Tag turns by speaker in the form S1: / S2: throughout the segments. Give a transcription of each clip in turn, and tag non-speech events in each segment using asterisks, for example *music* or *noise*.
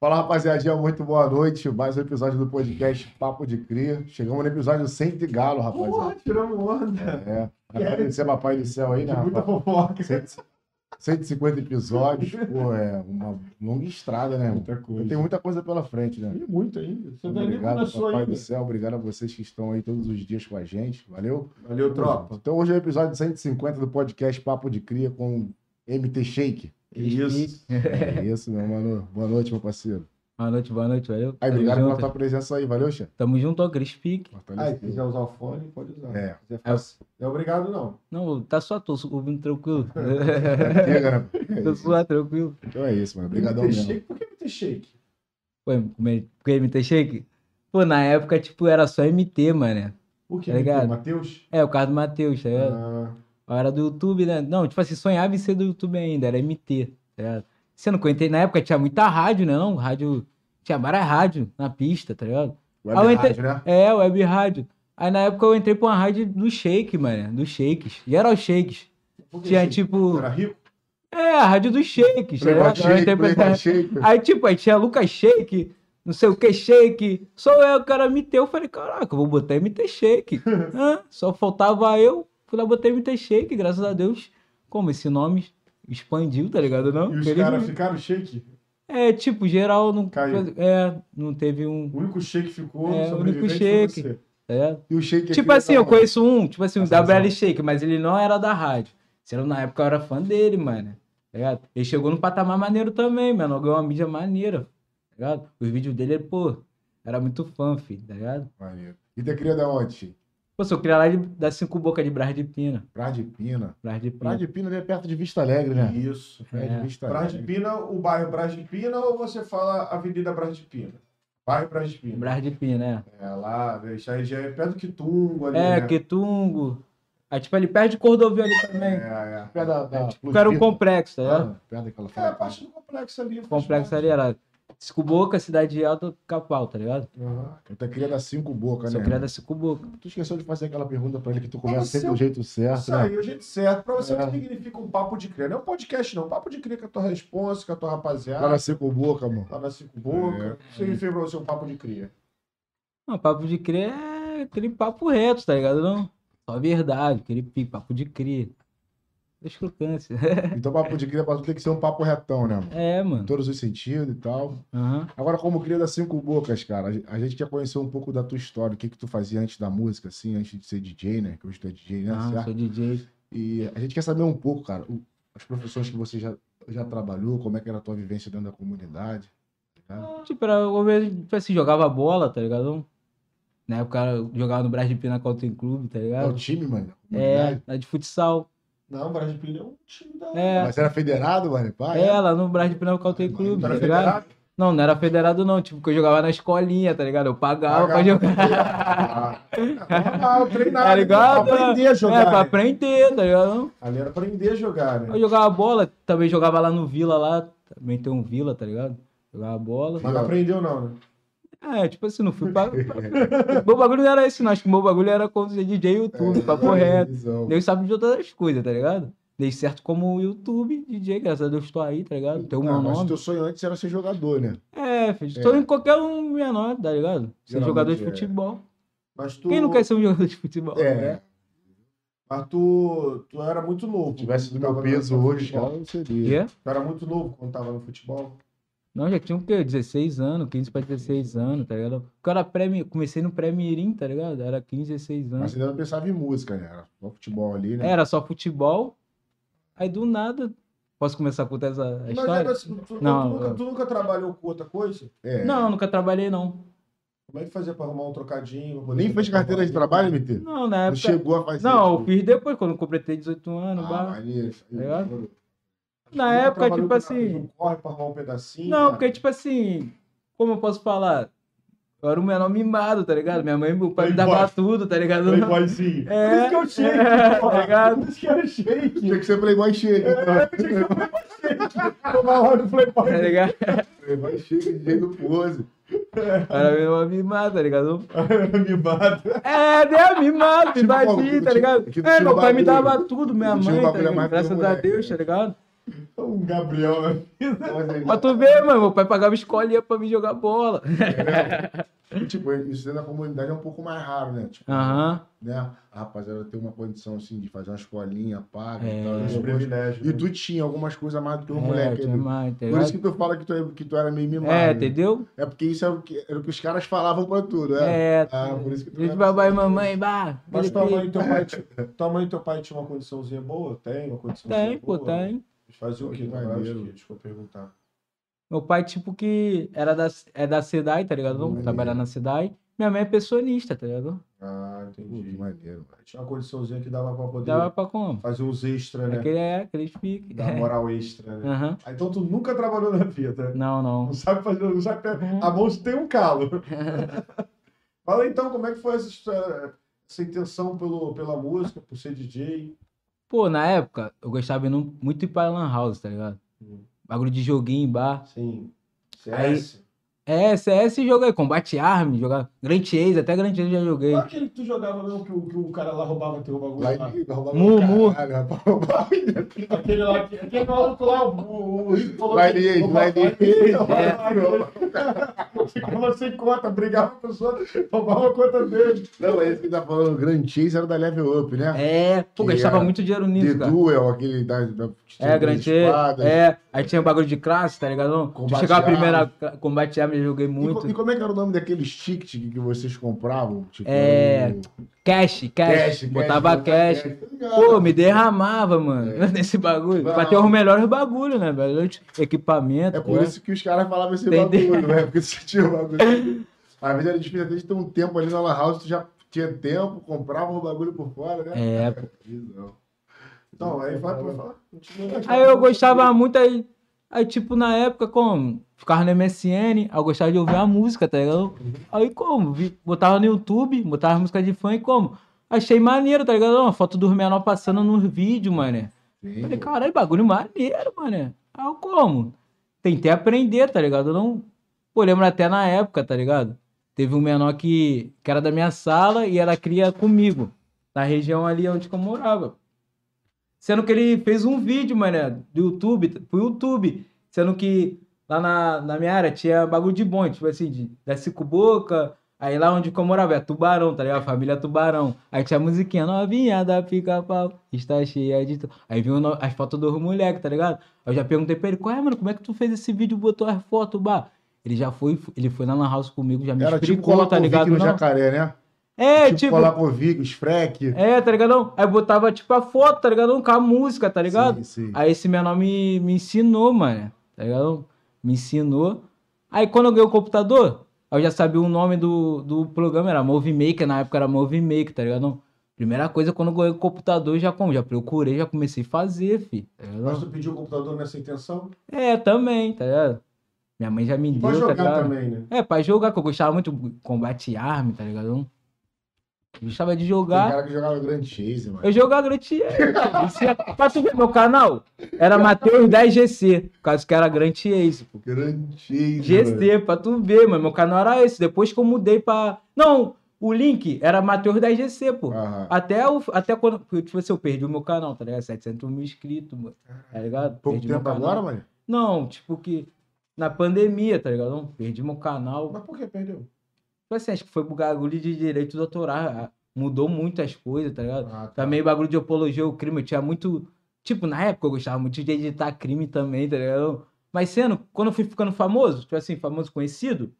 S1: Fala, rapaziadinha, muito boa noite. Mais um episódio do podcast Papo de Cria. Chegamos no episódio 100 de galo,
S2: Porra,
S1: rapaziada.
S2: tiramos onda.
S1: É. Agradecer, papai do céu aí, né?
S2: De muita
S1: rapaz?
S2: fofoca.
S1: 150
S2: *laughs*
S1: episódios, pô, é uma longa estrada, né, irmão?
S2: Muita coisa. Tá
S1: Tem muita coisa pela frente, né?
S2: Tem muito ainda. Você não nem
S1: Obrigado,
S2: começou
S1: papai
S2: ainda.
S1: do céu. Obrigado a vocês que estão aí todos os dias com a gente. Valeu.
S2: Valeu, tropa.
S1: Então, hoje é o episódio 150 do podcast Papo de Cria com MT Shake.
S2: Isso.
S1: É isso, meu mano. Boa noite, meu parceiro.
S3: Boa noite, boa noite, valeu.
S1: Aí, obrigado
S3: Tamo
S1: pela
S3: junto.
S1: tua presença aí. Valeu, Xê.
S3: Tamo junto, ó, Chris Pique.
S2: Ah, se quiser usar o fone, pode usar.
S1: É.
S2: Se quiser ficar- Não é obrigado, não.
S3: Não, tá só, tô ouvindo
S1: *laughs*
S3: tranquilo. *laughs*
S1: Pega,
S3: tô
S1: né?
S3: suave, tranquilo.
S1: Então é isso, mano. Obrigadão
S2: MT
S1: mesmo.
S2: Shake, Por que MT Shake?
S3: Ué, como é- por que MT Shake? Pô, na época, tipo, era só MT, mano.
S2: Por que
S3: Tá
S2: MT?
S3: ligado?
S2: Matheus?
S3: É, o carro do Matheus, tá ligado?
S2: Ah,
S3: Eu Era do YouTube, né? Não, tipo assim, sonhava em ser do YouTube ainda, era MT, tá ligado? Sendo que eu entrei na época, tinha muita rádio, né? Não, rádio... Tinha várias rádios na pista, tá ligado?
S1: Web
S3: Ah, eu
S1: rádio, né?
S3: É, web rádio. Aí na época eu entrei pra uma rádio do Shake, mano. Do Shakes. Geral Shakes.
S2: por que
S3: Tinha,
S2: Shake?
S3: tipo...
S2: Era rico?
S3: É, a rádio dos shakes, tá
S1: Playboy
S3: ligado? Aí,
S1: Shake,
S3: tem-
S1: Playboy Shake.
S3: aí, tipo, aí tinha Lucas Shake, não sei o que Shake, só eu, o cara MT, eu falei, caraca, eu vou botar
S2: *laughs*
S3: MT Shake. Hã? só faltava eu, fui lá botar MT Shake, graças a Deus, como esse nome expandiu, tá ligado não?
S2: E os
S3: Ele-
S2: caras ficaram shake?
S3: É, tipo, geral, não,
S2: Caiu.
S3: é, não teve um,
S2: O único shake ficou
S3: É, o
S2: sobrevivente
S3: único
S2: foi
S3: shake.
S2: você.
S3: tá ligado?
S1: E o Shake é
S3: Tipo
S1: filho
S3: assim,
S1: da
S3: eu
S1: mãe.
S3: conheço um, tipo assim, um
S1: Essa
S3: WL
S1: visão.
S3: Shake, mas ele não era da rádio. Sendo na época eu era fã dele, mano. Tá ligado? Ele chegou num patamar maneiro também, mano. Ganhou uma mídia maneira. Tá ligado? Os vídeos dele, pô, era muito fã, filho, tá ligado?
S1: Maneiro. E tu é cria da onde? Chico?
S3: Pô, se eu criar lá de, da cinco boca de Brás de Pina.
S1: Praia de Pina.
S3: Brás de Pina.
S1: Praia de Pina ali é perto de Vista Alegre, né?
S2: Isso.
S1: Praia de
S3: É.
S1: Vista
S2: Brás de
S1: Alegre.
S2: Pina, o bairro Brás de Pina ou você fala Avenida Brás de Pina? Bairro Brás de Pina.
S3: Brás de Pina,
S2: É lá, velho, já já é perto do Quitungo ali,
S3: é. É,
S2: né?
S3: Quetungo. Aí, tipo, ele perde Cordovil ali também.
S2: É,
S1: Perto da, da
S3: É, tipo, era um
S1: Plutita.
S3: complexo, tá ligado?
S1: Ah, Perto daquela
S2: é. É a parte do complexo ali. faz
S3: Complexo é ali
S2: parte.
S3: era Cinco Boca, Cidade Alta, Capau, tá ligado?
S2: Aham.
S1: Eu tô cria da Cinco Boca,
S3: Se eu
S1: né?
S3: criar da cinco boca.
S1: Tu esqueceu de fazer aquela pergunta pra ele que tu
S2: Fala
S1: começa sempre
S2: seu-
S1: do jeito certo,
S2: Isso
S1: né?
S2: aí, o jeito certo. Pra você, o
S1: É.
S2: que significa um papo de crer? Não é um podcast, não. Papo de crer com a tua responsa, com a tua
S1: Lá
S2: rapaziada,
S1: na Cinco Boca, mano.
S2: lá na Cinco Boca.
S1: É.
S2: O que significa pra você um papo de cria?
S3: Não, papo de crer é aquele papo reto, tá ligado? Não? Só verdade, aquele pi- papo de crer. É Deus que eu canse.
S1: Então papo de cria pra tu tem que ser um papo retão, né, mano?
S3: *laughs* É,
S1: Em
S3: mano.
S1: todos os sentidos e tal.
S3: Aham.
S1: Agora, como cria da Cinco Bocas, cara, a gen- a gente quer conhecer um pouco da tua história, o que que tu fazia antes da música, assim, antes de ser DJ, né? Que hoje tu é DJ, né?
S3: Ah,
S1: certo?
S3: sou DJ.
S1: E a gente quer saber um pouco, cara, o- as profissões que você já, já trabalhou, como é que era a tua vivência dentro da comunidade.
S3: Tipo, era, eu mesmo, tipo assim, jogava bola, tá ligado? Não? Na época eu jogava no Brasil de Pina Country Clube, tá
S1: É o
S3: ligado?
S1: time, mano, da
S3: É,
S1: comunidade.
S3: na de futsal.
S2: Não, o Brás de Pina é um time da.
S3: É,
S1: Mas era federado, mano, pai?
S3: é, lá no Brasil de Pina Country
S1: Mas
S3: Clube,
S2: Tu
S3: tá
S2: era
S3: ligado?
S2: federado?
S3: Não, não era federado não, tipo, que eu jogava na escolinha, tá ligado? Eu pagava pra
S2: Pagava.
S3: jogar.
S2: Ah, ah,
S3: *laughs*
S2: eu treinava
S3: Tá ligado?
S2: pra aprender a jogar.
S3: É, pra
S2: né?
S3: aprender, tá ligado? Não?
S2: Ali era aprender a jogar,
S3: Eu
S2: né?
S3: jogava bola, também jogava lá no Vila lá, também tem um Vila, tá ligado? Jogava bola.
S2: Mas não aprendeu, não, né?
S3: É, tipo assim, não fui pra. *laughs* pra- meu bagulho não era esse, não. Acho que meu bagulho era como ser DJ e YouTube, papo
S1: É.
S3: reto.
S1: Visão.
S3: Deus sabe de todas as coisas, tá ligado? Dei certo como YouTube, DJ, graças a Deus tô aí, tá ligado? Tem o meu
S1: Ah, mas o
S3: nome.
S1: teu sonho antes era ser jogador, né?
S3: É, filho, tô em qualquer um menor, tá ligado? Ser
S1: Geralmente
S3: jogador de
S1: é.
S3: futebol.
S2: Mas tu,
S3: Quem não quer ser um jogador de futebol? né?
S1: É.
S2: mas tu, tu era muito novo.
S1: Se tivesse do meu
S2: Tava
S1: peso
S2: no
S1: hoje,
S2: futebol.
S1: cara, eu seria.
S3: Quê?
S2: Tu era muito novo quando tava no futebol.
S3: Não, já tinha o quê? 16 anos, 15 pra 16 anos, tá ligado? Porque eu era pré comecei no pré-mirim, tá ligado? Era 15, 16 anos.
S1: Mas você ainda não pensava em música, né? Era só futebol ali, né?
S3: Era só futebol. Aí do nada. Posso começar a contar essa a
S2: Mas
S3: É história?
S2: era assim, tu, tu
S3: Não,
S2: nunca,
S3: eu-
S2: tu nunca trabalhou com outra coisa?
S1: É.
S3: Não, nunca trabalhei, não.
S2: Como é que fazia pra arrumar um trocadinho? pra poder
S1: Nem fez
S2: comprar
S1: carteira de
S2: uma
S1: trabalho,
S2: comida?
S1: MT?
S3: Não, na
S1: Não
S3: época.
S1: chegou a fazer.
S3: não, eu
S1: tipo,
S3: fiz depois, quando eu completei 18 anos.
S1: Ah,
S3: bah.
S1: maneiro.
S3: ligado?
S2: Tu
S3: na
S2: nunca
S3: época,
S2: trabalhou
S3: tipo
S2: com
S3: assim.
S2: nada, tu corre pra arrumar um pedacinho?
S3: Não,
S2: cara?
S3: porque, tipo assim, como eu posso falar? Eu era um menor mimado, tá ligado? Minha mãe e meu pai me
S2: Playboy.
S3: davam tudo, tá ligado?
S2: Playboyzinho.
S3: *laughs* É,
S2: Por isso que eu shake,
S3: é,
S2: porra.
S3: tá ligado?
S2: Por isso que era shake.
S1: Tinha que ser Playboy Chega.
S3: né?
S1: então.
S2: Tomar hora do Playboy.
S3: Tá ligado?
S1: Playboy Chega de jeito do pose.
S3: Eu era menor mimado, tá ligado?
S2: Era mimado.
S3: É, né? Mimado,
S1: Tipo,
S3: mimado,
S1: maluco,
S3: tá
S1: tipo,
S3: ligado?
S1: tipo,
S3: É,
S1: tipo
S3: meu pai me
S1: bagulho.
S3: dava tudo, minha
S1: Tipo,
S3: mãe, tá
S1: bagulho é
S3: ligado?
S1: mais que
S3: Graças
S1: um
S3: a
S1: moleque,
S3: Deus,
S1: né?
S3: tá ligado?
S2: Um Gabriel, né?
S3: Mas tu vê, mano, meu pai pagava escolinha pra me jogar bola.
S1: E, tipo, isso dentro da comunidade é um pouco mais raro, né? Tipo,
S3: Aham.
S1: né? A rapaziada tem uma condição assim de fazer uma escolinha, paga
S3: É.
S1: e tal.
S2: Os
S1: eu gosto.
S2: privilégios.
S1: E
S2: né?
S1: tu tinha algumas coisas mais do que o
S3: É,
S1: moleque.
S3: tinha
S1: né?
S3: mais, tá
S1: Por isso
S3: ligado?
S1: que tu fala que tu, é- que tu era meio mimado.
S3: É,
S1: né?
S3: entendeu?
S1: É porque isso era o que, era o que os caras falavam pra tu, né?
S3: É.
S1: Ah, por isso que tu
S3: Gente,
S1: era-
S3: babai e mamãe, bah.
S2: Mas
S1: tá
S2: tua
S3: Felipe.
S2: mãe, e teu pai, ti- tua mãe e teu pai tinham uma condiçãozinha boa? Tem uma condiçãozinha
S3: Tem, pô,
S2: boa?
S3: tem.
S2: Eles faziam o
S1: Pô,
S2: quê?
S1: que
S2: Trabalhavam de
S1: maneiro.
S2: quê? Deixa eu perguntar.
S3: Meu pai, tipo, que era da, é da SEDAI, tá ligado? Vamos
S1: Maneiro.
S3: trabalhar na SEDAI. Minha mãe é pessoalista, tá ligado?
S2: Ah,
S1: Pô, que
S2: entendi.
S1: maneiro, mano.
S2: Tinha uma condiçãozinha que dava pra poder
S3: Dava pra como?
S2: fazer uns extras, né?
S3: Aquele é, aquele pique.
S2: Dar moral extra, né?
S3: *laughs* Aham.
S2: Ah, Então tu nunca trabalhou na vida.
S3: Não, não.
S2: Não sabe fazer, não sabe pegar.
S1: Uhum.
S2: A mão tem um calo. *laughs* Fala então, como é que foi essa, história, essa intenção pelo, pela música, por ser DJ?
S3: Pô, na época, eu gostava indo muito ir pra Lan House, tá ligado?
S1: Uhum.
S2: Hum.
S3: Bagulho de joguinho, bar.
S2: Sim.
S3: Aí-
S2: CS.
S3: É, CS e joguei. Combate Arm, jogar Grand Chase, até Grand Chase eu já joguei.
S2: Qual
S1: Ah,
S2: aquele que tu jogava mesmo que o, que o cara lá roubava teu bagulho
S1: Lá
S2: lá?
S1: ele roubava
S3: Mu,
S1: um
S3: mu.
S1: caralho, rapaz, roubava-
S2: Aquele lá, que- aquele maluco lá, o... o- o- falou
S1: Vai
S2: que-
S1: nele,
S2: o-
S1: vai nele.
S2: É. Ficava sem conta, brigava com os outros, roubava a conta dele.
S1: Não, esse que tá falando, o Grand Chase era da Level Up, né?
S3: É, pô,
S1: Que
S3: gastava
S1: era
S3: muito dinheiro
S1: The
S3: nisso, cara.
S1: Duel, aquele da, da,
S3: É,
S1: da
S3: Grand
S1: espada.
S3: Chase. É, aí tinha bagulho de classe, tá ligado?
S1: Combate
S3: Combate chegar a
S1: Arm.
S3: primeira cla- Combate Arm, eu joguei
S1: E co- E,
S3: muito.
S1: como é que era o nome daqueles tickets que que vocês compravam? Tipo,
S3: É,
S1: o-
S3: Cash, cash. Botava cash.
S1: Tá
S3: Pô,
S1: Pô,
S3: me derramava, mano, *laughs* nesse bagulho.
S1: É. Não.
S3: Pra ter os melhores bagulhos, né, velho? Equipamento.
S1: é por
S3: pô.
S1: isso que os caras falavam esse
S3: Entendeu?
S1: bagulho, né? Porque
S3: *laughs*
S1: você tinha o bagulho. Às vezes era difícil até de ter um tempo ali na La House, tu já tinha tempo, comprava o bagulho por fora, né?
S3: É, pô.
S1: Visão.
S2: Então, aí vai pra falar. continua.
S3: Aí eu gostava muito, aí, aí tipo, na época, como? Ficava no MSN, aí eu gostava de ouvir a música, tá ligado? Aí como? Vi- botava no YouTube, botava música de fã e como? Achei maneiro, tá ligado? Uma foto dos menor passando nos vídeos, mané.
S1: Sim,
S3: Falei, caralho, bagulho maneiro, mané. Aí eu como? Tentei aprender, tá ligado? Eu não. Pô, lembro até na época, tá ligado? Teve um menor que, que era da minha sala e era cria comigo, na região ali onde que eu morava. Sendo que ele fez um vídeo, mané, do YouTube, pro YouTube. Sendo que lá na, na minha área tinha bagulho de bonde, tipo assim, de, da Cico Boca. Aí lá onde que eu morava é Tubarão, tá ligado? A família Tubarão. Aí tinha a musiquinha novinha da pica-pau, está cheia de. tu-". Aí viu no- as fotos dos moleques, tá ligado? Aí eu já perguntei pra ele, qual é, mano, como é que tu fez esse vídeo e botou as fotos, bah? Ele já foi, ele foi na Lan House comigo, já me
S1: Era tipo
S3: explicou, tá
S1: Colacovic
S3: ligado?
S1: no
S3: Não.
S1: jacaré, né?
S3: É,
S1: tipo
S3: tipo,
S1: Colacovic, os Freck.
S3: é, tá ligado? Aí botava tipo a foto, tá ligado? Com a música, tá ligado?
S1: Sim, sim.
S3: Aí esse menor me, me ensinou, mano. Tá ligado? Me ensinou. Aí quando eu ganhei o computador, eu já sabia o nome do, do programa, era Movie Maker, na época era Movie Maker, tá ligado? Primeira coisa, quando eu ganhei o computador, já como? Já procurei, já comecei a fazer, fi. tá ligado?
S2: Mas tu pediu o computador nessa intenção?
S3: É, também, tá ligado? Minha mãe já me
S2: E
S3: deu,
S2: pra
S3: tá
S2: jogar
S3: ligado?
S2: também, né?
S3: É, pra jogar, que eu gostava muito de combate arma, tá ligado? Eu gostava de
S1: Tem
S3: jogar.
S1: cara que jogava Grand Chase, mano.
S3: Eu jogava Grant Ace. é Pra tu ver meu canal, era Matheus 10GC. Caso que era Grant Ace. pô.
S1: Grand Chase. mano.
S3: GC, pra tu ver, mano. Meu canal era esse. Depois que eu mudei pra. Não, o link era Matheus 10GC, pô.
S1: Aham.
S3: Até, o, até quando. Tipo assim, eu perdi o meu canal, tá ligado? 700 mil inscritos, mano. Tá ligado?
S1: Pouco
S3: Perdi meu
S1: tempo
S3: canal.
S1: agora, mano?
S3: Não, tipo que. Na pandemia, tá ligado? Não, perdi meu canal.
S2: Mas por que perdeu?
S3: Tipo assim, acho que foi o bagulho de direito doutoral. a- Mudou muito as coisas, tá ligado?
S2: Ah, tá.
S3: Também o bagulho de apologia ao crime. Eu tinha muito. Tipo, na época eu gostava muito de editar crime também, tá ligado? Mas sendo, quando eu fui ficando famoso, tipo assim, famoso conhecido,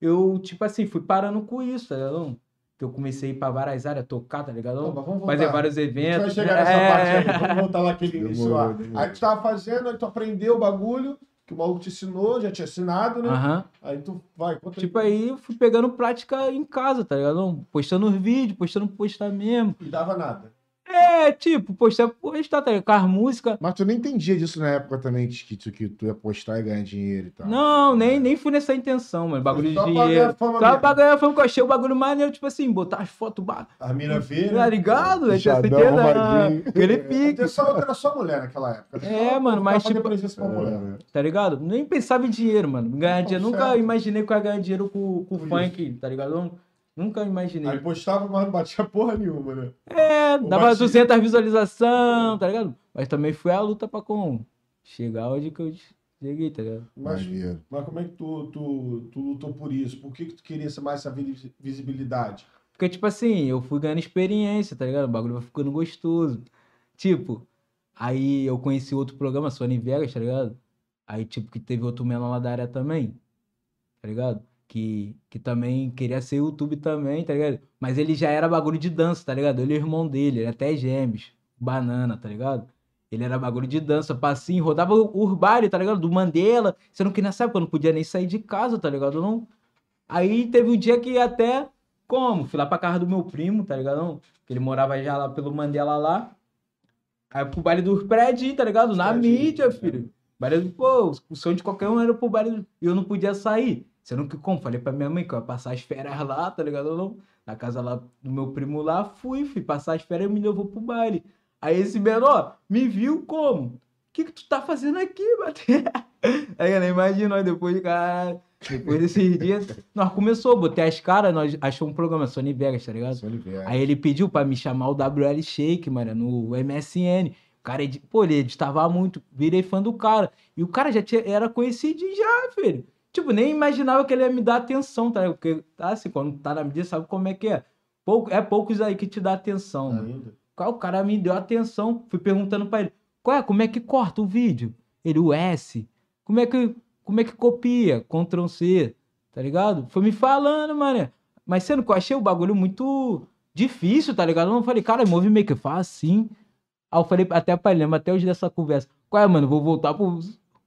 S3: eu, tipo assim, fui parando com isso, tá ligado? Que eu comecei a ir pra várias áreas, tocar, tá
S2: Não,
S3: ligado?
S2: mas vamos voltar.
S3: Fazer vários
S2: A gente vai
S3: eventos.
S2: chegar nessa parte
S3: É,
S2: aí. Vamos voltar lá aquele início
S1: Demorou,
S2: lá.
S1: demorou.
S2: Aí tu tava fazendo, aí tu aprendeu o bagulho que o maluco te ensinou, já tinha ensinado, né?
S3: É. Aham.
S2: Aí tu vai, conta
S3: Ah. Tipo aí, eu fui pegando prática em casa, tá ligado? Postando os vídeos, postando postar mesmo.
S2: E dava nada.
S3: É, tipo, postar, postar, tá ligado? Com as músicas.
S1: Mas tu nem entendia disso na época também, de que tu, que tu ia postar e ganhar dinheiro e tal.
S3: Não, nem, nem fui nessa intenção, mano. Bagulho
S2: Só
S3: de
S2: pra
S3: dinheiro.
S2: ganhar fama
S3: Só
S2: mesmo.
S3: pra ganhar fama que eu achei o bagulho maneiro, tipo assim, botar as fotos, ba-
S2: A mina vê,
S3: tá
S2: né?
S3: ligado? Eu tinha
S1: Chadão,
S3: certeza, ah,
S1: arrumadinho.
S3: aquele
S2: A
S3: pique,
S2: intenção era só mulher naquela época. né?
S3: É,
S2: *laughs* Só
S3: mano, mas
S2: pra fazer
S3: tipo-
S2: presença pra mulher.
S1: É,
S3: tá ligado? Nem pensava em dinheiro, mano. Ganhar
S2: Não,
S3: dinheiro,
S2: certo.
S3: nunca imaginei que eu ia ganhar dinheiro com, com
S2: Por
S3: funk, tá ligado? Nunca
S2: Aí
S3: imaginei.
S2: postava, mas não batia porra nenhuma, né?
S3: É,
S2: o
S3: dava
S2: baixinho.
S3: 200 visualizações, tá ligado? Mas também foi a luta pra com... chegar onde que eu cheguei, tá ligado?
S2: Mas,
S1: Maneiro.
S2: mas como é que tu, tu, tu lutou por isso? Por que, que tu queria ser mais essa visi- visibilidade?
S3: Porque, tipo assim, eu fui ganhando experiência, tá ligado? O bagulho vai ficando gostoso. Tipo, aí eu conheci outro programa, Sony Vegas, tá ligado? Aí, tipo, que teve outro menor lá da área também, tá ligado? Que, que também queria ser YouTube também, tá ligado? Mas ele já era bagulho de dança, tá ligado? Ele é o irmão dele, ele até é gêmeos, banana, tá ligado? Ele era bagulho de dança, passinho, rodava o urbário, tá ligado? Do Mandela. Você não queria, sabe? Eu não podia nem sair de casa, tá ligado? Eu não... Aí teve um dia que até como? Fui lá pra casa do meu primo, tá ligado? Que ele morava já lá pelo Mandela lá. Aí eu pro baile dos prédios, tá ligado? Na
S2: Prédios,
S3: mídia,
S2: né?
S3: filho. Baile do, pô, o sonho de qualquer um era pro baile do... E eu não podia sair. Sendo que como? Falei pra minha mãe que eu ia passar as férias lá, tá ligado? Eu não. Na casa lá do meu primo lá, fui, fui passar as férias e me levou pro baile. Aí esse menor me viu como? O que, que tu tá fazendo aqui, Matheus? *laughs* Aí ela imaginou, depois, cara, depois desses dias, nós começou, botei as caras, nós achamos um programa, Sony Vegas, tá ligado?
S1: Sou Oliveira.
S3: Aí ele pediu pra me chamar o WL Shake, mano, no MSN. O cara, edi- pô, ele editava muito, virei fã do cara. E o cara já tinha, era conhecido já, filho. Tipo, nem imaginava que ele ia me dar atenção, tá ligado? Porque, tá assim, quando tá na mídia, sabe como é que é. Pouco, é poucos aí que te dá atenção, né? mano.
S2: Ainda?
S3: Qual o cara me deu atenção, fui perguntando pra ele, qual é, como é que corta o vídeo? Ele, o S. Como é que, como é que copia? Ctrl C, tá ligado? Foi me falando, mano. Mas sendo que eu achei o bagulho muito difícil, tá ligado? Eu não falei, cara, move meio que faz assim. Aí eu falei até pra ele, lembro até hoje dessa conversa. Qual é, mano? Vou voltar pro,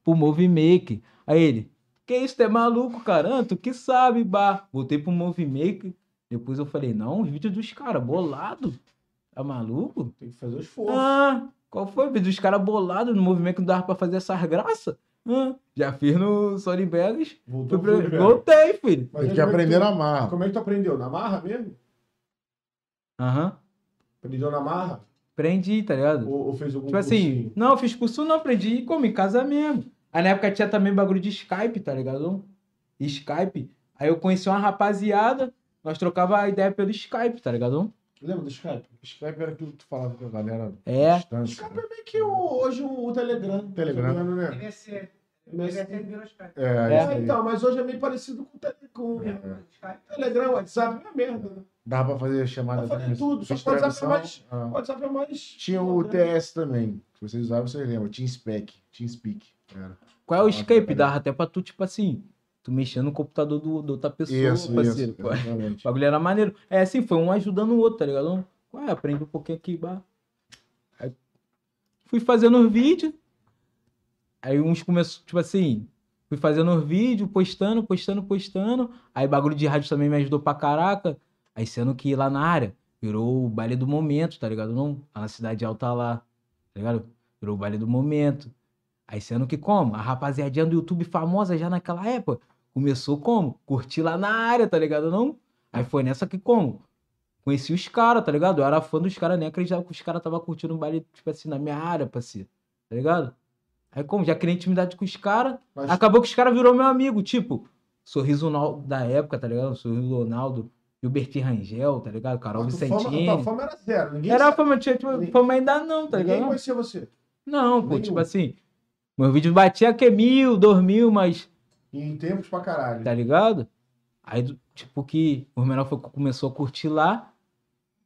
S3: pro Move Make. Aí ele, que isso, tu é maluco, cara? Ah, tu que sabe, bah. Voltei pro Move Make. Depois eu falei, não, vídeo dos caras, bolado. Tá maluco?
S2: Tem que fazer o esforço.
S3: Ah, qual foi, vídeo dos caras bolados no movimento que não dava pra fazer essas graças? Ah, já fiz no Sony Vegas.
S2: Voltou
S3: Fui
S2: pro
S3: pro-
S2: universo.
S3: Voltei, filho.
S2: Mas
S1: Tem que
S2: aí como é
S1: aprender
S2: tu-
S1: a amarra.
S2: Como é que tu aprendeu? Na marra mesmo?
S3: Aham.
S2: Aprendeu na marra?
S3: Aprendi, tá ligado?
S2: Ou, ou fez algum
S3: Tipo assim,
S2: cursinho?
S3: não, eu fiz curso, não aprendi como em casa mesmo. Aí na época tinha também bagulho de Skype, tá ligado? Skype. Aí eu conheci uma rapaziada, nós trocava a ideia pelo Skype, tá ligado?
S2: Lembra do Skype?
S1: Skype era aquilo que tu falava com a galera à
S3: É.
S1: distância.
S2: Skype é meio que o- hoje um, o Telegram.
S1: Telegram.
S2: Tá ligado, né?
S4: MSC.
S2: Mas-
S4: MSC virou Skype.
S1: É,
S3: É.
S1: isso
S2: Ah,
S1: aí.
S2: então, mas hoje é meio parecido com o Tele- com
S1: É.
S4: Skype.
S2: o Telegram, WhatsApp, é uma merda. né?
S1: Dava pra fazer chamada.
S2: Dá pra fazer
S1: de-
S2: Tá tudo, só
S1: de
S2: que o WhatsApp
S1: tradução.
S2: é mais-
S1: Ah.
S2: O WhatsApp é mais.
S1: Tinha o TS também. Se vocês usaram, vocês lembram. TeamSpec. TeamSpeak. Era.
S3: Qual é o
S1: Nossa,
S3: Skype?
S1: cara.
S3: Dava até pra tu, tipo assim, tu mexendo no computador do, da outra pessoa,
S1: Isso,
S3: parceiro.
S1: isso.
S3: pô. O
S1: Exatamente.
S3: *laughs* bagulho era maneiro. É assim, foi um ajudando o outro, tá ligado? Ué, aprendi um pouquinho aqui, bah. Aí fui fazendo os vídeos. Aí uns começou, tipo assim, fui fazendo os vídeos, postando, postando, postando. Aí bagulho de rádio também me ajudou pra caraca. Aí sendo que lá na área, virou o baile do momento, tá ligado? Não, lá na cidade alta lá, tá ligado? Virou o baile do momento. Aí sendo que como? A rapaziadinha do YouTube famosa já naquela época. Começou como? Curtir lá na área, tá ligado? Não? Aí foi nessa que como? Conheci os caras, tá ligado? Eu era fã dos caras, nem acreditava que os caras tava curtindo um baile, tipo assim, na minha área, parceiro. Tá ligado? Aí como? Já criei intimidade com os caras.
S2: Mas-
S3: Acabou que os caras virou meu amigo, tipo, Sorriso Nal- da época, tá ligado? Sorriso Ronaldo, Gilberti Rangel, tá ligado? Carol
S2: a tua fama- a
S3: Vicentini.
S2: tua fama era zero. Ninguém,
S3: Era
S2: sa-
S3: fama, tinha, tipo,
S2: Ninguém-
S3: fama ainda não, tá
S2: tá ninguém
S3: ligado?
S2: conhecia você.
S3: Não, pô,
S2: Nenhum.
S3: tipo assim, meu vídeo batia que mil, dois mil, mas
S2: E em tempos pra caralho.
S3: tá ligado? Aí, do- tipo, que o menor foi, começou a curtir lá,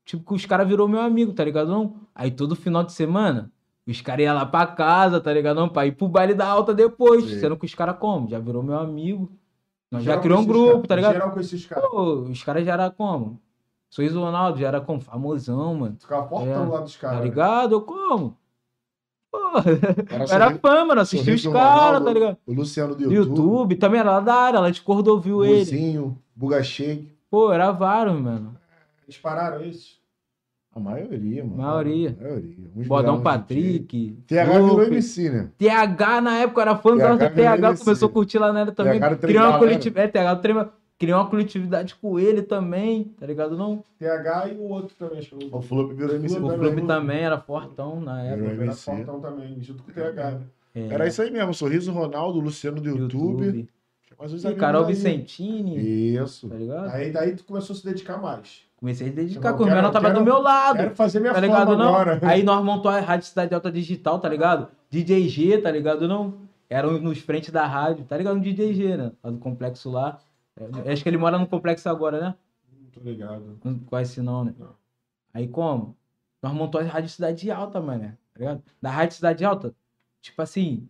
S3: tipo, que os caras virou meu amigo, tá ligado? Não? Aí todo final de semana, os caras iam lá pra casa, tá ligado? Não, pra ir pro baile da alta depois,
S1: Sim.
S3: sendo que os caras como? Já virou meu amigo, nós já
S2: Geral
S3: criou um
S2: conhecia os caras.
S3: grupo, tá ligado?
S2: Geral com esses caras.
S3: Pô, os caras já era como? Sorriso Ronaldo já era como? Famosão, mano.
S2: Ficava portão
S3: É,
S2: lá dos
S3: Tá
S2: caras.
S3: ligado? Eu como? Pô,
S1: Era
S3: era
S1: sobre
S3: fã, mano. Assistia os
S1: Sorriso
S3: caras,
S1: Ronaldo,
S3: tá ligado?
S1: o Luciano do
S3: Do
S1: YouTube.
S3: YouTube, também era lá da área, lá de Cordovil ele.
S1: Luzinho, Buga Shake.
S3: Pô, era vários, mano.
S2: Eles pararam isso.
S1: A maioria, mano.
S3: Maioria.
S1: A maioria. Uns um viraram
S3: Bodão
S1: DJ.
S3: Patrick.
S1: TH virou
S3: Lupe.
S1: MC, né?
S3: TH na época era fã do
S1: TH virou
S3: TH, começou
S1: MC.
S3: a curtir lá nela também.
S1: TH era
S3: Criou uma
S1: treinador,
S3: coletividade. É, TH treinava- Criou uma coletividade com ele também, tá ligado? Não.
S2: TH e o outro também. Acho que
S1: O
S2: o
S1: Flup virou MC.
S3: O
S2: Era
S3: Clube
S2: Lupe.
S3: também era fortão na época.
S1: Era
S2: era
S1: MC.
S2: portão também, junto com o TH. né?
S3: É,
S1: Era isso aí mesmo. Sorriso Ronaldo, Luciano do YouTube. né?
S2: Mas os
S3: E
S2: amigos
S3: Carol
S2: daí-
S3: Vicentini,
S1: Isso.
S3: tá ligado?
S2: Aí daí tu começou a se dedicar mais.
S3: Comecei a dedicar,
S2: Irmão,
S3: com o
S2: quero-
S3: Mel tava
S2: quero-
S3: do meu lado.
S2: Quero fazer minha
S3: tá
S2: fama
S3: ligado, não?
S2: É agora. *laughs*
S3: Aí nós montamos a Rádio Cidade Alta Digital, tá ligado? DJ G, tá ligado, não? Eram nos frente da rádio, tá ligado? No DJ G, né? Lá do complexo lá. É, acho que ele mora no complexo agora, né?
S2: Tô ligado.
S3: Não conhece não, né?
S2: Não.
S3: Aí como? Nós montamos a Rádio Cidade Alta, mano, tá ligado? Da Rádio Cidade Alta, tipo assim,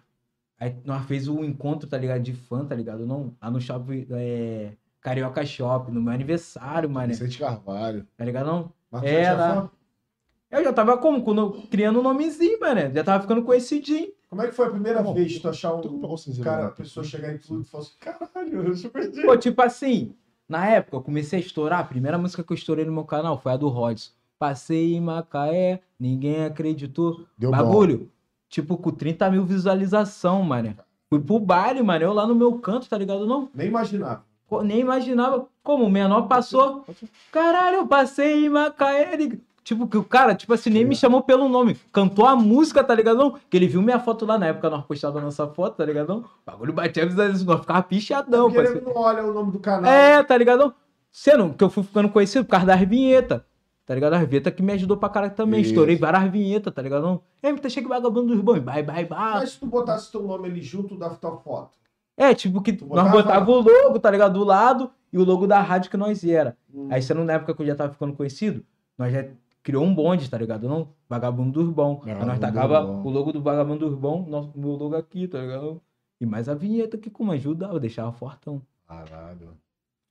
S3: aí nós fez um encontro, tá ligado? De fã, tá ligado? Não, lá no shopping, é, Carioca Shopping, no meu aniversário, mano,
S1: Vicente Carvalho.
S3: tá ligado, não?
S2: Mas
S3: É,
S2: já
S3: lá.
S2: foi-
S3: Eu já tava como? Quando- criando um nomezinho, mano. Já tava ficando conhecidinho.
S2: Como é que foi a primeira
S1: Bom,
S2: vez que tu achar
S1: Tu
S2: um
S1: pegou o cinzeiro,
S2: cara,
S1: né?
S2: a pessoa chegar em tudo e falar assim, caralho, eu
S3: *laughs*
S2: super de...
S3: Pô, tipo assim, na época eu comecei a estourar. A primeira música que eu estourei no meu canal foi a do Rods. Passei em Macaé, ninguém acreditou.
S1: Deu bom.
S3: Bagulho. Tipo, com 30 mil visualização, mano. Fui pro baile, mano. Eu lá no meu canto, tá ligado? Não,
S2: Nem imaginava.
S3: co- nem imaginava como o menor passou. Caralho, eu passei em Macaé. ele- Tipo, que o cara, tipo assim, nem me chamou pelo nome. Cantou a música, tá ligado? Não? Que ele viu minha foto lá na época, nós postava a nossa foto, tá ligado? Não? O bagulho batia a visualização, nós ficava pichadão,
S2: Porque
S3: parceiro.
S2: ele não olha o nome do canal.
S3: É, tá ligado? Sendo que eu fui ficando conhecido por causa das vinhetas. Tá ligado? As vinhetas que me ajudou pra caralho também.
S1: Isso.
S3: Estourei várias vinhetas, tá ligado? É, tá cheio de vagabundo dos bons. Bye, bye, bye.
S2: Mas se tu botasse teu nome ali junto da tua foto.
S3: É, tipo que
S2: Tu
S3: nós
S2: botava-
S3: botava o logo, tá ligado? Do lado e o logo da rádio que nós era.
S2: Hum.
S3: Aí sendo na época que eu já tava ficando conhecido, nós já criou um bonde, tá ligado? Não, vagabundo do Urbão. Aí nós
S1: Vagabundo
S3: tacava
S1: Urbão.
S3: o logo do vagabundo do Urbão, nosso, meu logo aqui, tá ligado? E mais a vinheta que como ajudava, deixava fortão.
S1: Caralho.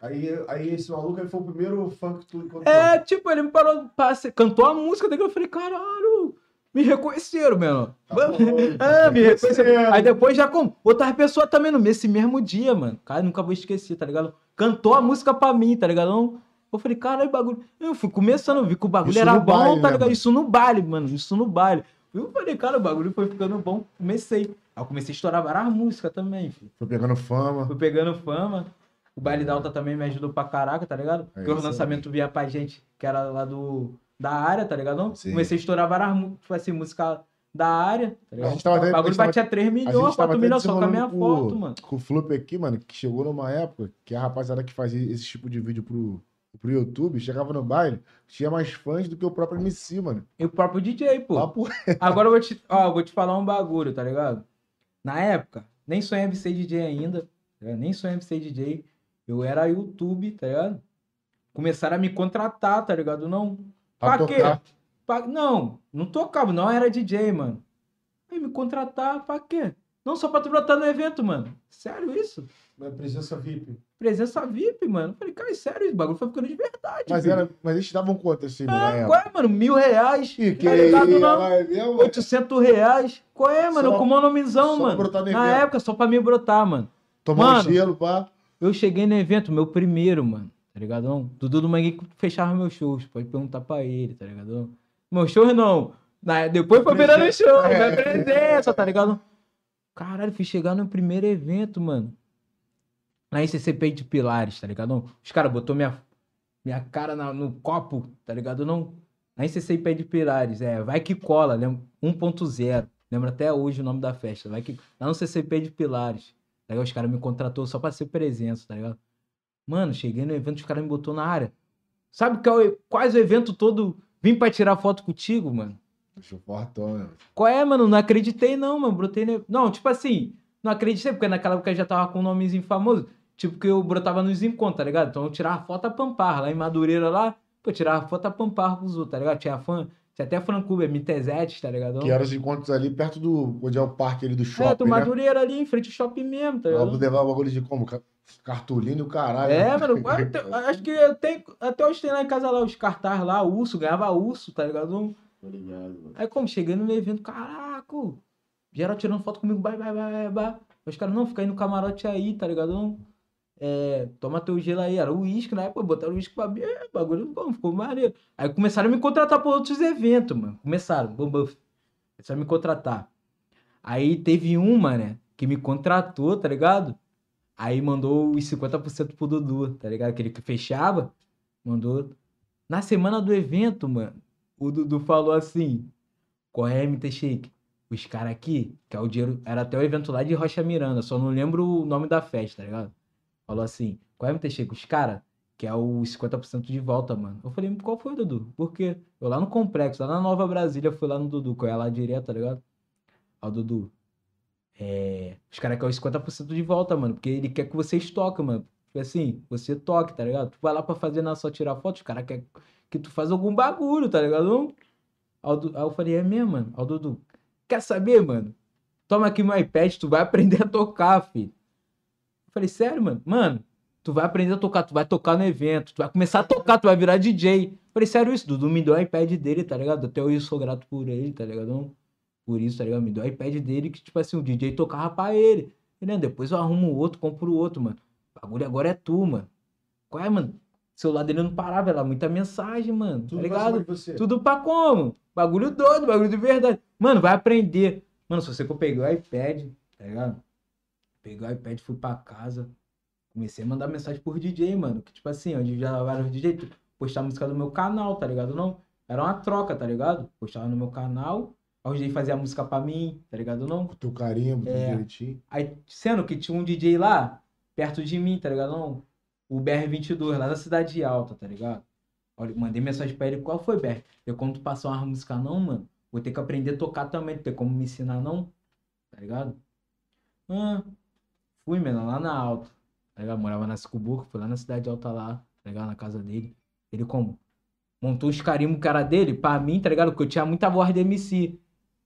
S2: Aí, aí esse maluco aí foi o primeiro fã que tu encontrou.
S3: É, tipo, ele me parou, passe, cantou a música, daí eu falei, caralho, me reconheceram, mano.
S2: Tá
S1: É,
S2: bom.
S3: *laughs* Ah, me
S2: Reconheceram.
S3: reconheceram. Aí depois já com outra pessoa também no nesse mesmo dia, mano. Cara, eu nunca vou esquecer, tá ligado? Cantou a música pra mim, tá ligado? Eu falei, caralho, bagulho. Eu fui começando, eu vi que o bagulho
S1: Isso
S3: era
S1: no
S3: bom,
S1: baile, né,
S3: tá ligado?
S1: mano?
S3: Isso no baile, mano. Isso no baile. Eu falei, cara, o bagulho foi ficando bom. Comecei. Aí eu comecei a estourar várias músicas também, filho.
S1: Foi pegando fama.
S3: Fui pegando fama. O baile da alta também me ajudou pra caraca, tá ligado?
S1: É
S3: Porque o
S1: isso aí.
S3: lançamento via pra gente, que era lá do, da área, tá ligado? Não?
S1: Sim.
S3: Comecei a estourar várias mu- tipo assim, música da área, tá
S1: A
S3: ligado?
S1: gente tava
S3: O
S1: até. a
S3: bagulho
S1: gente tava-
S3: batia 3
S1: a gente tava
S3: milhões, 4
S1: até
S3: milhões só com a minha
S1: desenrolando com-
S3: foto, mano.
S1: Com o Flup aqui, mano, que chegou numa época que a rapaziada que fazia esse tipo de vídeo pro, pro YouTube chegava no baile, tinha mais fãs do que o próprio MC, mano.
S3: E o próprio DJ, pô.
S1: Papo
S3: Agora eu vou te, ó, eu vou te falar um bagulho, tá ligado? Na época, nem sonhava em ser DJ ainda, tá ligado? nem sonhava em ser DJ. Eu era YouTube, tá ligado? Começaram a me contratar, tá ligado? Não,
S1: pra
S3: Pra quê?
S1: tocar.
S3: Pra- Não, não tocava, não era DJ, mano. Aí me contratar pra quê? Não, só pra tu botar no evento, mano. Sério isso?
S2: Minha presença VIP.
S3: Presença VIP, mano. Falei, cara, é sério isso? O bagulho foi ficando de verdade.
S1: Mas,
S3: filho.
S1: era, mas eles davam quanto assim, mano?
S3: Ah,
S1: na época?
S3: qual é, mano? Mil reais.
S1: Ih, que
S3: tá ligado, não?
S1: é mesmo?
S3: 800 reais. Qual é, mano?
S1: Só-
S3: Com o nomezão,
S1: só
S3: mano.
S1: brotar no
S3: Na
S1: evento.
S3: época, só pra me brotar, mano.
S1: Tomar um
S3: Mano.
S1: gelo, pá.
S3: Eu cheguei no evento, meu primeiro, mano, tá ligado? Não? Dudu do Mangue que fechava meus shows, pode perguntar pra ele, tá ligado? Não? Meus shows não. Na- depois foi virando show, minha presença, tá ligado? Caralho, fui chegar no primeiro evento, mano. Na ICCP de Pilares, tá ligado? Não? Os caras botou minha, minha cara na- no copo, tá ligado? Não. Na ICCP de Pilares, é, vai que cola, lembra? 1.0. Lembro até hoje o nome da festa, vai que. Lá no CCP de Pilares. Tá ligado? Os caras me contratou só pra ser presença, tá ligado? Mano, cheguei no evento, os caras me botou na área. Sabe qual é- quase o evento todo vim pra tirar foto contigo, mano?
S1: Deixa eu fortão, né?
S3: Qual é, mano? Não acreditei não, mano. Brotei no... Não, tipo assim, não acreditei, porque naquela época eu já tava com um nomezinho famoso. Tipo que eu brotava nos encontros, tá ligado? Então eu tirava foto a Pampar, lá em Madureira, lá, pô, eu tirava foto a Pampar com os outros, tá ligado? Tinha fã, tinha até Francuba, MTZ, tá ligado?
S1: Que eram os encontros ali perto do. Onde é o parque ali do
S3: É,
S1: shopping.
S3: do
S1: né?
S3: Madureira ali, em frente ao shopping mesmo, tá ligado?
S1: Vamos levar o bagulho de como? Ca- Cartolina e o caralho. né? *laughs*
S3: É, mano, eu te- acho que eu tenho, até hoje tem lá em casa lá os cartaz lá, urso, ganhava urso, tá ligado?
S1: Obrigado, mano.
S3: Aí como, cheguei no meu evento, caraca, geral tirando foto comigo, vai, vai, vai, vai, vai. Os caras, não, fica aí no camarote aí, tá ligado? É, toma teu gelo aí, era o uísque na época, botaram o uísque pra mim, é, bagulho bom, ficou maneiro. Aí começaram a me contratar pra outros eventos, mano, começaram, bum, bum, começaram a me contratar. Aí teve uma, né, que me contratou, tá ligado? Aí mandou os 50% pro Dudu, tá ligado? Aquele que fechava, mandou. Na semana do evento, mano, o Dudu falou assim: Qual é, MT Shake? Os caras aqui, que é o dinheiro. Era até o evento lá de Rocha Miranda, só não lembro o nome da festa, tá ligado? Falou assim, qual é o MT Shake? Os caras, que é o 50% de volta, mano. Eu falei, qual foi, Dudu? Por quê? Eu lá no Complexo, lá na Nova Brasília, fui lá no Dudu, qual é lá direto, tá ligado? Ó, Dudu, é... os caras querem os 50% de volta, mano, porque ele quer que vocês toquem, mano. Tipo assim, você toque, tá ligado? Tu vai lá pra fazer, não é só tirar foto, os caras querem que tu faz algum bagulho, tá ligado? Não- Aí o Du- aí eu falei, é mesmo, mano? Aí o Dudu, quer saber, mano? Toma aqui meu iPad, tu vai aprender a tocar, filho. Eu falei, sério, mano? Mano, tu vai aprender a tocar, tu vai tocar no evento, tu vai começar a tocar, tu vai virar DJ. Eu falei, sério isso, Dudu me deu o iPad dele, tá ligado? Até hoje eu sou grato por ele, tá ligado? Por isso, tá ligado? Me deu o iPad dele que, tipo assim, o DJ tocava pra ele. Entendeu? Depois eu arrumo outro, compro outro, mano. O bagulho agora é tu, mano. Qual é, mano? O celular dele não parava, era muita mensagem, mano.
S2: Tudo
S3: tá ligado?
S2: pra cima de você.
S3: Tudo pra como? Bagulho doido, bagulho de verdade. Mano, vai aprender. Mano, se você que eu peguei o iPad, tá ligado? Peguei o iPad, fui pra casa. Comecei a mandar mensagem por DJ, mano. Que tipo assim, onde já vários DJ tu- postar música do meu canal, tá ligado? Não. Era uma troca, tá ligado? Postava no meu canal, aí o DJ fazia a música pra mim, tá ligado? Não.
S1: Com teu carimbo, tudo
S3: É.
S1: direitinho.
S3: Aí, sendo que tinha um DJ lá, perto de mim, tá ligado? Não, o BR-22, lá da Cidade Alta, tá ligado? Olha, mandei mensagem pra ele, qual foi, BR? Eu, quando tu passar uma música não, mano, vou ter que aprender a tocar também, não tem como me ensinar não, tá ligado? Ah, fui, mano, lá na Alta, tá ligado? Morava na Cicuburco, fui lá na Cidade Alta lá, tá ligado? Na casa dele. Ele como? Montou os carimbos, cara dele, pra mim, tá ligado? Porque eu tinha muita voz de MC,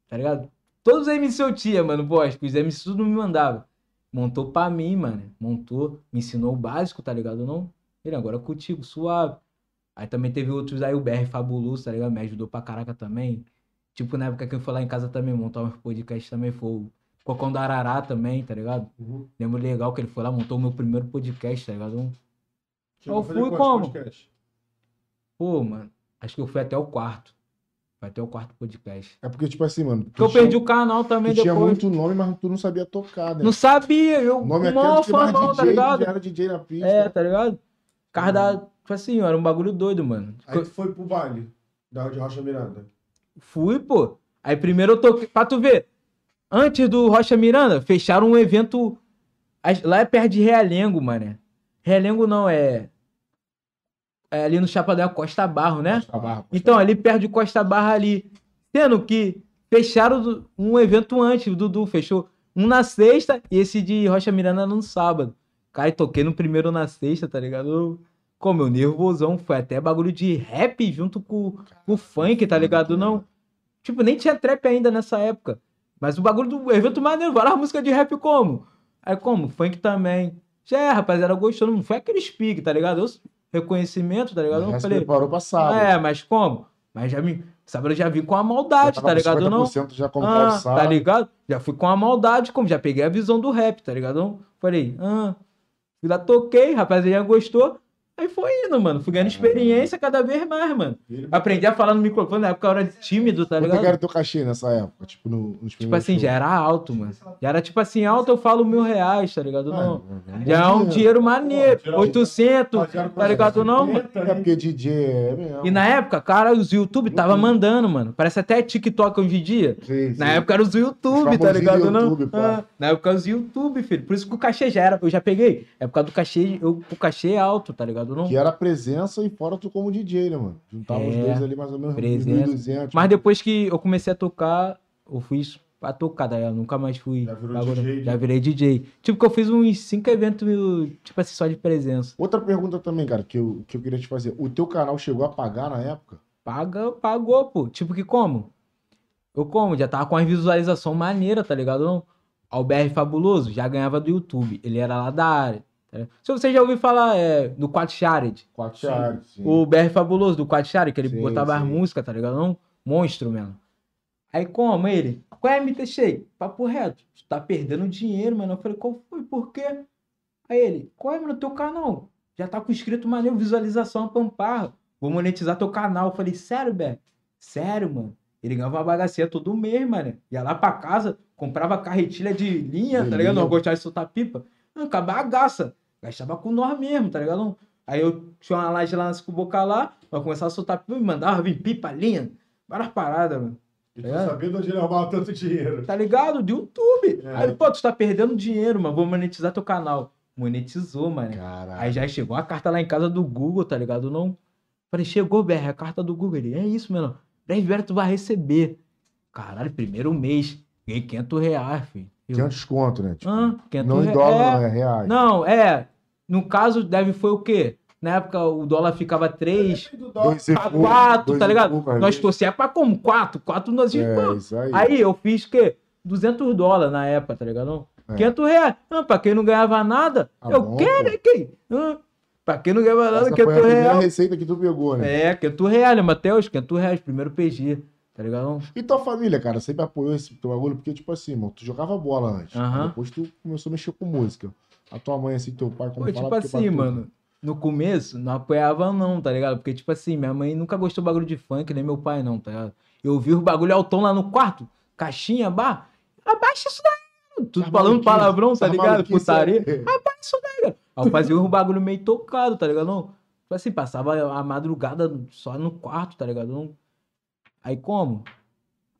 S3: tá ligado? Todos os MC eu tinha, mano, voz, que os MC tudo me mandava. Montou pra mim, mano. Montou, me ensinou o básico, tá ligado? Não. Ele agora é contigo, suave. Aí também teve outros aí, o BR Fabuloso, tá ligado? Me ajudou pra caraca também. Tipo, na época que eu fui lá em casa também, montar uns podcasts também, foi o Cocão do Arará também, tá ligado?
S2: Uhum.
S3: Lembro legal que ele foi lá, montou o meu primeiro podcast, tá ligado?
S2: Chegou
S3: Eu
S2: a fazer
S3: Então fui
S2: quantos
S3: como?
S2: podcasts?
S3: Pô, mano, acho que eu fui até o quarto. Foi até o quarto podcast.
S1: É porque, tipo assim, mano.
S3: Porque eu
S1: tinha-
S3: perdi o canal também
S1: Tu tinha
S3: depois.
S1: muito nome, mas tu não sabia tocar, né?
S3: Não sabia, eu
S1: O nome
S3: o
S1: aqui
S3: maior
S1: era que mais
S3: famão,
S1: DJ, Uhum.
S3: tá ligado?
S1: já era DJ na pista.
S3: É, tá ligado? Cara, da... tipo assim, era um bagulho doido, mano.
S2: Aí tu foi pro baile da de Rocha Miranda.
S3: Fui, pô. Aí primeiro eu toquei. Pra tu ver, antes do Rocha Miranda, fecharam um evento. as- Lá é perto de Realengo, mané. Realengo não, é. É ali no Chapadão Costa Barro, né?
S2: Tá
S1: Costa Barra, Costa
S3: Então, ali perto de Costa Barra ali. Sendo que fecharam do- um evento antes, o Dudu fechou um na sexta e esse de Rocha Miranda era no sábado. Cara, eu toquei no primeiro na sexta, tá ligado? Com meu nervosão, foi até bagulho de rap junto com com o funk, tá ligado? Não. Tipo, nem tinha trap ainda nessa época. Mas o bagulho do evento maneiro, várias músicas de rap como? Aí como? Funk também. Já é, rapaziada, gostou. Não foi aqueles pique, tá ligado? Eu- reconhecimento, tá ligado?
S1: já
S3: Eu
S1: se
S3: falei,
S1: preparou pra sábado.
S3: é, mas como? Mas já me. Sábado eu já vim com a maldade, tá ligado? Não?
S1: já como
S3: Ah,
S1: calçado.
S3: tá ligado? Já fui com a maldade, como já peguei a visão do rap, tá ligado? Não? Falei, ah, fui lá, toquei, rapaziada gostou. Aí foi indo, mano. Fui ganhando experiência cada vez mais, mano.
S2: Ele-
S3: Aprendi a falar no microfone, na época eu era tímido, tá
S1: Quanto é
S3: ligado?
S1: era teu cachê nessa época? Tipo, no, nos
S3: Tipo assim, já era alto, mano. Já era tipo assim, alto eu falo mil reais, tá ligado?
S1: Ah,
S3: Não. Já é um dinheiro maneiro,
S2: Pô, tirar
S3: 800,
S2: Rapaziada,
S3: tá ligado? Não, mano.
S1: É porque DJ é mesmo.
S3: E na época, cara, os YouTube tava mandando, mano. Parece até TikTok hoje em dia.
S1: Uhum. Sim,
S3: Na
S1: sim.
S3: época era os YouTube,
S1: Os
S3: tá
S1: famosinhos
S3: ligado?
S1: YouTube,
S3: não?
S1: pô.
S3: Ah, na época era os YouTube, filho. Por isso que o cachê já era. Eu já peguei. É por causa do cachê, eu, o cachê é alto, tá ligado? Não?
S1: Que era a presença e fora tu como DJ, né, mano? Juntava os
S3: É.
S1: dois ali mais ou menos uns
S3: Presença.
S1: 1.200.
S3: Mas depois que eu comecei a tocar, eu fui pra tocar, daí eu nunca mais fui.
S2: Já virou
S3: agora-
S2: DJ, né?
S3: já virei DJ. Tipo, que eu fiz uns cinco eventos, tipo assim, só de presença.
S1: Outra pergunta também, cara, que eu, que eu queria te fazer. O teu canal chegou a pagar na época?
S3: Paga, pagou, pô. Tipo que como? Eu como, já tava com as visualizações maneira, tá ligado? Não? Albert Fabuloso já ganhava do YouTube. Ele era lá da área. tá ligado? Se você já ouviu falar é, do Quatro Shared,
S1: Quatro
S2: Sim.
S1: reais, sim.
S3: o BR Fabuloso do Quatro Shared, que ele
S1: Sim,
S3: botava as
S1: sim.
S3: músicas, tá ligado? Não? Monstro mesmo. Aí como ele? Qual é, MT Shake? Papo reto. Tu tá perdendo dinheiro, mano. Eu falei, qual foi? Por quê? Aí ele, qual é, mano, teu canal? Já tá com inscrito maneiro, visualização, pamparra. Vou monetizar teu canal. Eu falei, sério, Bé? Sério, mano. Ele ganhava uma bagaceira todo mês, mano. Ia lá pra casa, comprava carretilha de linha,
S1: De
S3: tá ligado?
S1: linha.
S3: Não gostava de soltar pipa. Não, com a bagaça. Gastava com nós mesmo, tá ligado? Aí eu tinha uma laje lá na Cicuboca lá, eu começava a soltar pipa e mandava vir pipa, linha. Várias paradas, mano.
S2: E tu sabia de onde ele arrumava tanto dinheiro.
S3: Tá ligado? Do YouTube.
S2: É.
S3: Aí, pô, tu tá perdendo dinheiro, mano. Vou monetizar teu canal. Monetizou, mano. né? Aí
S1: Caralho.
S3: já chegou a carta lá em casa do Google, tá ligado? Não. Falei, chegou, BR, a carta do Google. Ele, é isso, mano. 10 BR tu vai receber. Caralho, primeiro mês. Ganhei 500 reais, filho. Eu,
S1: Tinha um desconto, né? Tipo,
S3: "Hã? 500
S1: não em
S3: reais?"
S1: dólar, não,
S3: É.
S1: é reais.
S3: Não, é. No caso, deve foi o quê? Na época o dólar ficava 3
S2: Do dólar.
S1: Dois e
S3: pra
S1: pouco,
S3: 4,
S1: dois
S3: tá
S1: e
S3: ligado?
S1: pouco, às
S3: Nós
S1: vezes.
S3: torcia pra como? 4, 4 nós
S1: É,
S3: íamos.
S1: isso aí.
S3: Aí eu fiz o quê? 200 dólares na época, tá ligado?
S1: É.
S3: 500 reais. Ah, pra quem não ganhava nada,
S1: Tá
S3: eu
S1: bom,
S3: quero,
S1: pô.
S3: né, quem? Ah, pra quem não ganhava nada,
S1: Essa foi a
S3: 500
S1: primeira
S3: reais.
S1: receita que tu pegou, né?
S3: É, 500 reais, né, Matheus? 500 reais, primeiro PG, tá ligado?
S1: E tua família, cara, sempre apoiou esse teu bagulho, porque, tipo assim, mano, tu jogava bola antes. né?
S3: Aham.
S1: Depois tu começou a mexer com música. A tua mãe, assim, teu pai, como fala,
S3: Pô, tipo
S1: porque
S3: assim,
S1: pra tu-
S3: mano. No começo, não apoiava não, tá ligado? Porque, tipo assim, minha mãe nunca gostou do bagulho de funk, nem meu pai não, tá ligado? Eu vi o bagulho altão lá no quarto, caixinha, bar, abaixa isso daí, tudo
S1: Tá
S3: falando
S1: maluquice,
S3: palavrão, tá
S1: essa
S3: ligado?
S1: maluquice
S3: Putaria.
S1: aí.
S3: Abaixa isso daí, cara. Aí eu fazia um bagulho meio tocado, tá ligado? Não, tipo assim, passava a madrugada só no quarto, tá ligado? Não- Aí como?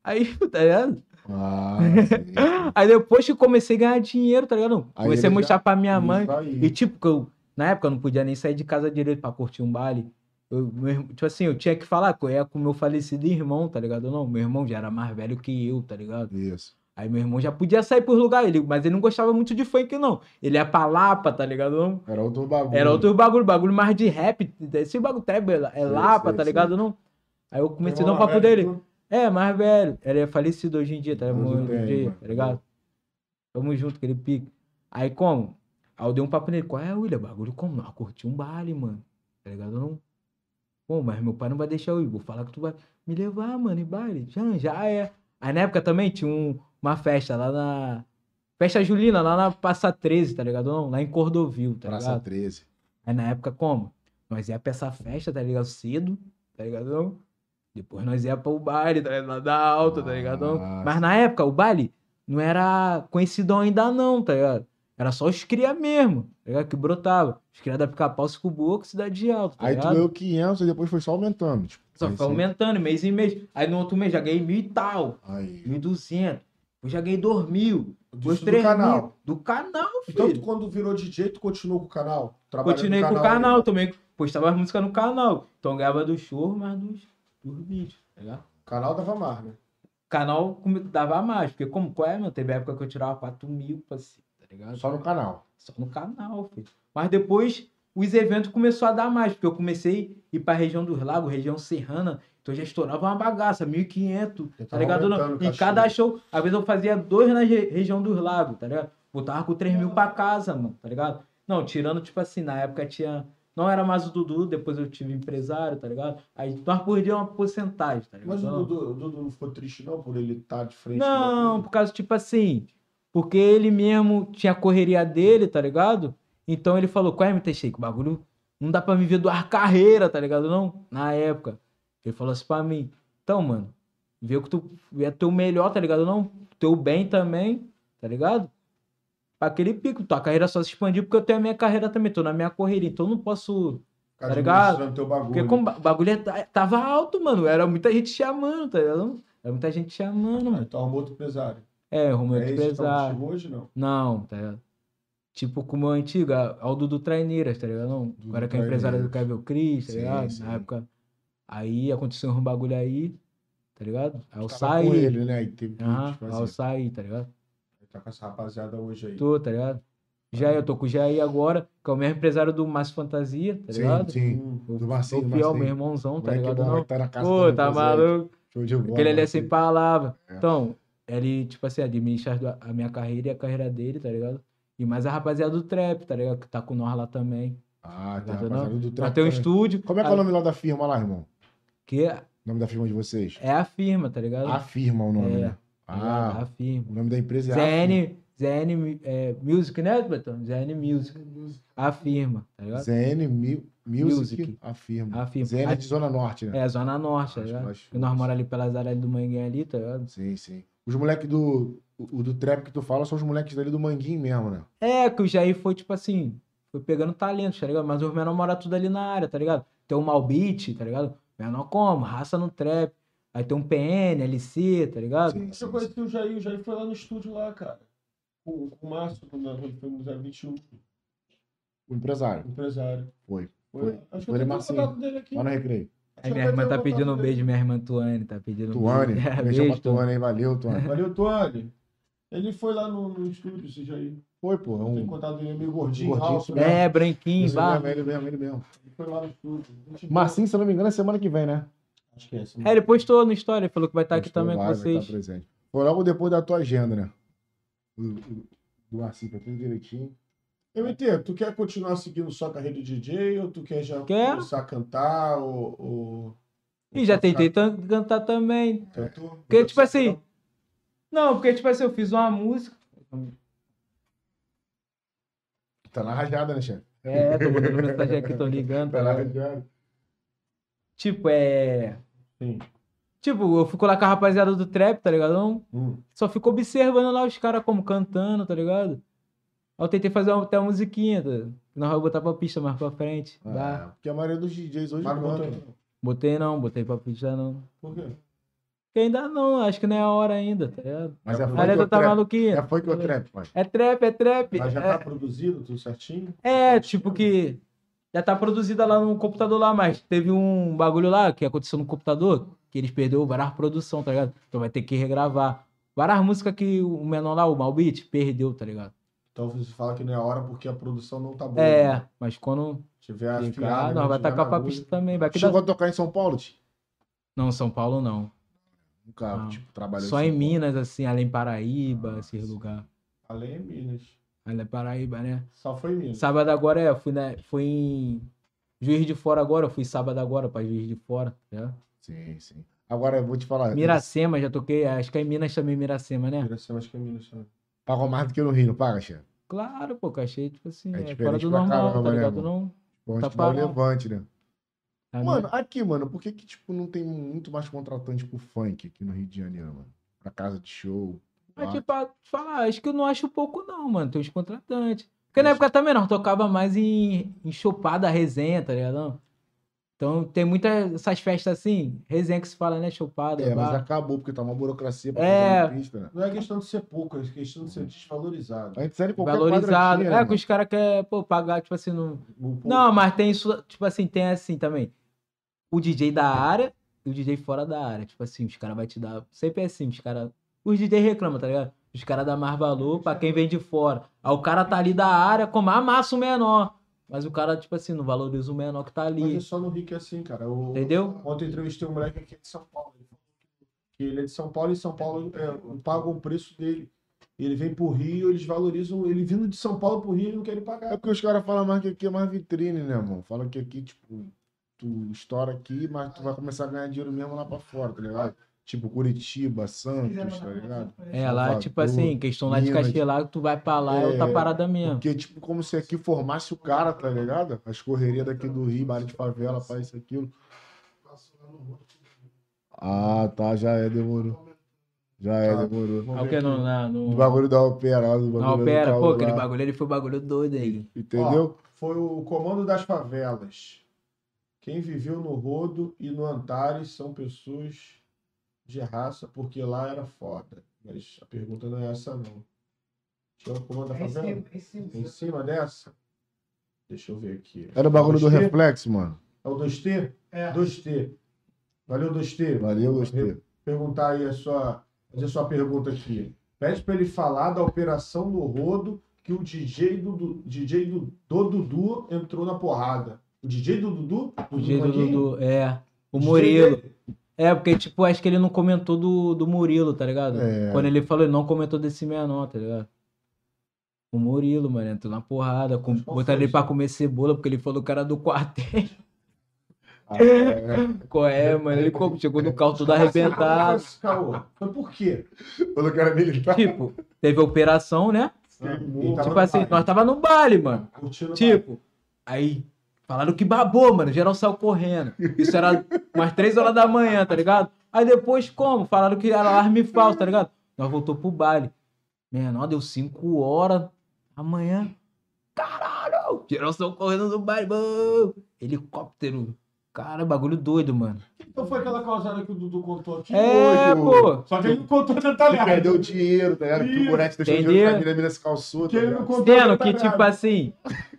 S3: Aí, *laughs* tá ligado?
S1: *laughs* Ah, sim.
S3: Aí depois que eu comecei a ganhar dinheiro, tá ligado?
S1: Aí
S3: comecei a
S1: ele
S3: mostrar
S1: já-
S3: pra minha
S1: Isso
S3: mãe.
S1: aí.
S3: E tipo, que eu, na época eu não podia nem sair de casa direito pra curtir um baile. Eu, meu irmão- tipo assim, eu tinha que falar com, é, com meu falecido irmão, tá ligado? Não, meu irmão já era mais velho que eu, *laughs* tá ligado?
S1: Isso.
S3: Aí meu irmão já podia sair por lugar, ele, mas ele não gostava muito de funk, não. Ele ia pra Lapa, tá ligado? Não?
S1: Era outro bagulho.
S3: Era outro bagulho, bagulho mais de rap. Esse bagulho trap é, é
S1: Sei,
S3: Lapa,
S1: sei,
S3: tá
S1: sei.
S3: ligado? Não? Aí eu comecei a dar um
S2: Irmão
S3: papo
S2: Roberto,
S3: dele. É, mais velho. Ele é falecido hoje em dia, tá
S1: Deus
S3: ligado?
S1: o
S3: Hoje em
S1: tenha,
S3: dia,
S1: mano.
S3: tá ligado? Tamo junto, aquele pique. Aí como? Aí eu dei um papo nele. Qual é, William? Bagulho como? Não, curti um baile, mano. Tá ligado? Não. Pô, mas meu pai não vai deixar eu ir. Vou falar que tu vai me levar, mano, em baile. Já, já é. Aí na época também tinha um- uma festa lá na. Festa Julina, lá na Praça 13, tá ligado? Não, lá em Cordovil, tá
S1: Praça
S3: ligado?
S1: 13.
S3: Aí na época, como? Nós ia pra essa festa, tá ligado? Cedo, tá ligado? não? Depois nós ia pro baile, tá ligado? Lá da alta, tá ligado? não?
S1: Ah,
S3: Mas na época, o baile não era conhecidão ainda não, tá ligado? Era só os cria mesmo, tá ligado? Que brotava. Os cria da pica-pau, cinco boca, cidade de alta, tá
S1: Aí tu
S3: ligado?
S1: ganhou 500 e depois foi só aumentando. Tipo,
S3: Só
S1: aí
S3: foi
S1: sim.
S3: aumentando, mês em mês. Aí no outro mês já ganhei mil e tal,
S1: Aí.
S3: mil e duzentos. Depois já ganhei dois mil, depois
S2: Disso do
S3: três
S2: canal.
S3: mil. Do canal, filho.
S2: Então, tu, quando virou DJ, tu continuou com o canal? Trabalhando
S3: Continuei
S2: no
S3: com o
S2: ainda?
S3: canal também. Postava as músicas no canal. Então eu ganhava do show, mas dos, dos vídeos, tá ligado?
S2: O canal dava mar, né?
S3: Canal comigo dava mais, porque como qual é, mano? Teve época que eu tirava 4 mil, assim, tá ligado?
S1: Só no canal.
S3: Só no canal, filho. Mas depois os eventos começou a dar mais, porque eu comecei a ir pra região dos lagos, região serrana, então eu já estourava uma bagaça, 1.500,
S2: Eu
S3: tá
S2: tava
S3: ligado?
S2: aumentando o
S3: E
S2: cachê.
S3: cada show, às vezes eu fazia dois na re- região dos lagos, tá ligado? Botava com 3 mil pra casa, mano, tá ligado? Não, tirando, tipo assim, na época tinha. Não era mais o Dudu, depois eu tive empresário, tá ligado? Aí nós perdíamos uma porcentagem, tá ligado?
S2: Mas o
S3: Não.
S2: Dudu, o Dudu não ficou triste, não, por ele estar de frente. né?
S3: Não, por causa, tipo assim, porque ele mesmo tinha a correria dele, tá ligado? Então ele falou, qual é, MT Shake? O bagulho não dá pra me ver doar carreira, tá ligado? Não, na época. Ele falou assim pra mim, então, mano, vê o que tu é teu melhor, tá ligado? Não, teu bem também, tá ligado? Pra aquele pico, tua carreira só se expandir porque eu tenho a minha carreira também, tô na minha correria, então eu não posso
S2: tá
S3: ligado?
S2: Teu bagulho.
S3: porque como o bagulho é- tá- tava alto, mano, era muita gente chamando, tá ligado? Era muita gente chamando,
S2: Ah,
S3: mano.
S2: Então arrumou outro empresário.
S3: É, arrumei
S2: é
S3: outro
S2: esse que tá
S3: pesado.
S2: contigo hoje, não?
S3: Não, tá ligado? Tipo como a antiga, ao Dudu Traineiras, tá ligado? Não,
S1: Dudu
S3: agora que é empresário do
S1: Traineiras.
S3: Kevin Cris, tá
S1: Sim,
S3: ligado?
S1: sim.
S3: Na época. Aí aconteceu um bagulho aí, tá ligado? Aí eu
S1: Tava
S3: saí.
S1: com ele, né? Aí teve que
S3: Aham, aí eu
S1: fazer.
S3: saí, tá ligado?
S2: Ele tá com essa rapaziada hoje aí.
S3: Tô, tá ligado? Jair, eu tô com o Jair agora, que é o mesmo empresário do Márcio Fantasia, tá ligado?
S1: Sim, sim.
S2: Hum.
S3: O,
S1: do Marcinho,
S3: o
S1: do
S3: fiel, meu
S1: Marcinho.
S3: irmãozão, tá
S1: Moleque
S3: ligado?
S1: bom, vai
S3: Não,
S1: estar na casa
S3: pô,
S1: também,
S3: tá
S1: presente.
S3: maluco.
S1: Show de bola.
S3: Porque ele, ele é sem
S1: Marcinho.
S3: palavra.
S1: É.
S3: Então, ele, tipo assim, administra as du- a minha carreira e a carreira dele, tá ligado? E mais a rapaziada do trap, tá ligado? Que tá com nós lá também.
S1: Ah, tem a
S3: Entendeu?
S1: rapaziada do
S3: Nós
S1: Trap.
S3: tem um
S1: também.
S3: estúdio.
S1: Como é que é o nome lá da firma lá, irmão?
S3: Que
S1: O nome da firma de vocês?
S3: é a firma, tá ligado?
S1: A firma é o nome,
S3: É.
S1: né?
S3: Tá ligado?
S1: Ah,
S3: A firma.
S1: o nome da empresa é a firma.
S3: ZN, ZN mu- é, Music, né, Betão? ZN Music. A firma, tá ligado?
S1: ZN Mu- Music,
S3: Music.
S1: a firma.
S3: A firma.
S1: ZN
S3: A-
S1: é de Zona Norte, né?
S3: É, Zona Norte, tá
S1: Acho
S3: ligado?
S1: que
S3: E nós moramos ali pelas áreas do Manguinha ali, tá ligado?
S1: Sim, sim. Os moleques do. O o do trap que tu fala são os moleques dali do Manguinho mesmo, né?
S3: É, que o Jair foi, tipo assim, foi pegando talento, tá ligado? Mas os menores moram tudo ali na área, tá ligado? Tem o Malbit, tá ligado? Menor como, raça no trap. Aí tem um PN, LC, tá ligado?
S1: Sim, sim,
S2: Eu
S1: sim.
S2: conheci o é, Jair, o Jair foi lá no estúdio lá, cara. Com, com o Márcio, quando quando foi no 021.
S1: o empresário.
S2: Empresário.
S1: Foi.
S2: Foi. Acho que
S1: Foi
S2: eu
S1: ele,
S2: tenho o
S1: Marcinho.
S2: contato dele aqui.
S1: Lá no recreio.
S2: Acho que eu
S3: Aí minha
S2: até
S3: irmã
S2: tenho
S3: tá
S2: o
S3: pedindo um
S2: contato dele.
S3: beijo, minha irmã Tuane tá pedindo um
S1: Tuane.
S3: beijo. *laughs* É,
S1: Beijão pra
S3: beijo, Tuane.
S1: Tuane, hein? Valeu, Tuane.
S2: Valeu, Tuane. Ele foi lá no, no estúdio, esse aí.
S1: Foi, pô. É
S2: Eu tenho
S1: um...
S2: contato dele, meio gordinho,
S1: Gordinho,
S2: alto,
S1: isso
S2: né?
S3: É, branquinho,
S1: Esse
S3: barba.
S1: mesmo, ele mesmo, ele mesmo.
S2: Ele foi lá no estúdio. Gente boa.
S1: Marcinho, se eu não me engano, é semana que vem, né?
S2: Acho que é essa.
S3: É, ele postou no story, falou que vai estar Tá aqui
S1: Postou
S3: também
S1: lá,
S3: com
S1: vai
S3: vocês.
S1: estar é tá presente. Foi logo depois da tua agenda, né? Do, do- do Marcinho, tá tudo direitinho.
S2: MT, tu quer continuar seguindo só a carreira de DJ ou tu quer já
S3: Quero.
S2: começar a cantar ou... ou...
S3: E já tentei tan- cantar também.
S2: Cantor?
S3: Porque, tipo assim. Não, porque, tipo assim, eu fiz uma música.
S1: Tá na rajada, né, chefe?
S3: É, tô mandando mensagem aqui, *laughs* tô ligando.
S1: Tá na
S3: Tá
S1: rajada.
S3: tipo, é.
S2: Sim.
S3: Tipo, eu fico lá com a rapaziada do trap, tá ligado? Eu
S2: Hum.
S3: Só fico observando lá os caras como cantando, tá ligado? Aí eu tentei fazer uma- até uma musiquinha, tá? Nós vamos botar pra pista mais pra frente. Dá.
S1: Ah, porque a maioria dos DJs hoje é
S2: Mas não
S1: canta.
S2: botou, não.
S3: Botei não, botei pra pista não.
S2: Por quê?
S3: Porque ainda não, acho que não é a hora ainda, tá ligado?
S1: Mas é
S2: A
S1: funk
S3: A letra
S1: ou
S3: tá
S1: trap?
S3: maluquinha.
S1: É funk ou trap, pai?
S3: É trap, é trap.
S2: Mas já
S3: é-
S2: tá produzido tudo certinho?
S3: É, tipo que já tá produzida lá no computador lá, mas teve um bagulho lá que aconteceu no computador, que eles perderam várias produção, tá ligado? Então vai ter que regravar. Várias músicas que o menor lá, o Malbit, perdeu, tá ligado?
S2: Então você fala que não é a hora porque a produção não tá boa. né?
S3: É, mas quando
S2: Se Tiver
S1: Tá
S3: ficar,
S2: afiada,
S3: nós vai tacar pra pista também. Vai que dá...
S1: Chegou a tocar em São Paulo, tio?
S3: Não, São Paulo não.
S1: Nunca,
S3: Não.
S1: tipo, trabalhou
S3: Só
S1: São
S3: em
S1: Paulo.
S3: Minas, assim, além Paraíba, esse
S2: Nossa.
S3: lugar.
S2: Além em Minas.
S3: Além Paraíba, né?
S2: Só foi em Minas.
S3: Sábado agora é, eu fui, né? Fui em Juiz de Fora agora, eu fui sábado agora pra Juiz de Fora, né?
S1: Sim, sim. Agora eu vou te falar.
S3: Miracema, já toquei, acho que é em Minas também Miracema, né?
S2: Piracema, acho que é Minas também.
S1: Pagou mais do que no Rio, não paga, chefe?
S3: Claro, pô, que achei, tipo assim,
S1: É
S3: é fora
S1: diferente
S3: do
S1: pra
S3: normal,
S1: caramba,
S3: tá
S1: né,
S3: ligado?
S1: mano?
S3: Não,
S1: Onde
S3: Tá
S1: que dá o
S3: parado.
S1: levante, né?
S3: a
S1: Mano,
S3: minha- é,
S1: aqui, mano, por que que, tipo, não tem muito mais contratante pro funk aqui no Rio de Janeiro, mano? Pra casa de show.
S3: mas,
S1: bar.
S3: tipo, a- falar, acho que eu não acho pouco não, mano, tem os contratantes. Porque na
S1: Isso.
S3: época também nós tocava mais em, em chopada, resenha, tá ligado? Então tem muitas essas festas assim, resenha que se fala, né, chopada,
S1: É, mas
S3: bar.
S1: acabou, porque tá uma burocracia pra
S3: É.
S1: fazer uma pista, né?
S2: Não é questão de ser pouco, é questão de ser desvalorizado.
S1: Antes era em qualquer
S3: Valorizado.
S1: quadradinha,
S3: É,
S1: né, mano?
S3: que os caras querem, pô, pagar, tipo assim, não,
S2: O povo-
S3: Não, mas tem isso, tipo assim, tem assim também. O DJ da área e o DJ fora da área. Tipo assim, os caras vai te dar. Sempre é assim, os caras. Os DJ reclamam, tá ligado? Os caras dão mais valor pra quem vem de fora. Aí o cara tá ali da área, como amassa o menor. Mas o cara, tipo assim, não valoriza o menor que tá
S2: Mas é
S3: ali.
S2: só no Rio que é assim, cara. O-
S3: Entendeu?
S2: Ontem eu entrevistei um moleque aqui de São Paulo. Ele falou que ele é de São Paulo e São Paulo é, paga o preço dele. Ele vem pro Rio, eles valorizam. Ele vindo de São Paulo pro Rio, eles não querem
S1: É
S2: pagar.
S1: porque os caras falam mais que aqui é mais vitrine, né, mano? Falam que aqui, tipo, tu estoura aqui, mas tu vai começar a ganhar dinheiro mesmo lá pra fora, tá ligado? Tipo Curitiba, Santos, tá ligado?
S3: É, lá, tipo assim, questão lá de
S1: Minas.
S3: Castelar, tu vai pra lá, é outra
S1: É,
S3: parada mesmo.
S1: Porque, tipo, como se aqui formasse o cara, tá ligado? As correrias daqui do Rio, bar de favela, faz isso, aquilo. Ah, tá, já é, demorou. Já é,
S2: Tá.
S1: demorou.
S3: É o que não, na, no,
S1: Do bagulho da opera, lá do bagulho
S3: não
S1: do
S3: opera,
S1: caô
S3: pô,
S1: lá,
S3: aquele bagulho ele foi bagulho doido aí.
S1: Entendeu?
S2: Foi o comando das favelas. Quem viveu no Rodo e no Antares são pessoas de raça, porque lá era foda. Mas a pergunta não é essa, não. Tinha o comando da favela?
S4: é
S2: Em cima dessa? Deixa eu ver aqui.
S1: Era o bagulho do
S2: Gostei.
S1: reflexo, mano.
S2: É o 2T?
S4: É.
S2: 2T. Valeu, 2T.
S1: Valeu,
S2: Valeu.
S1: gostei.
S2: Perguntar aí a sua, fazer a sua pergunta aqui. Pede para ele falar da operação do Rodo que o DJ do, do- DJ do, do Dudu entrou na porrada. O DJ do Dudu?
S3: O jeito
S2: Manguinho?
S3: do. É. O
S2: DJ
S3: Murilo.
S2: dele?
S3: É, porque, tipo, acho que ele não comentou do, do Murilo, tá ligado?
S1: É.
S3: Quando ele falou, ele não comentou desse menor, tá ligado? O Murilo, mano, entrou na porrada, com,
S2: Mas qual
S3: botaram
S2: foi
S3: ele pra
S2: isso?
S3: comer cebola, porque ele falou que era do quartel.
S1: Ah, é.
S3: Qual é, mano? Ele como, chegou no carro todo
S2: Mas,
S3: *laughs* arrebentado.
S2: mas, Caô, Foi por quê?
S1: Falou que era militar.
S3: Tipo, teve a operação, né?
S2: Ele tava
S3: Tipo
S2: no
S3: assim,
S2: baile,
S3: nós tava no baile, mano.
S2: curtindo o baile.
S3: Tipo, aí falaram que babou, mano. Geral saiu correndo. Isso era umas três horas da manhã, tá ligado? Aí depois como? Falaram que era alarme falso, tá ligado? Nós voltou pro baile. Menor, deu cinco horas amanhã. Caralho! Geral saiu correndo do baile. bô! Helicóptero. Cara, bagulho doido, mano.
S4: Então foi aquela causada que o Dudu contou aqui.
S3: É,
S1: doido.
S3: pô.
S4: Só que ele não contou
S1: Que
S4: detalhado.
S1: perdeu dinheiro, tá ligado? Que o
S4: Isso,
S1: boneco deixou
S3: entendeu?
S1: dinheiro na mina, a mina se calçou, tá
S2: Que ele
S1: ligado?
S2: não contou tá
S3: Sendo que,
S2: detalhado.
S3: tipo assim,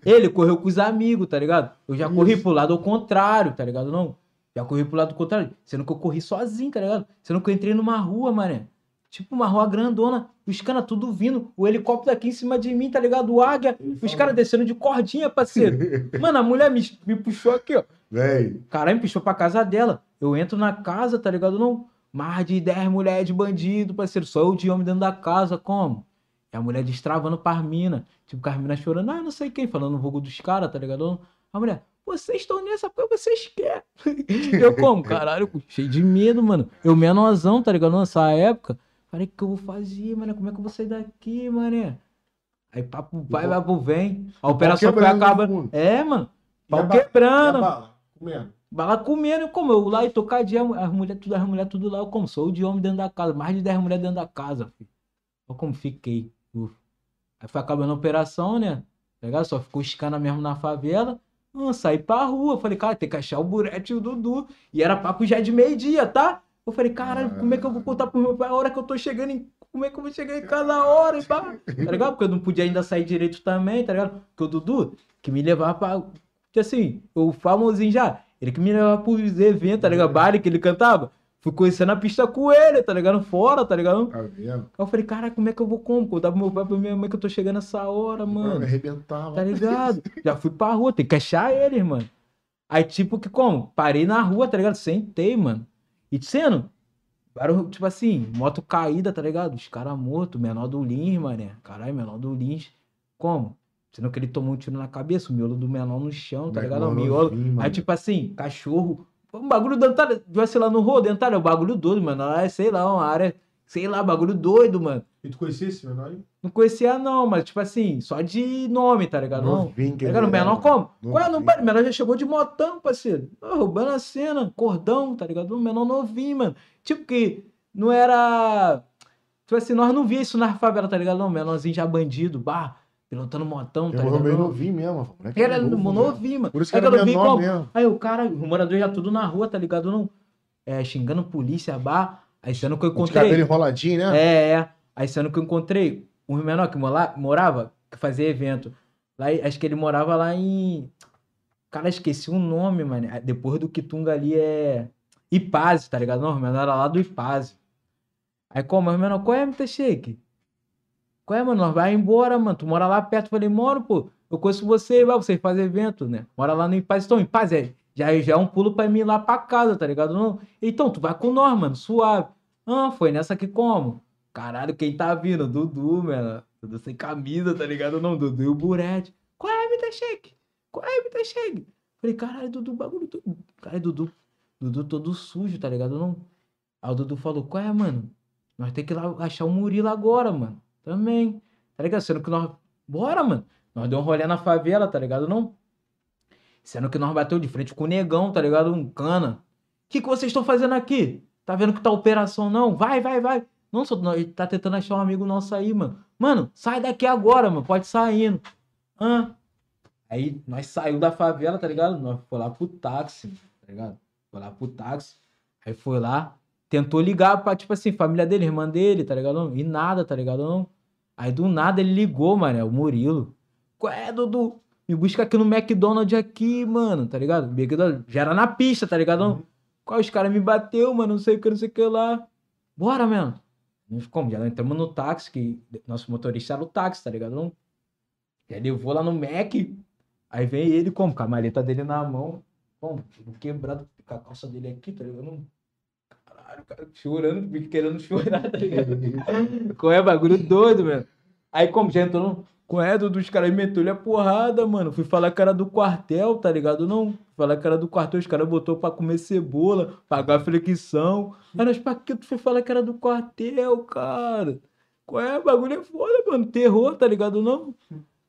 S3: ele correu com os amigos, tá ligado? Eu já corri
S1: Isso.
S3: pro lado ao contrário, tá ligado? Não. Já corri pro lado contrário. Sendo que eu corri sozinho, tá ligado? Sendo que eu entrei numa rua, mané. Tipo, uma rua grandona, os caras tudo vindo, o helicóptero aqui em cima de mim, tá ligado? O águia,
S2: Ele
S3: os
S2: falou.
S3: caras descendo de cordinha,
S2: *laughs*
S3: parceiro. Mano, a mulher me, me puxou aqui, ó.
S1: Véi,
S3: Caralho, me puxou pra casa dela. Eu entro na casa, tá ligado? Não. Mais de 10 mulheres de bandido, parceiro. Só eu de homem dentro da casa, como? E a mulher destravando pras minas. Tipo, com as minas chorando, ah, não sei quem, falando no vulgo dos caras, tá ligado? A mulher, vocês estão nessa porque vocês querem. *laughs* eu como, caralho, cheio de medo, mano. Eu menorzão, tá ligado? Nessa época. Falei, o que eu vou fazer, mano? Como é que eu vou sair daqui, mané? Aí papo vai, papo vem. A operação foi
S1: quebrando no
S3: acaba.
S1: fundo.
S3: É, mano.
S2: E a
S3: Pau
S2: ba- E a
S3: quebrando.
S2: bala? Comendo.
S3: Bala comendo, eu como eu lá e tocadinha, as mulheres tudo, as mulheres tudo lá, eu como sou de homem dentro da casa, mais de 10 mulheres dentro da casa, filho. Olha como fiquei. ufa. Aí foi acabando a operação, né? Tá ligado? Só ficou os caras mesmo na favela. Hum, saí pra rua. Falei, cara, tem que achar o Burete e o Dudu. E era papo já de meio-dia, tá? Eu falei, caralho, como é que eu vou contar pro meu pai a hora que eu tô chegando em. Como é que eu vou chegar em casa a hora e pá? Tá ligado? Porque eu não podia ainda sair direito também, tá ligado? Porque o Dudu, que me levava pra. Porque assim, o famosinho já, ele que me levava pros eventos, tá ligado? Baile que ele cantava. Fui conhecendo a pista com ele, tá ligado? Fora, tá ligado?
S1: tá vendo?
S3: Aí eu falei, cara, como é que eu vou como? Contar pro meu pai, pra minha mãe que eu tô chegando essa hora,
S1: Mano, me
S3: mano.
S1: arrebentava.
S3: Tá ligado? Já fui pra rua, tem que achar eles, mano. Aí, tipo, que como? Parei na rua, tá ligado? Sentei, mano. E sendo, barulho, tipo assim, moto caída, tá ligado? Os caras mortos, menor do Lins, mané. Caralho, menor do Lins. Como? Sendo que ele tomou um tiro na cabeça, o miolo do menor no chão, tá
S1: Moleque
S3: ligado? O
S1: novinho,
S3: miolo.
S1: mano.
S3: Aí, tipo assim, cachorro. Um bagulho dentário. Vai sei lá no rolo dentário, é um bagulho doido, mano. Lá é, sei lá, uma área. Sei lá, bagulho doido, mano.
S2: E tu conhecia esse menor aí?
S3: Não conhecia, não, mas, tipo assim, só de nome, tá ligado? Não.
S1: Novinho, que
S3: Tá ligado? O
S1: ele era,
S3: menor como?
S1: Novinho.
S3: Qual é o nome? O menor já chegou de motão, parceiro. Ah, roubando a cena, cordão, tá ligado? O menor novinho, mano. Tipo que não era. Tipo assim, nós não via isso na favela, tá ligado? Não, menorzinho já bandido, bah, pilotando motão, tá
S1: Eu roubei
S3: ligado?
S1: novinho mesmo. pô. Moleque
S3: Era
S1: novo, velho.
S3: novinho, mano.
S1: Por isso que
S3: Aí
S1: era
S3: quando eu vi
S1: menor
S3: como-
S1: mesmo.
S3: Aí o cara, o morador já tudo na rua, tá ligado? Não, é, xingando polícia, bar. Aí sendo que eu
S1: Os cabelos
S3: encontrei.
S1: enroladinhos, né?
S3: É, é. Aí sendo que eu encontrei um menor que mola- morava, que fazia evento. Lá, em- acho que ele morava lá em. Cara, esqueci o nome, mano. Ah, Depois do Quitunga ali é. Ipaze, tá ligado? Não, o menor era lá do Ipaze. Aí, como, mas menor, qual é, MT Shake? Qual é, mano? Nós vai embora, mano. Tu mora lá perto. Eu falei, moro, pô. Eu conheço você, vai, vocês fazem evento, né? Mora lá no Ipaze. Então, Ipaze, é- já, já é um pulo pra mim ir lá pra casa, tá ligado? Não. Então, tu vai com nós, mano, suave. Ah, foi nessa que como? Caralho, quem tá vindo? Dudu, mano. Dudu sem camisa, tá ligado? Não, Dudu e o Burete. Qual é, MT Shake? Qual é, MT Shake? Falei, caralho, Dudu, bagulho. todo- Caralho, Dudu. Dudu todo sujo, tá ligado? Não. Aí o Dudu falou, qual é, mano? Nós tem que ir lá achar o Murilo agora, mano. Também. Tá ligado? Sendo que nós. Bora, mano. Nós deu um rolê na favela, tá ligado? Não. Sendo que nós bateu de frente com o negão, tá ligado? Um cana. O que, que vocês estão fazendo aqui? Tá vendo que tá operação, não? Vai, vai, vai. Não, só nós tá tentando achar um amigo nosso aí, mano. Mano, sai daqui agora, mano. Pode saindo. Hã? Aí nós saiu da favela, tá ligado? Nós foi lá pro táxi, tá ligado? Foi lá pro táxi. Aí foi lá, tentou ligar pra, tipo assim, família dele, irmã dele, tá ligado? Não? E nada, tá ligado? Não. Aí do nada ele ligou, mano, é o Murilo. Qual é, Dudu? Me busca aqui no McDonald's aqui, mano, tá ligado? McDonald's já era na pista, tá ligado? Não? Qual os caras me bateu, mano, não sei o que, não sei o que lá. Bora, mano. Nós, Como? Já entramos no táxi, que nosso motorista era o táxi, tá ligado? Não? Já levou lá no Mac. Aí vem ele como? Com a maleta dele na mão. Como? Tudo quebrado, com a calça dele aqui, tá ligado? Não? Caralho, cara, chorando, me querendo chorar, tá ligado? Qual é, bagulho doido, velho? Aí, como já entrou no. Qual é, Dudu? Os caras meteu-lhe a porrada, mano. Fui falar que era do quartel, tá ligado? Não. Fui falar que era do quartel, os caras botou pra comer cebola, pagar flexão. Aí nós, pra que tu foi falar que era do quartel, cara? Qual é, bagulho é foda, mano. Terror, tá ligado? Não.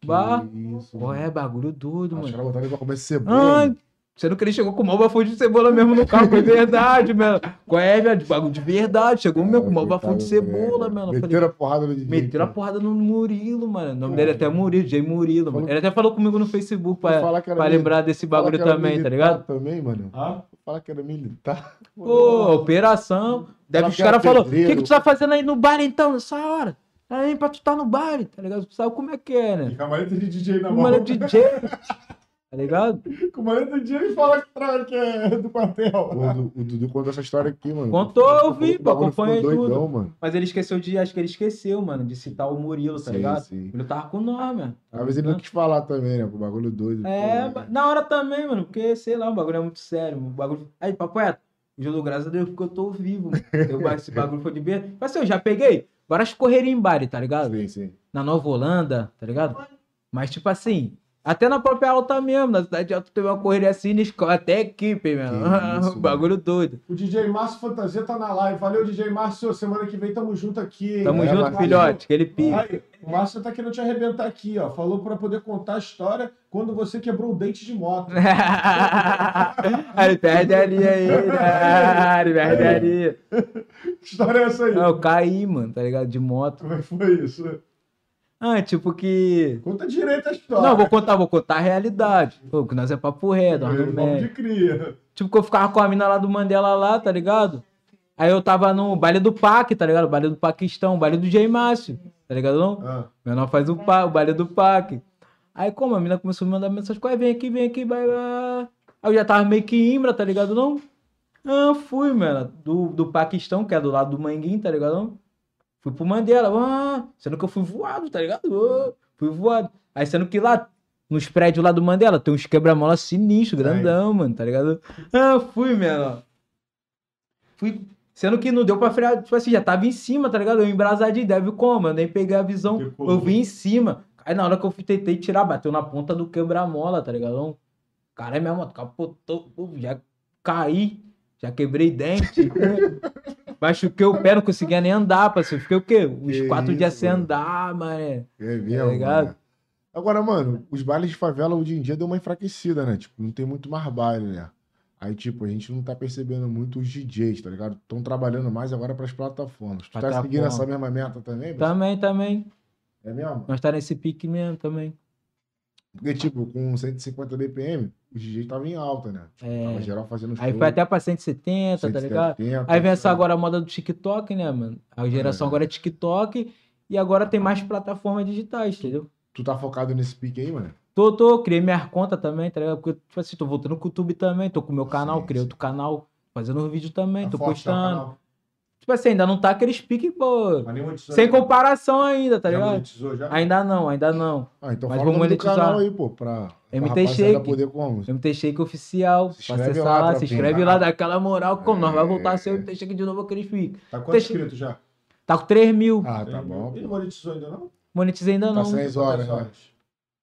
S3: Bah.
S1: Que Isso,
S3: Qual
S1: mano.
S3: é, bagulho doido,
S1: Os
S3: mano.
S1: caras botaram ele pra comer
S3: Ah,
S1: cebola.
S3: Sendo que ele chegou com o maior bafão de cebola mesmo no carro, foi verdade, *laughs* mano. Qual é, velho? Bagulho de verdade. Chegou mesmo com o maior bafão de cebola, mano. Eu falei,
S1: Meteram a porrada no DJ.
S3: meteram a porrada no Murilo, mano. O nome dele é até Murilo, Jay Murilo, mano.
S1: Falou-
S3: Ele até falou comigo no Facebook pra,
S1: Falar que era
S3: pra
S1: mili-
S3: lembrar desse
S1: falar
S3: bagulho
S1: que era
S3: também, tá
S1: militar
S3: ligado?
S1: Também, mano.
S4: Hã?
S1: Falar que era
S3: *laughs*
S1: militar.
S3: Pô, operação. Deve
S1: Fala
S3: os
S1: que era
S3: caras falaram, o que,
S1: pedreiro.
S3: que tu tá fazendo aí no bar então, nessa hora? Era nem pra tu tá no bar, tá ligado? Tu sabe como é que é, né? *laughs*
S2: E com a maleta de DJ na mão.
S3: Mano, é DJ, tá ligado?
S2: Com a maleta de DJ ele fala que, tra- que é do quartel.
S1: O, Du- o Dudu contou essa história aqui, mano.
S3: Contou, eu vi,
S1: O bagulho ficou
S3: acompanhei tudo.
S1: doidão, mano.
S3: Mas ele esqueceu de. Acho que ele esqueceu, mano, de citar o Murilo, tá
S1: Sim,
S3: ligado?
S1: sim.
S3: Ele tava com nó, mano.
S1: Às vezes ele não quis falar também, né? O bagulho doido.
S3: É,
S1: pô, né?
S3: na hora também, mano, porque, sei lá, o bagulho é muito sério. O bagulho. Aí, papoeta, eu dou graças a Deus porque eu tô vivo, mano.
S1: *laughs*
S3: Eu, esse bagulho foi de beira. Mas assim, eu já peguei várias correrias em bar, tá ligado?
S1: Sim, sim.
S3: na Nova Holanda, tá ligado? Mas, tipo assim, até na própria alta mesmo, na cidade alta teve uma correria assim, eles co- até equipe, *laughs* mano.
S1: isso, mano.
S3: Bagulho doido.
S2: O DJ Márcio Fantasia tá na live. Valeu, DJ Márcio. Semana que vem tamo junto aqui. hein?
S3: Tamo
S1: É,
S3: junto,
S1: Marquinhos.
S3: filhote, que ele pica.
S2: Aí, o Márcio tá querendo te arrebentar aqui, ó. Falou pra poder contar a história quando você quebrou o dente de moto.
S3: *laughs* aí ele
S1: *laughs*
S3: perde ali aí, né? ele perde
S1: É.
S3: ali.
S2: Que história é essa aí?
S3: Não, eu caí, mano, tá ligado? De moto.
S2: Como é que foi isso?
S3: Ah, tipo que.
S2: Conta direito a história.
S3: Não, vou contar, vou contar a realidade. Pô, que nós é papo reto, nós não
S2: Vamos
S3: mente.
S2: de cria.
S3: Tipo, que eu ficava com a mina lá do Mandela lá, tá ligado? Aí eu tava no baile do Pac, tá ligado? Baile do Paquistão, baile do Jay Márcio, tá ligado? Não?
S2: Ah,
S3: Meu nome faz o, pa, o baile do Pac. Aí como a mina começou a me mandar mensagem, "Ué, vem aqui, vem aqui, vai, vai. Aí eu já tava meio que imbra, tá ligado? Não? Ah, fui, mano. Do, do Paquistão, que é do lado do Manguinho, tá ligado? Não? Fui pro Mandela, ah, sendo que eu fui voado, tá ligado? Ah, fui voado. Aí sendo que lá, nos prédios lá do Mandela, tem uns quebra-mola sinistro, grandão, mano, tá ligado? Ah, fui, mano. Fui. Sendo que não deu pra frear, tipo assim, já tava em cima, tá ligado? Eu embrasadinho, deve como? Eu nem peguei a visão.
S1: Tipo,
S2: Decolou.
S3: Eu vim em cima. Aí na hora que eu fui- tentei tirar, bateu na ponta do quebra-mola, tá ligado? Cara, minha moto capotou, pô, já caí, já quebrei
S1: *laughs*
S3: dente. Machuquei o pé, não conseguia nem andar, parceiro. Fiquei o quê? Uns
S1: Que
S3: quatro
S1: isso,
S3: dias sem
S1: mano.
S3: andar, mané.
S1: É mesmo,
S3: Tá ligado?
S1: mano. Agora, mano, os bailes de favela hoje em dia deu uma enfraquecida, né? Tipo, não tem muito mais baile, né? Aí, tipo, a gente não tá percebendo muito os DJs, tá ligado? Estão trabalhando mais agora pras plataformas. Tu tá
S3: Plataforma. Tá.
S1: seguindo essa mesma meta também? Bruce?
S3: Também, também.
S1: É mesmo?
S3: Nós tá nesse pique mesmo, também.
S1: Porque, tipo, com 150 BPM, os DJs estavam em alta, né? Tava
S3: É.
S1: geral fazendo
S3: Aí
S1: show,
S3: foi até pra 170, tá ligado?
S1: 170,
S3: Aí vem essa
S1: sabe?
S3: agora a moda do TikTok, né, mano? A geração
S1: É.
S2: Uhum.
S3: agora é TikTok e agora tem mais plataformas digitais, entendeu?
S1: Tu tá focado nesse pique aí, mano?
S3: Tô, tô, criei minhas contas também, tá ligado? Porque, tipo assim, tô voltando com o YouTube também, tô com o meu canal,
S1: Sim,
S3: criei
S1: sim.
S3: outro canal, fazendo um vídeo também,
S2: tá
S3: tô
S2: forte, tá,
S3: postando.
S2: canal.
S3: Tipo assim, ainda não tá aqueles piques, pô,
S2: Mas nem monetizou
S3: sem
S2: ainda.
S3: comparação ainda, tá
S2: Já
S3: ligado?
S2: monetizou já?
S3: Ainda não, ainda não.
S1: Ah, então
S3: Mas
S1: fala o
S3: vamos
S1: nome do
S3: monetizar.
S1: canal aí, pô, pra, pra
S3: MT
S1: rapaziada
S3: Shake.
S1: poder como?
S3: MT Shake é oficial,
S1: Se
S3: pra
S1: inscreve
S3: acessar
S1: lá,
S3: lá, se
S1: tropinha.
S3: inscreve lá, dá aquela moral, como nós
S1: É.
S3: vai voltar a ser o MT Shake de novo aqueles piques.
S2: Tá quanto
S3: Deixa-
S2: inscrito já?
S3: Tá com 3 mil,
S1: Ah, tá bom.
S2: Ele monetizou ainda não?
S3: monetizei ainda
S1: Tá
S3: não.
S1: sem horas, né?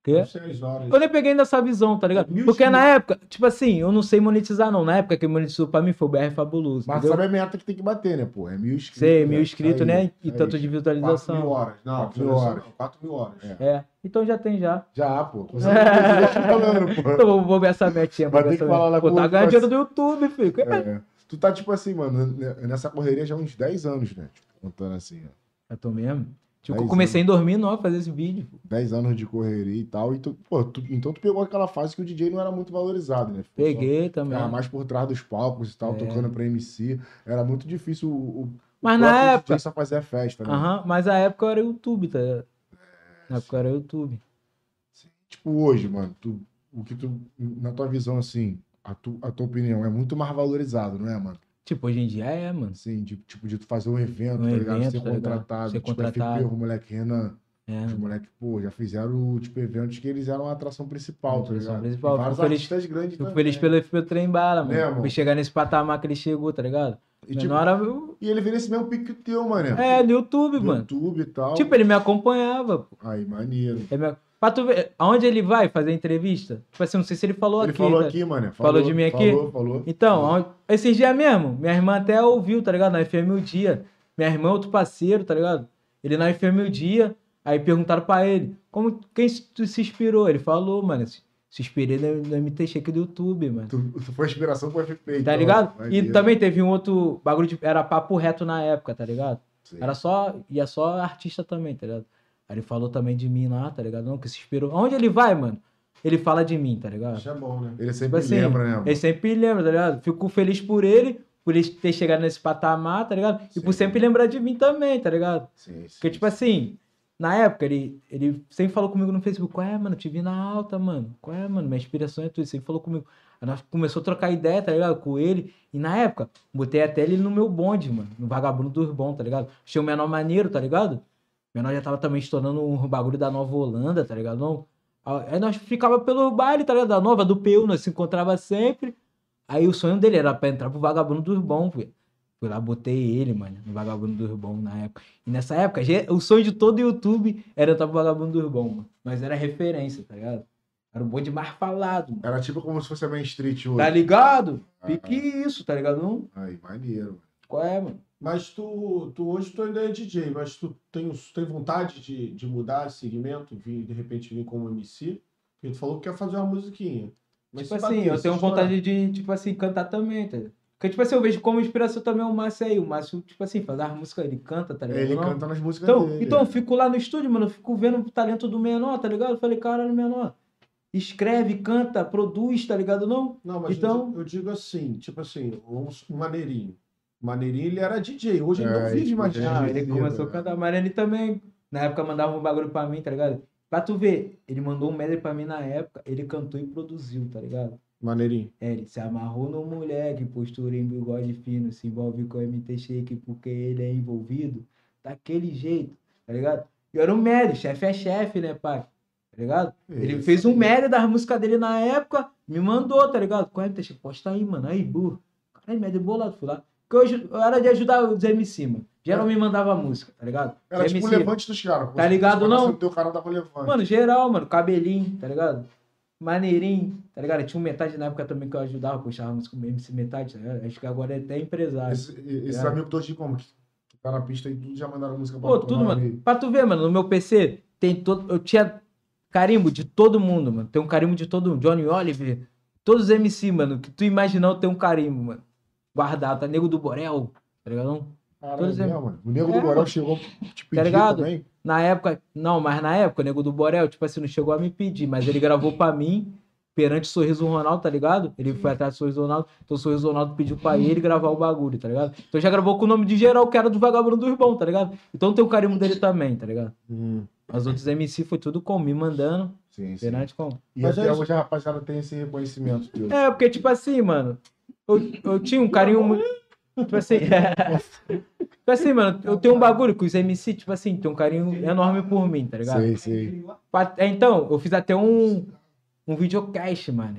S3: Quê?
S2: Seis horas.
S3: Eu nem peguei ainda essa visão, tá ligado?
S2: Mil
S3: Porque
S2: inscritos.
S3: na época, tipo assim, eu não sei monetizar, não. Na época que monetizou pra mim foi o BR Fabuloso.
S1: Mas
S3: entendeu?
S1: sabe a meta que tem que bater, né, pô? É mil inscritos.
S3: Sei, mil
S1: né?
S3: inscritos,
S1: Aí,
S3: né? E
S1: aí.
S3: tanto de
S2: 4 mil
S3: visualização.
S2: horas. Não,
S1: Quatro mil
S2: visualização
S1: horas.
S2: não, 4 mil horas.
S1: É.
S3: É. Então já tem já.
S1: Já, pô. Com certeza, eu tô falando, pô.
S3: Então vou, vou ver essa metinha. Vou
S1: Vai
S3: ver
S1: ter
S3: essa
S1: que falar
S3: metinha.
S1: lá
S3: Pô,
S1: com
S3: tá
S1: o-
S3: ganhando dinheiro do YouTube, filho.
S1: É. Tu tá, tipo assim, mano, né, nessa correria já há uns 10 anos, né? Tipo, contando assim, ó.
S3: Eu tô mesmo. Tipo, eu
S1: Dez
S3: comecei em 2009 a fazer esse vídeo. pô.
S1: 10 anos de correria e tal. E tu, pô, tu- então tu pegou aquela fase que o DJ não era muito valorizado, né? Ficou só-
S3: Peguei também.
S1: Ficava mais por trás dos palcos e tal,
S3: É.
S1: tocando pra MC. Era muito difícil o, o
S3: Mas
S1: o
S3: Ah, na
S1: próprio
S3: época-
S1: DJ só fazer festa, né?
S3: Aham, mas a época eu era YouTube, tá ligado? Na época eu era YouTube.
S1: Tipo, hoje, mano, tu, o que tu, na tua visão, assim, a, tu, a tua opinião é muito mais valorizado, não é, mano?
S3: Tipo, hoje em dia é, mano.
S1: Assim, de, tipo, de tu fazer um evento,
S3: Um
S1: tá ligado?
S3: evento,
S1: Ser
S3: tá ligado?
S1: contratado.
S3: Ser
S1: Tipo,
S3: contratado.
S1: FP, o moleque Renan,
S3: É.
S1: os moleques, pô, já fizeram, tipo, eventos que eles eram a atração principal, tá
S3: Atração
S1: ligado?
S3: principal,
S1: E vários
S3: fico feliz-
S1: artistas grandes
S3: Fico
S1: também.
S3: feliz pelo, pelo trem bala,
S1: Né,
S3: mano.
S1: É. mano?
S3: Fui chegar nesse patamar que ele chegou, tá ligado?
S1: E,
S3: Mas
S1: tipo,
S3: na hora eu-
S1: e ele vem nesse mesmo pique que o teu, mano.
S3: É, no YouTube,
S1: Do
S3: mano.
S1: YouTube e tal.
S3: Tipo, ele me acompanhava. pô.
S1: Aí, maneiro.
S3: Ele me... Pra tu ver, aonde ele vai fazer entrevista? Tipo assim, não sei se ele falou
S1: Ele
S3: aqui.
S1: falou
S3: tá?
S1: aqui, mano.
S3: Falou de mim aqui?
S1: Falou, falou.
S3: Então, aonde- esses dias mesmo, minha irmã até ouviu, tá ligado? Na FM o dia. Minha irmã é outro parceiro, tá ligado? Ele na FM o dia. Aí perguntaram pra ele, como, quem se- tu se inspirou? Ele falou, mano, se, Se inspirei no, no MT Shake do YouTube, mano.
S1: Tu, tu foi inspiração pro FP.
S3: Tá
S1: então.
S3: ligado?
S1: Maneiro.
S3: E também teve um outro bagulho de. Era papo reto na época, tá ligado?
S1: Sim.
S3: Era só. Ia só artista também, tá ligado? Aí ele falou também de mim lá, tá ligado? Não, que se inspirou. Aonde ele vai, mano? Ele fala de mim, tá ligado?
S2: Isso é bom, né?
S1: Ele
S3: Tipo
S1: sempre
S3: assim,
S1: lembra, né? mano?
S3: Ele sempre lembra, tá ligado? Fico feliz por ele, por ele ter chegado nesse patamar, tá ligado? E por
S1: Sim.
S3: sempre lembrar de mim também, tá ligado?
S1: Sim, sim.
S3: Porque, tipo assim, na época, ele, ele sempre falou comigo no Facebook, qual é, mano, te vi na alta, mano. Qual é, mano, minha inspiração é tu. Ele sempre falou comigo. Aí nós começou a trocar ideia, tá ligado? Com ele. E na época, botei até ele no meu bonde, mano. No vagabundo do Urbão, tá ligado? Achei o menor maneiro, tá ligado? O menor já tava também estourando um bagulho da Nova Holanda, tá ligado? Não. Aí nós ficava pelo baile, tá ligado? Da Nova, do PU, nós se encontrava sempre. Aí o sonho dele era pra entrar pro vagabundo do Urbão, velho. Fui lá, botei ele, mano, no vagabundo do Urbão na época. E nessa época, ge- o sonho de todo YouTube era eu estar pro Vagabundo do Urbão, mano. Mas era referência, tá ligado? Era um bonde mais falado, mano.
S1: Era tipo como se fosse a Main Street hoje.
S3: Tá ligado?
S1: Ah,
S3: Pique isso, tá ligado? Não?
S1: Aí, maneiro.
S3: Qual é, mano?
S2: Mas tu, tu hoje tu ainda é DJ, mas tu tem, os- tem vontade de, de mudar de segmento, vir, de repente vir como MC? Porque tu falou que quer fazer uma musiquinha. Mas
S3: tipo
S2: se
S3: assim,
S2: bater,
S3: eu
S2: se
S3: tenho
S2: estourar,
S3: vontade de, tipo assim, cantar também, tá ligado? Porque, tipo assim, eu vejo como inspiração também o Márcio aí. O Márcio, tipo assim, faz as músicas, ele canta, tá ligado?
S1: Ele é.
S3: Não?
S1: canta nas músicas
S3: Então,
S1: dele.
S3: então eu fico lá no estúdio, mano, eu fico vendo o talento do menor, tá ligado? Eu falei, caralho, menor. Escreve, canta, produz, tá ligado? Não?
S2: Não, mas
S3: Então-
S2: eu, eu digo assim, tipo assim, um, um maneirinho. O Maneirinho, ele era DJ, hoje ele
S1: É,
S2: não vive
S1: tipo,
S2: mais de
S1: é,
S3: Ah,
S2: DJ.
S3: ele
S1: Entendi,
S3: começou a
S1: né?
S3: cantar. Mas ele também, na época, mandava um bagulho pra mim, tá ligado? Pra tu ver, ele mandou um medley pra mim na época, ele cantou e produziu, tá ligado?
S2: Maneirinho.
S3: É, ele se amarrou no moleque, postura em bigode fino, se envolve com o MT Shake porque ele é envolvido, daquele jeito, tá ligado? E era um medley, chefe é chefe, né, pai? Tá ligado? Ele
S1: Isso.
S3: fez um medley das músicas dele na época, me mandou, tá ligado? Com o MT Shake, posta aí, mano, aí, burro. Caralho, medley bolado, fui lá. Porque eu, aju- eu era de ajudar os MC, mano. Geral me mandava música, tá ligado?
S1: É. Era
S3: Os
S1: tipo o
S3: MC.
S1: levante dos caras.
S3: Tá ligado,
S1: Você
S3: não?
S1: O teu cara tava levante.
S3: Mano, geral, mano, cabelinho, tá ligado? Maneirinho, tá ligado? Tinha um metade na época também que eu ajudava, puxava música com MC metade, tá ligado? Acho que agora é até empresário.
S1: Esse- Esses
S3: Cara.
S1: amigos todos de como? Que tá na pista e tudo já mandaram música pra
S3: é. Pô,
S1: tu,
S3: tudo,
S1: né?
S3: mano. Pra tu ver, mano, no meu PC tem todo. Eu tinha carimbo de todo mundo, mano. Tem um carimbo de todo mundo. Johnny Oliver, todos os MC, mano. Que tu imaginar eu tenho um carimbo, mano. Guardado, tá? Nego do Borel, tá ligado?
S1: Caralho,
S3: todos-
S1: é, mano. O Nego
S3: É,
S1: do Borel
S3: mano.
S1: chegou te pedir
S3: Tá ligado?
S1: também.
S3: Na época, não, mas na época o nego do Borel, tipo assim, não chegou a me pedir, mas ele gravou pra mim perante o Sorriso Ronaldo, tá ligado? Ele foi atrás do Sorriso Ronaldo, então o Sorriso Ronaldo pediu pra ele gravar o bagulho, tá ligado? Então já gravou com o nome de geral, que era do Vagabundo do Urbão, tá ligado? Então tem o carimbo dele também, tá ligado? As outras MC foi tudo com, me mandando,
S1: Hum. né? Sim, sim.
S3: perante com.
S1: E
S2: Mas
S1: até
S2: é isso.
S1: hoje a rapaziada tem esse reconhecimento. teu.
S3: É, porque tipo assim, mano, eu, eu tinha um carinho muito. Tipo assim. *laughs* tipo assim, mano, eu tenho um bagulho com os MC, tipo assim, tem um carinho enorme por mim, tá ligado?
S1: Sei, sei.
S3: Pa- é, Então, eu fiz até um, um videocast, mano.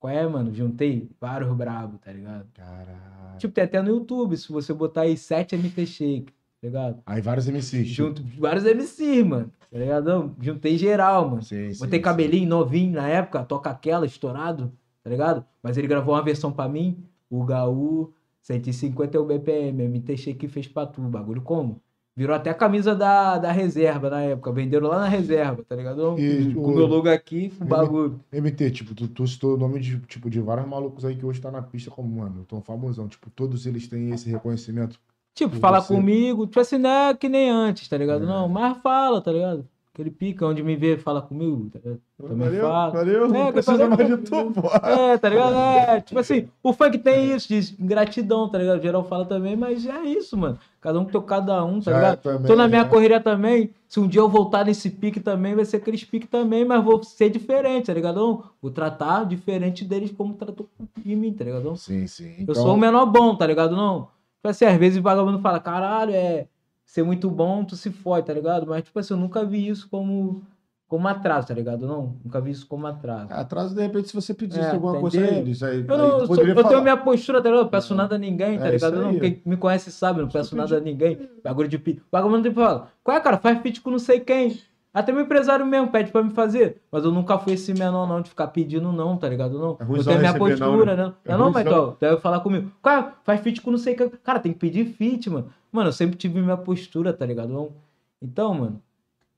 S3: Qual é, mano? Juntei vários brabo, tá ligado?
S1: Caralho.
S3: Tipo, tem até no YouTube, se você botar aí 7 MT Shake, tá ligado?
S1: Aí vários MCs. tipo,
S3: Junto vários MCs, mano, tá ligado? Não, Juntei geral, mano.
S1: Sei, sei,
S3: Botei
S1: sei.
S3: cabelinho novinho na época, toca aquela, estourado, tá ligado? Mas ele gravou uma versão pra mim, o Gaú 150 é o BPM, MT Shake fez pra tu, bagulho como? Virou até a camisa da, da reserva na época, venderam lá na reserva, tá ligado? Não?
S1: E
S3: com
S1: o-
S3: o meu logo aqui, com o
S1: M-
S3: bagulho.
S1: MT, tipo, tu, tu citou o nome de, tipo, de vários malucos aí que hoje tá na pista como, mano, tão famosão. Tipo, todos eles têm
S3: Ah,
S1: esse
S3: tá.
S1: reconhecimento.
S3: Tipo,
S1: com
S3: fala
S1: você.
S3: comigo, tipo assim, não é que nem antes, tá ligado? Não, mas fala, tá ligado? Aquele pica onde me vê, fala comigo, tá
S1: *laughs*
S3: ligado? Também
S2: Valeu,
S3: fala.
S2: valeu.
S3: É,
S2: não
S3: que
S2: precisa
S3: valeu,
S2: mais de
S3: valeu.
S2: tu, porra.
S3: É, tá ligado? É, tipo assim, o funk tem isso, de gratidão, tá ligado? Geral fala também, mas é isso, mano. Cada um que teu cada um, tá
S1: Já
S3: ligado?
S1: também,
S3: Tô na minha
S1: né?
S3: correria também. Se um dia eu voltar nesse pique também, vai ser aqueles pique também, mas vou ser diferente, tá ligado? Não, Vou tratar diferente deles como tratou de mim, tá ligado? Não,
S1: Sim, sim. Então,
S3: Eu sou o menor bom, tá ligado? Não. Tipo assim, às vezes o vagabundo fala, caralho, é ser muito bom, tu se fode, tá ligado? Mas, tipo assim, eu nunca vi isso como, como atraso, tá ligado? Não, nunca vi isso como atraso.
S2: Atraso, de repente, se você pedisse
S3: É,
S2: alguma coisa a
S3: entendeu?
S2: eles, aí,
S3: Eu,
S2: aí
S3: não,
S2: tu
S3: eu, sou-
S2: poderia
S3: eu tenho
S2: falar.
S3: minha postura, tá ligado? Eu não peço nada a ninguém, tá
S2: É,
S3: ligado?
S2: isso
S3: Não,
S2: aí.
S3: quem me conhece sabe, eu não peço nada a ninguém. Bagulho de pi. Bagulho de fala. Qual é, cara? Faz feat com não sei quem. Até meu empresário mesmo pede pra me fazer. Mas eu nunca fui esse menor, não, de ficar pedindo, não, tá ligado? Não.
S2: É ruim
S3: eu
S2: só
S3: tenho minha
S2: receber, não,
S3: postura, né?
S2: É
S3: Não, não,
S2: ruim
S3: mas
S2: só-
S3: então, daí eu falar comigo. Qual é? Faz feat com não sei quem. Cara, tem que pedir feat, mano. Mano, eu sempre tive minha postura, tá ligado? Não. Então, mano.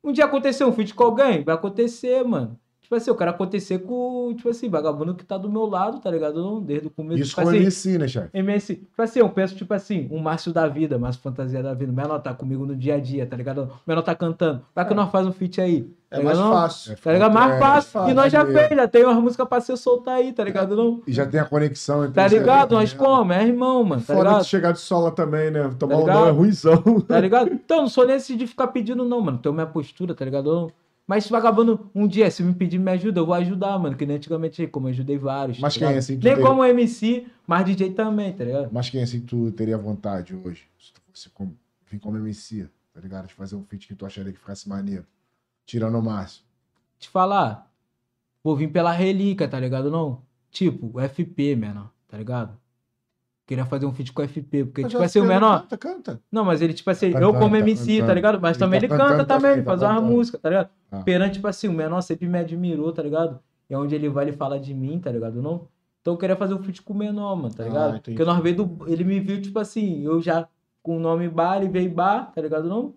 S3: Um dia aconteceu um feat com alguém, vai acontecer, mano. Tipo assim, eu quero acontecer com, tipo assim, vagabundo que tá do meu lado, tá ligado? Não, Desde o começo.
S1: Isso
S3: tipo
S1: com o
S3: assim,
S1: MC, né, chefe?
S3: MS, tipo assim, eu penso, tipo assim, um Márcio da vida, Márcio Fantasia da vida, o menor tá comigo no dia a dia, tá ligado? O menor tá cantando, vai que nós faz um feat aí. tá
S2: É
S3: ligado
S2: mais
S3: não?
S2: fácil.
S3: Tá ligado? Mais
S1: É,
S3: fácil.
S2: fácil,
S3: e nós já
S1: maneiro.
S3: fez, já tem umas músicas pra você soltar aí, tá ligado? Não?
S1: E já tem a conexão entre
S3: Tá
S1: os
S3: ligado?
S1: elementos,
S3: Nós
S1: né?
S3: como? É irmão, mano, tá
S2: Foda de
S3: ligado?
S2: chegar de sola também, né? Tomar
S3: Tá
S2: um não é
S3: ligado?
S2: ruizão.
S3: Tá ligado? Então, não sou nesse de ficar pedindo, não, mano. Tem minha postura, tá ligado? Eu- Mas se vagabundo um dia, se me pedir, me ajuda, eu vou ajudar, mano. Que nem antigamente, como eu ajudei vários.
S1: Mas
S3: tá
S1: quem é
S3: ligado?
S1: assim que tu
S3: Nem
S1: teve-
S3: como MC, mas DJ também, tá ligado?
S1: Mas quem é assim que tu teria vontade hoje? Se tu fosse com- vir como MC, tá ligado? De fazer um feat que tu acharia que ficasse maneiro. Tirando o Márcio.
S3: te falar, vou vir pela relíquia, tá ligado? Não, tipo, o FP, menor, tá ligado? Queria fazer um feat com o FP, porque,
S2: Mas
S3: tipo
S2: já
S3: assim, o
S1: é
S2: canta,
S3: menor.
S2: Canta, canta.
S3: Não, mas ele, tipo assim,
S1: Tá
S3: eu
S1: cantando,
S3: como
S1: tá
S3: MC, tá
S1: cantando.
S3: ligado? Mas
S1: Ele
S3: também
S1: tá
S3: ele canta
S1: cantando, tá
S3: também,
S1: cantando,
S3: ele faz
S1: tá
S3: uma
S1: cantando.
S3: música, tá ligado?
S1: Tá.
S3: Perante, tipo assim, o menor sempre me admirou, tá ligado? E onde ele vai, ele fala de mim, tá ligado? Não. Então eu queria fazer um feat com o menor, mano, tá
S2: Ah,
S3: ligado?
S2: entendi.
S3: Porque nós veio do. Ele me viu, tipo assim, eu já com o nome Bar, ele veio Bar, tá ligado? Não?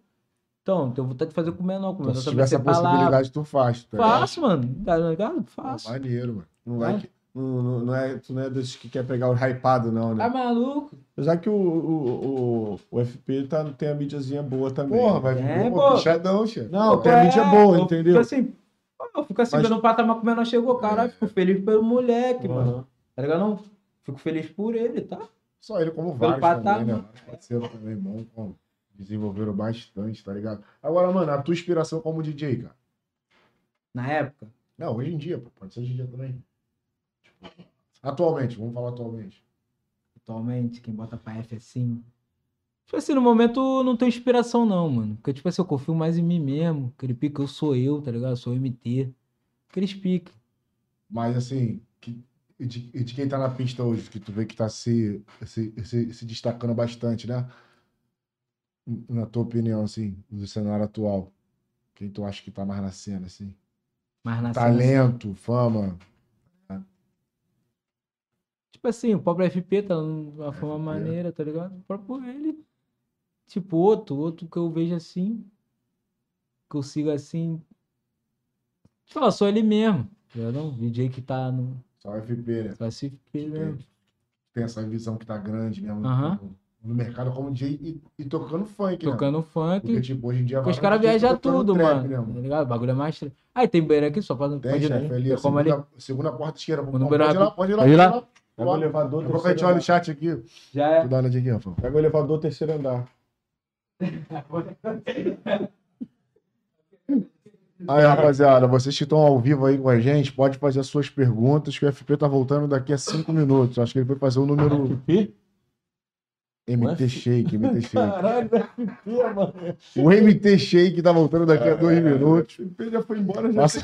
S3: Então, eu tenho vontade de fazer com o menor, com o
S1: Então,
S3: menor
S1: se
S3: também
S1: tiver essa
S3: ser palavra.
S1: possibilidade, tu faz. Tá ligado?
S3: Faço, mano. Tá ligado?
S1: Pô,
S3: Faço.
S1: maneiro, mano.
S2: Não vai
S3: Ah.
S2: que- Não, não, não é, tu não é desses que quer pegar o hypado, não, né?
S3: Tá maluco?
S2: Apesar que o, o, o, o FP tá, tem a mídiazinha boa também.
S1: Porra, vai
S3: É,
S1: vir
S3: pô.
S1: pô, fechadão, chefe.
S2: Não, tem
S3: Qual
S2: a
S3: é?
S2: mídia boa,
S3: Eu
S2: entendeu?
S3: Fico assim, pô, eu fico assim,
S2: Mas- É.
S3: vendo o patamar como menor chegou, caralho. Fico feliz pelo moleque,
S2: Uhum.
S3: mano. Tá ligado? Não? Fico feliz por ele, tá?
S1: Só ele, como vários
S3: patamar.
S1: também, né? Vários parceiros também, bom, como desenvolveram bastante, tá ligado? Agora, mano, a tua inspiração como DJ, cara.
S3: Na época.
S1: Não, hoje em dia, pô, pode ser hoje em dia também. Tipo, atualmente, vamos falar atualmente.
S3: atualmente, quem bota pra F assim. Tipo assim, no momento não tenho inspiração, não, mano. Porque, tipo assim, eu confio mais em mim mesmo. Aquele pique eu sou eu, tá ligado? Eu sou MT. Aqueles piques.
S1: Mas, assim, que- de, de quem tá na pista hoje, que tu vê que tá se, se, se, se destacando bastante, né? Na tua opinião, assim, do cenário atual, quem tu acha que tá mais na cena, assim?
S3: Mas na
S1: Tá
S3: cena,
S1: Talento, fama.
S3: Tipo assim, o próprio FP tá numa forma
S1: FP.
S3: maneira, tá ligado? O próprio ele. Tipo, outro, outro que eu vejo assim. Que eu sigo assim. Sei lá, sou ele mesmo. tá ligado? Um DJ que tá no.
S1: Só FP, né?
S3: Só esse FP mesmo.
S1: Tem essa visão que tá grande mesmo no-
S3: Aham.
S1: no, no mercado como DJ e, e tocando funk, né?
S3: Tocando
S1: Porque,
S3: funk.
S1: tipo, hoje em dia...
S3: Porque os
S1: vários
S3: caras
S1: DJs
S3: viajam
S1: tocando
S3: tudo,
S1: trap,
S3: mano.
S1: né,
S3: Tá ligado? O bagulho é mais. tre- Aí tem banheiro aqui, só pra.
S1: Tem, chefe, ali, assim,
S3: tem
S1: ó,
S3: como ali.
S1: segunda, segunda porta esquerda.
S3: O número
S1: pode ir lá,
S3: rápido.
S1: pode ir lá.
S3: Pode ir lá?
S2: Pega o elevador,
S1: Daqui a pouco a
S2: terceiro
S1: gente olha o
S2: andar.
S1: chat aqui. Tu
S3: Já é.
S1: dá uma olhadinha aqui, Rafa.
S2: Pega o elevador, terceiro andar.
S1: Aí, rapaziada, vocês que estão ao vivo aí com a gente, pode fazer as suas perguntas, que o FP tá voltando daqui a cinco minutos. Acho que ele foi fazer o
S3: *laughs*
S1: número
S2: Ih,
S1: MT Shake, MT Shake.
S2: Caralho, o
S1: né? *laughs*
S2: FP, mano.
S1: O MT Shake tá voltando daqui a
S3: É.
S1: dois minutos.
S2: O FP já foi embora, já.
S1: Nossa.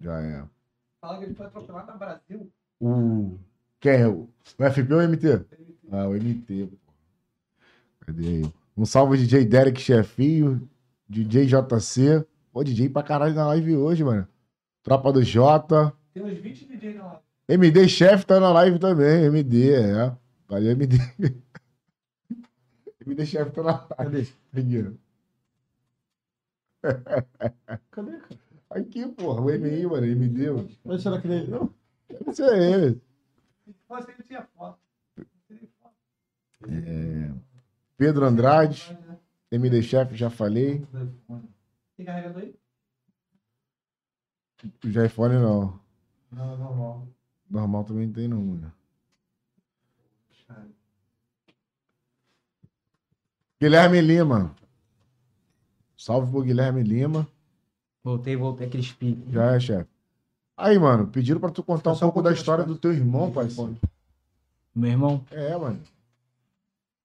S1: Já é.
S4: Fala que ele foi atropelado no Brasil.
S1: O. Quem é? O o FP ou o MT? Ah, o MT, pô. Cadê aí? Um salve DJ Derek Chefinho, DJ JC. Pô, DJ pra caralho na live hoje, mano. Tropa do Jota.
S4: Tem uns 20 DJs na live.
S1: MD Chef tá na live também. MD, é. Valeu, *laughs* MD. MD Chef tá na
S2: Cadê?
S1: live.
S2: Cadê, cara?
S1: Aqui, porra, o MI, mano. MD, mano. é
S2: Mas será que não é ele, não?
S1: Isso aí, velho.
S4: Mas ele tinha foto.
S1: Pedro
S4: né?
S1: Andrade, MD Chef, já falei.
S4: Tem carregador aí?
S1: Já iPhone não.
S4: Não, é normal.
S1: Normal também não tem não, mano. Guilherme Lima. Salve pro Guilherme Lima.
S3: Voltei, voltei, aqueles piques.
S1: Já é, chefe. Aí, mano, pediram pra tu contar um
S2: Só um
S1: pouco da
S2: pouquinho mais
S1: história
S2: perto.
S1: do teu irmão, parceiro.
S3: Meu irmão.
S1: É, mano.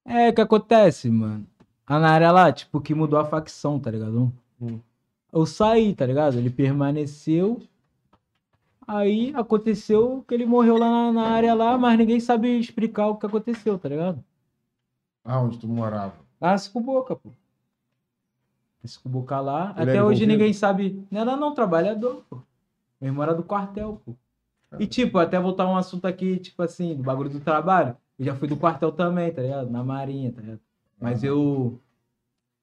S3: É, o que acontece, mano? A Nara lá, tipo, que mudou a facção, tá ligado?
S2: Hum.
S3: Eu saí, tá ligado? Ele permaneceu. Aí aconteceu que ele morreu lá na, na área lá, mas ninguém sabe explicar o que aconteceu, tá ligado?
S1: Ah, onde tu morava.
S3: Ah, se cuboca, pô. Se cuboca lá.
S2: Ele
S3: Até
S2: era
S3: hoje
S2: envolvido?
S3: ninguém sabe. Não era não, trabalhador, pô. Meu irmão era do quartel, pô.
S2: É.
S3: E tipo, até voltar um assunto aqui, tipo assim, do bagulho do trabalho. Eu já fui do quartel também, tá ligado? Na marinha, tá ligado? Mas eu.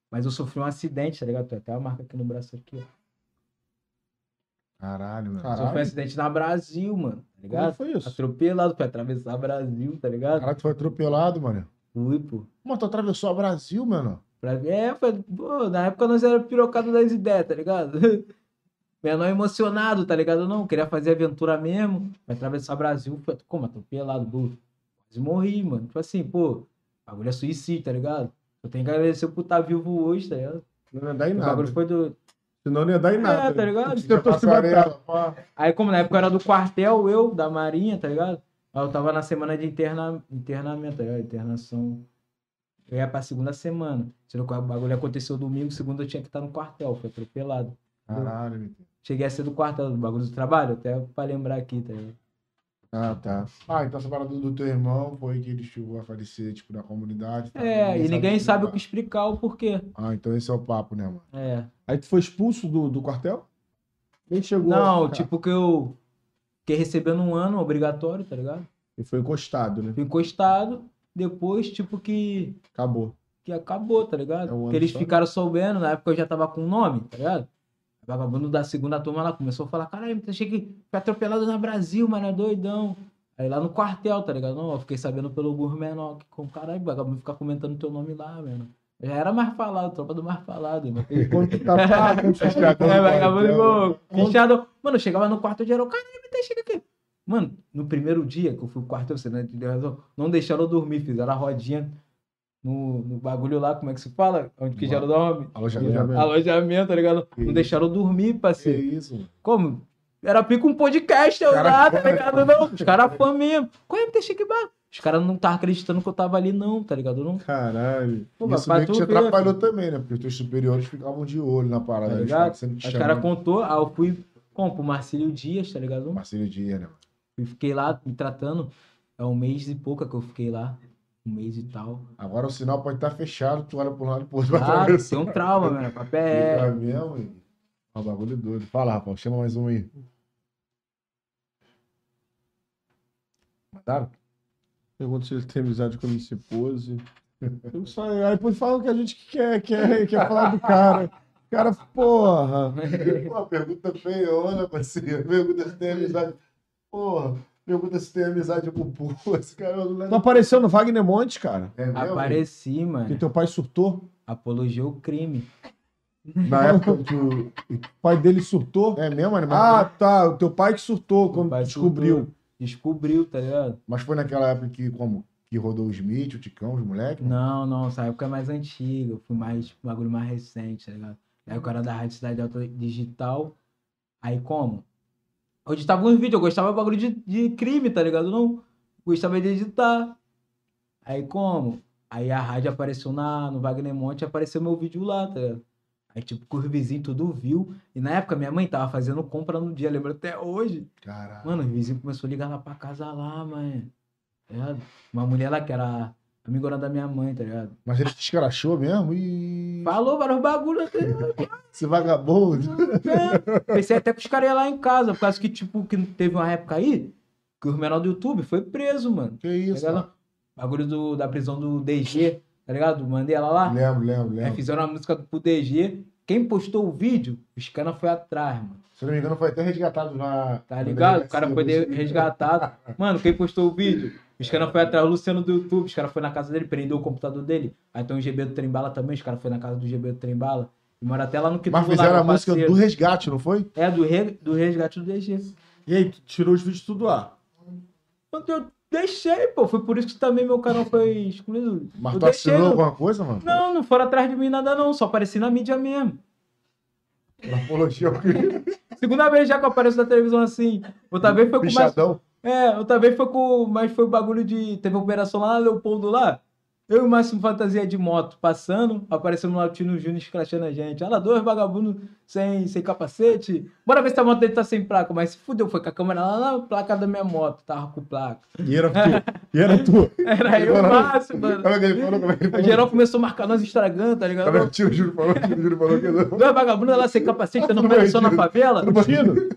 S3: Mas eu sofri um acidente, tá ligado? Tem até uma marca aqui no braço aqui, ó.
S1: Caralho, mano.
S2: Caralho.
S3: Sofri um acidente na Brasil, mano, tá
S2: Como
S3: ligado?
S2: foi isso?
S3: Atropelado, pra atravessar Brasil, tá ligado?
S1: Caralho, tu foi atropelado, mano.
S3: Fui, pô.
S1: Mano, tu atravessou o Brasil, mano.
S3: Pra... É, foi... pô, na época nós era pirocado das ideias, tá ligado? *laughs* Menor emocionado, tá ligado? Não, queria fazer aventura mesmo. Vai atravessar Brasil, pô, como atropelado, burro. Quase morri, mano. Tipo assim, pô, bagulho é suicídio, tá ligado? Eu tenho que agradecer por estar vivo hoje, tá ligado?
S2: Não ia dar em
S3: O
S2: nada.
S3: bagulho foi do.
S2: Senão não ia dar em nada.
S3: É, tá ligado?
S2: Você tentou se matar.
S1: Passarela, pá.
S3: Aí, como na época eu era do quartel, eu, da Marinha, tá ligado? Aí eu tava na semana de interna... internamento, tá ligado? Internação. Eu ia pra segunda semana. Sendo que o bagulho aconteceu domingo, segunda eu tinha que estar no quartel, foi atropelado.
S1: Caralho, meu.
S3: Cheguei a ser do quartel do bagulho do trabalho, até pra lembrar aqui, tá ligado?
S1: Ah, tá. Ah, então essa parada do teu irmão foi que ele chegou a falecer, tipo, na comunidade. tá?
S3: É, e ninguém sabe o que
S1: explicar.
S3: explicar o porquê.
S1: Ah, então esse é o papo, né, mano?
S3: É.
S2: Aí tu foi expulso do, do quartel? Nem chegou.
S3: Não,
S2: a ficar.
S3: tipo que eu fiquei recebendo um ano obrigatório, tá ligado?
S2: E foi encostado, né?
S3: Fui encostado, depois, tipo que,
S2: Acabou.
S3: que acabou,
S2: É
S3: tá
S2: um
S3: ligado?
S2: ano
S3: Porque eles
S2: só, né?
S3: ficaram soubendo, na época eu já tava com nome, tá ligado? O Vagabundo da segunda turma lá começou a falar: caralho, eu achei que foi atropelado na Brasil, mano, é doidão. Aí lá no quartel, tá ligado? Não, eu fiquei sabendo pelo gourmet, não, que com caralho, o vagabundo fica comentando teu nome lá, mano. Já era mais falado, tropa do mais falado, mano.
S2: E quando tu tá
S1: Ah,
S2: pá, quando tu tá-
S1: Fichadão
S3: *laughs* É,
S1: do
S3: vagabundo
S1: quartel.
S3: igual. Fichado. Mano, eu chegava no quarto de era o cara me deixa aqui. Mano, no primeiro dia que eu fui pro quarto, você não entendeu razão, não deixaram eu dormir, fizeram a rodinha no, no bagulho lá, como é que se fala? Onde que geral dorme?
S1: Alô, já,
S2: Alô, já-
S1: já.
S3: Alojamento, tá ligado? Não
S1: Isso.
S3: deixaram eu dormir,
S1: Que
S3: parceiro.
S1: isso, mano.
S3: Como? Era pico um podcast, eu
S1: Cara
S3: lá, tá
S1: fã, né?
S3: ligado? Não, os caras fã mesmo. Qual é, deixa que bar? Os caras não estavam acreditando que eu tava ali, não, tá ligado? Eu Não,
S2: Caralho.
S3: Pô, mas
S1: Isso
S3: pra
S1: meio que
S3: tu
S1: te
S3: ver, assim.
S1: atrapalhou também, né? Porque os teus superiores ficavam de olho na parada.
S3: Tá
S1: eles
S3: ligado?
S1: sempre te
S3: Aí Os caras
S1: chamando.
S3: contou, aí eu fui, como, pro Marcílio Dias, tá ligado?
S1: Marcelo Dias, né, mano?
S3: Eu fiquei lá me tratando. É um mês e pouca que eu fiquei lá. Um mês e tal.
S1: Agora o sinal pode estar fechado, tu olha pro lado e pro outro. vai
S3: Ah,
S1: atravessar.
S3: tem um trauma, mano. Papel
S1: É
S3: é.
S1: mesmo, hein? Ó, o bagulho doido. Fala, rapaz, chama mais um aí. Mandaram?
S2: Pergunta se ele tem amizade com o MC
S1: *laughs*
S2: Pose. Eu só- Aí depois fala o que a gente quer, quer, quer falar do cara. O cara, porra.
S1: Pô, pergunta feiona, parceiro. Pergunta se tem amizade. Porra, pergunta se tem amizade com o Pô. Esse cara não
S2: Tu apareceu no Wagner Monte, cara.
S1: É mesmo, hein?
S3: Apareci,
S2: Porque
S3: mano.
S2: teu pai surtou.
S3: Apologia o crime.
S1: Na época que o.
S2: O pai dele surtou.
S1: É mesmo, mano?
S2: Ah, tá. O teu pai que surtou
S3: Meu
S2: quando
S3: pai
S2: descobriu.
S3: surtou. Descobriu, tá ligado?
S1: Mas foi naquela época que, como? Que rodou o Smith, o Ticão, os moleques?
S3: Não, não. Essa época é mais antiga. Eu fui mais. um Bagulho mais recente, tá ligado? Aí o cara da Rádio Cidade Alta Digital. Aí como? Eu editava uns vídeos. Eu gostava de bagulho de, de crime, tá ligado? Não. Gostava de editar. Aí como? Aí a rádio apareceu na, no Wagner Monte, apareceu meu vídeo lá, tá ligado? Aí, tipo, que os vizinhos tudo viu. E na época, minha mãe tava fazendo compra no dia, lembra até hoje.
S1: Caralho.
S3: Mano, os vizinhos começou a ligar lá pra casa lá, mãe. Tá ligado? Uma mulher lá que era amigona da minha mãe, tá ligado?
S1: Mas ele te escrachou mesmo? E.
S3: Falou vários bagulhos, tá ligado?
S1: Esse vagabundo.
S3: É, Pensei até que os caras iam lá em casa, por causa que, tipo, que teve uma época aí que o menor do YouTube foi preso, mano.
S1: Que
S3: Tá
S1: isso?
S3: ligado?
S1: mano?
S3: Bagulho do, da prisão do DG, tá ligado? Mandei ela lá.
S1: Lembro, lembro,
S3: Aí
S1: lembro.
S3: fizeram uma música pro DG. Quem postou o vídeo, os caras foi atrás, mano.
S1: Se não me engano, foi até resgatado na.
S3: Tá ligado? O cara foi de-
S1: assim. *laughs*
S3: resgatado. Mano, quem postou o vídeo? Os caras foi atrás, o Luciano do YouTube, os caras foi na casa dele, prendeu o computador dele. Aí tem o GB do Trembala também, os caras foi na casa do GB do Trembala. E mora até lá no que
S1: Mas fizeram a música do resgate, não foi?
S3: É, do, re- do resgate do DG.
S2: E aí, tu tirou os vídeos tudo lá.
S3: Quando eu deixei, pô. Foi por isso que também meu canal foi excluído.
S1: Mas
S3: eu
S1: tu
S3: deixei.
S1: assinou
S3: não...
S1: alguma coisa, mano?
S3: não, não foram atrás de mim nada, não. Só apareci na mídia mesmo.
S1: Na apologia
S3: *laughs*
S1: ao crime.
S3: Segunda vez já que eu apareço na televisão assim. Outra vez foi com mais.
S1: Bichadão.
S3: É, outra vez foi com. Mas foi o bagulho de. Teve uma operação lá na Leopoldo lá. Eu e o Máximo Fantasia de moto passando, apareceu no Latino Júnior escrachando a gente. Olha lá, dois vagabundos sem, sem capacete. Bora ver se a moto dele tá sem placa. Mas se fudeu, foi com a câmera lá na placa da minha moto. Tava com placa.
S2: E era tu. E era tu.
S3: Era eu e o Máximo, mano.
S1: Olha o que ele falou, como é que ele
S3: O
S1: falou?
S3: geral começou a marcar nós estragando, tá
S1: Tá vendo?
S3: ligado?
S1: Tira o Júlio falou, tira o Júlio falou que não.
S3: Dois vagabundos lá sem capacete, dando pé só na favela.
S2: Tiro.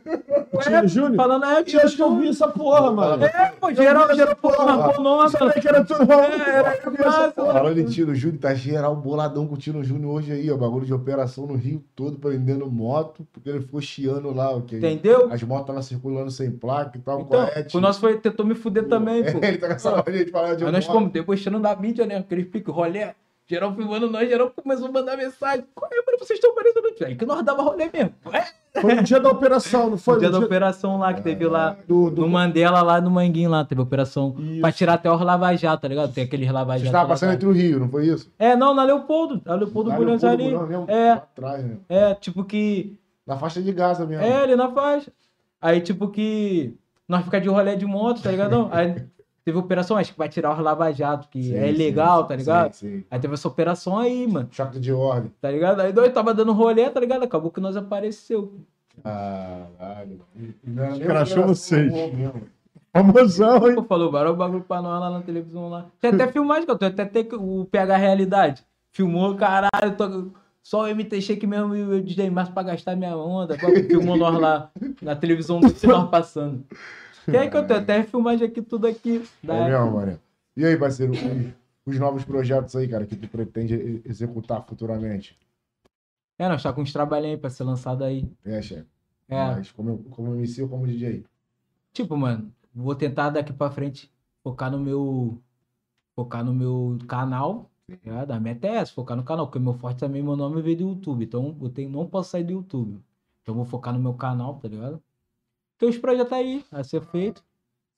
S2: Tiro Júnior.
S3: Falando, é,
S2: Eu acho que eu vi essa porra, mano.
S3: É, pô, geral, geral, pô, marcou o nome.
S2: Será que era Ah, tu? Não,
S3: É, era
S2: eu vi essa
S3: essa, mano.
S1: Falando em Tino Júnior, tá geral boladão com o Tino Júnior hoje aí, ó. Bagulho de operação no Rio todo, prendendo moto, porque ele ficou chiando lá, ok?
S3: Entendeu?
S1: As motos estavam circulando sem placa e tal,
S3: Então,
S1: qual é,
S3: o
S1: Tino?
S3: nosso foi, tentou me fuder também,
S1: *laughs*
S3: pô.
S1: Ele tá com essa mania de falar de
S3: Aí nós
S1: moto.
S3: fomos debochando da mídia, né? Aqueles pique rolé. Geral filmando nós, geral começou a mandar mensagem. Qual é, mano? Vocês estão parecendo. Aí que nós dava rolê mesmo. É,
S2: Foi no dia da operação, não foi?
S3: no dia
S2: No
S3: da operação lá que
S1: É.
S3: teve lá.
S2: do, do...
S3: No Mandela lá, no Manguinho lá, teve operação
S2: Isso.
S3: pra tirar até os Lava Jato, tá ligado? Tem aqueles Lava
S1: Vocês
S3: Jato.
S1: estavam
S3: lá,
S1: passando
S3: tá?
S1: entre o Rio, não foi isso?
S3: É, não, na Leopoldo. Na Leopoldo
S1: Na
S3: Bulhões
S1: Leopoldo
S3: ali.
S1: Bulhões mesmo, lá um
S3: É,
S1: atrás, né?
S3: é, tipo que.
S1: Na faixa de Gaza mesmo.
S3: É, ele na faixa. Aí, tipo que. Nós ficar de rolé de moto,
S1: *laughs*
S3: tá ligado? Aí teve operação, acho que vai tirar os Lava Jato, que
S1: Sim,
S3: é
S1: sim,
S3: ilegal,
S1: sim,
S3: tá ligado?
S1: Sim, sim.
S3: Aí teve essa operação aí, mano.
S1: Choque de ordem.
S3: Tá ligado? Aí nós tava dando rolê, tá ligado? Acabou que nós apareceu.
S1: Caralho.
S2: Crachou vocês.
S1: um Famosão,
S3: Pô, falou, varou o bagulho pra nós lá na televisão lá.
S1: *laughs*
S3: Tem até filmagem, cara. Tem até tem o PH Realidade. Filmou, caralho. tô- Só o MT Shake mesmo e o DJ Márcio pra gastar minha onda. Bagulho, Filmou nós lá na
S1: *laughs*
S3: televisão do que nós passando. E aí que eu tenho até filmagem aqui, tudo aqui. Da
S1: É mesmo, mano. E aí, parceiro, os, os novos projetos aí, cara, que tu pretende e- executar futuramente?
S3: É, nós tá com uns trabalhinhos aí pra ser lançado aí.
S1: É, chefe.
S3: É.
S1: Mas como, como MC ou como DJ?
S3: Tipo, mano, vou tentar daqui pra frente focar no meu. Focar no meu canal. tá ligado? A meta é essa, focar no canal, porque meu forte também, meu nome veio do YouTube. Então eu tenho, não posso sair do YouTube. Então eu vou focar no meu canal, tá ligado? Tem os projetos aí a ser feito.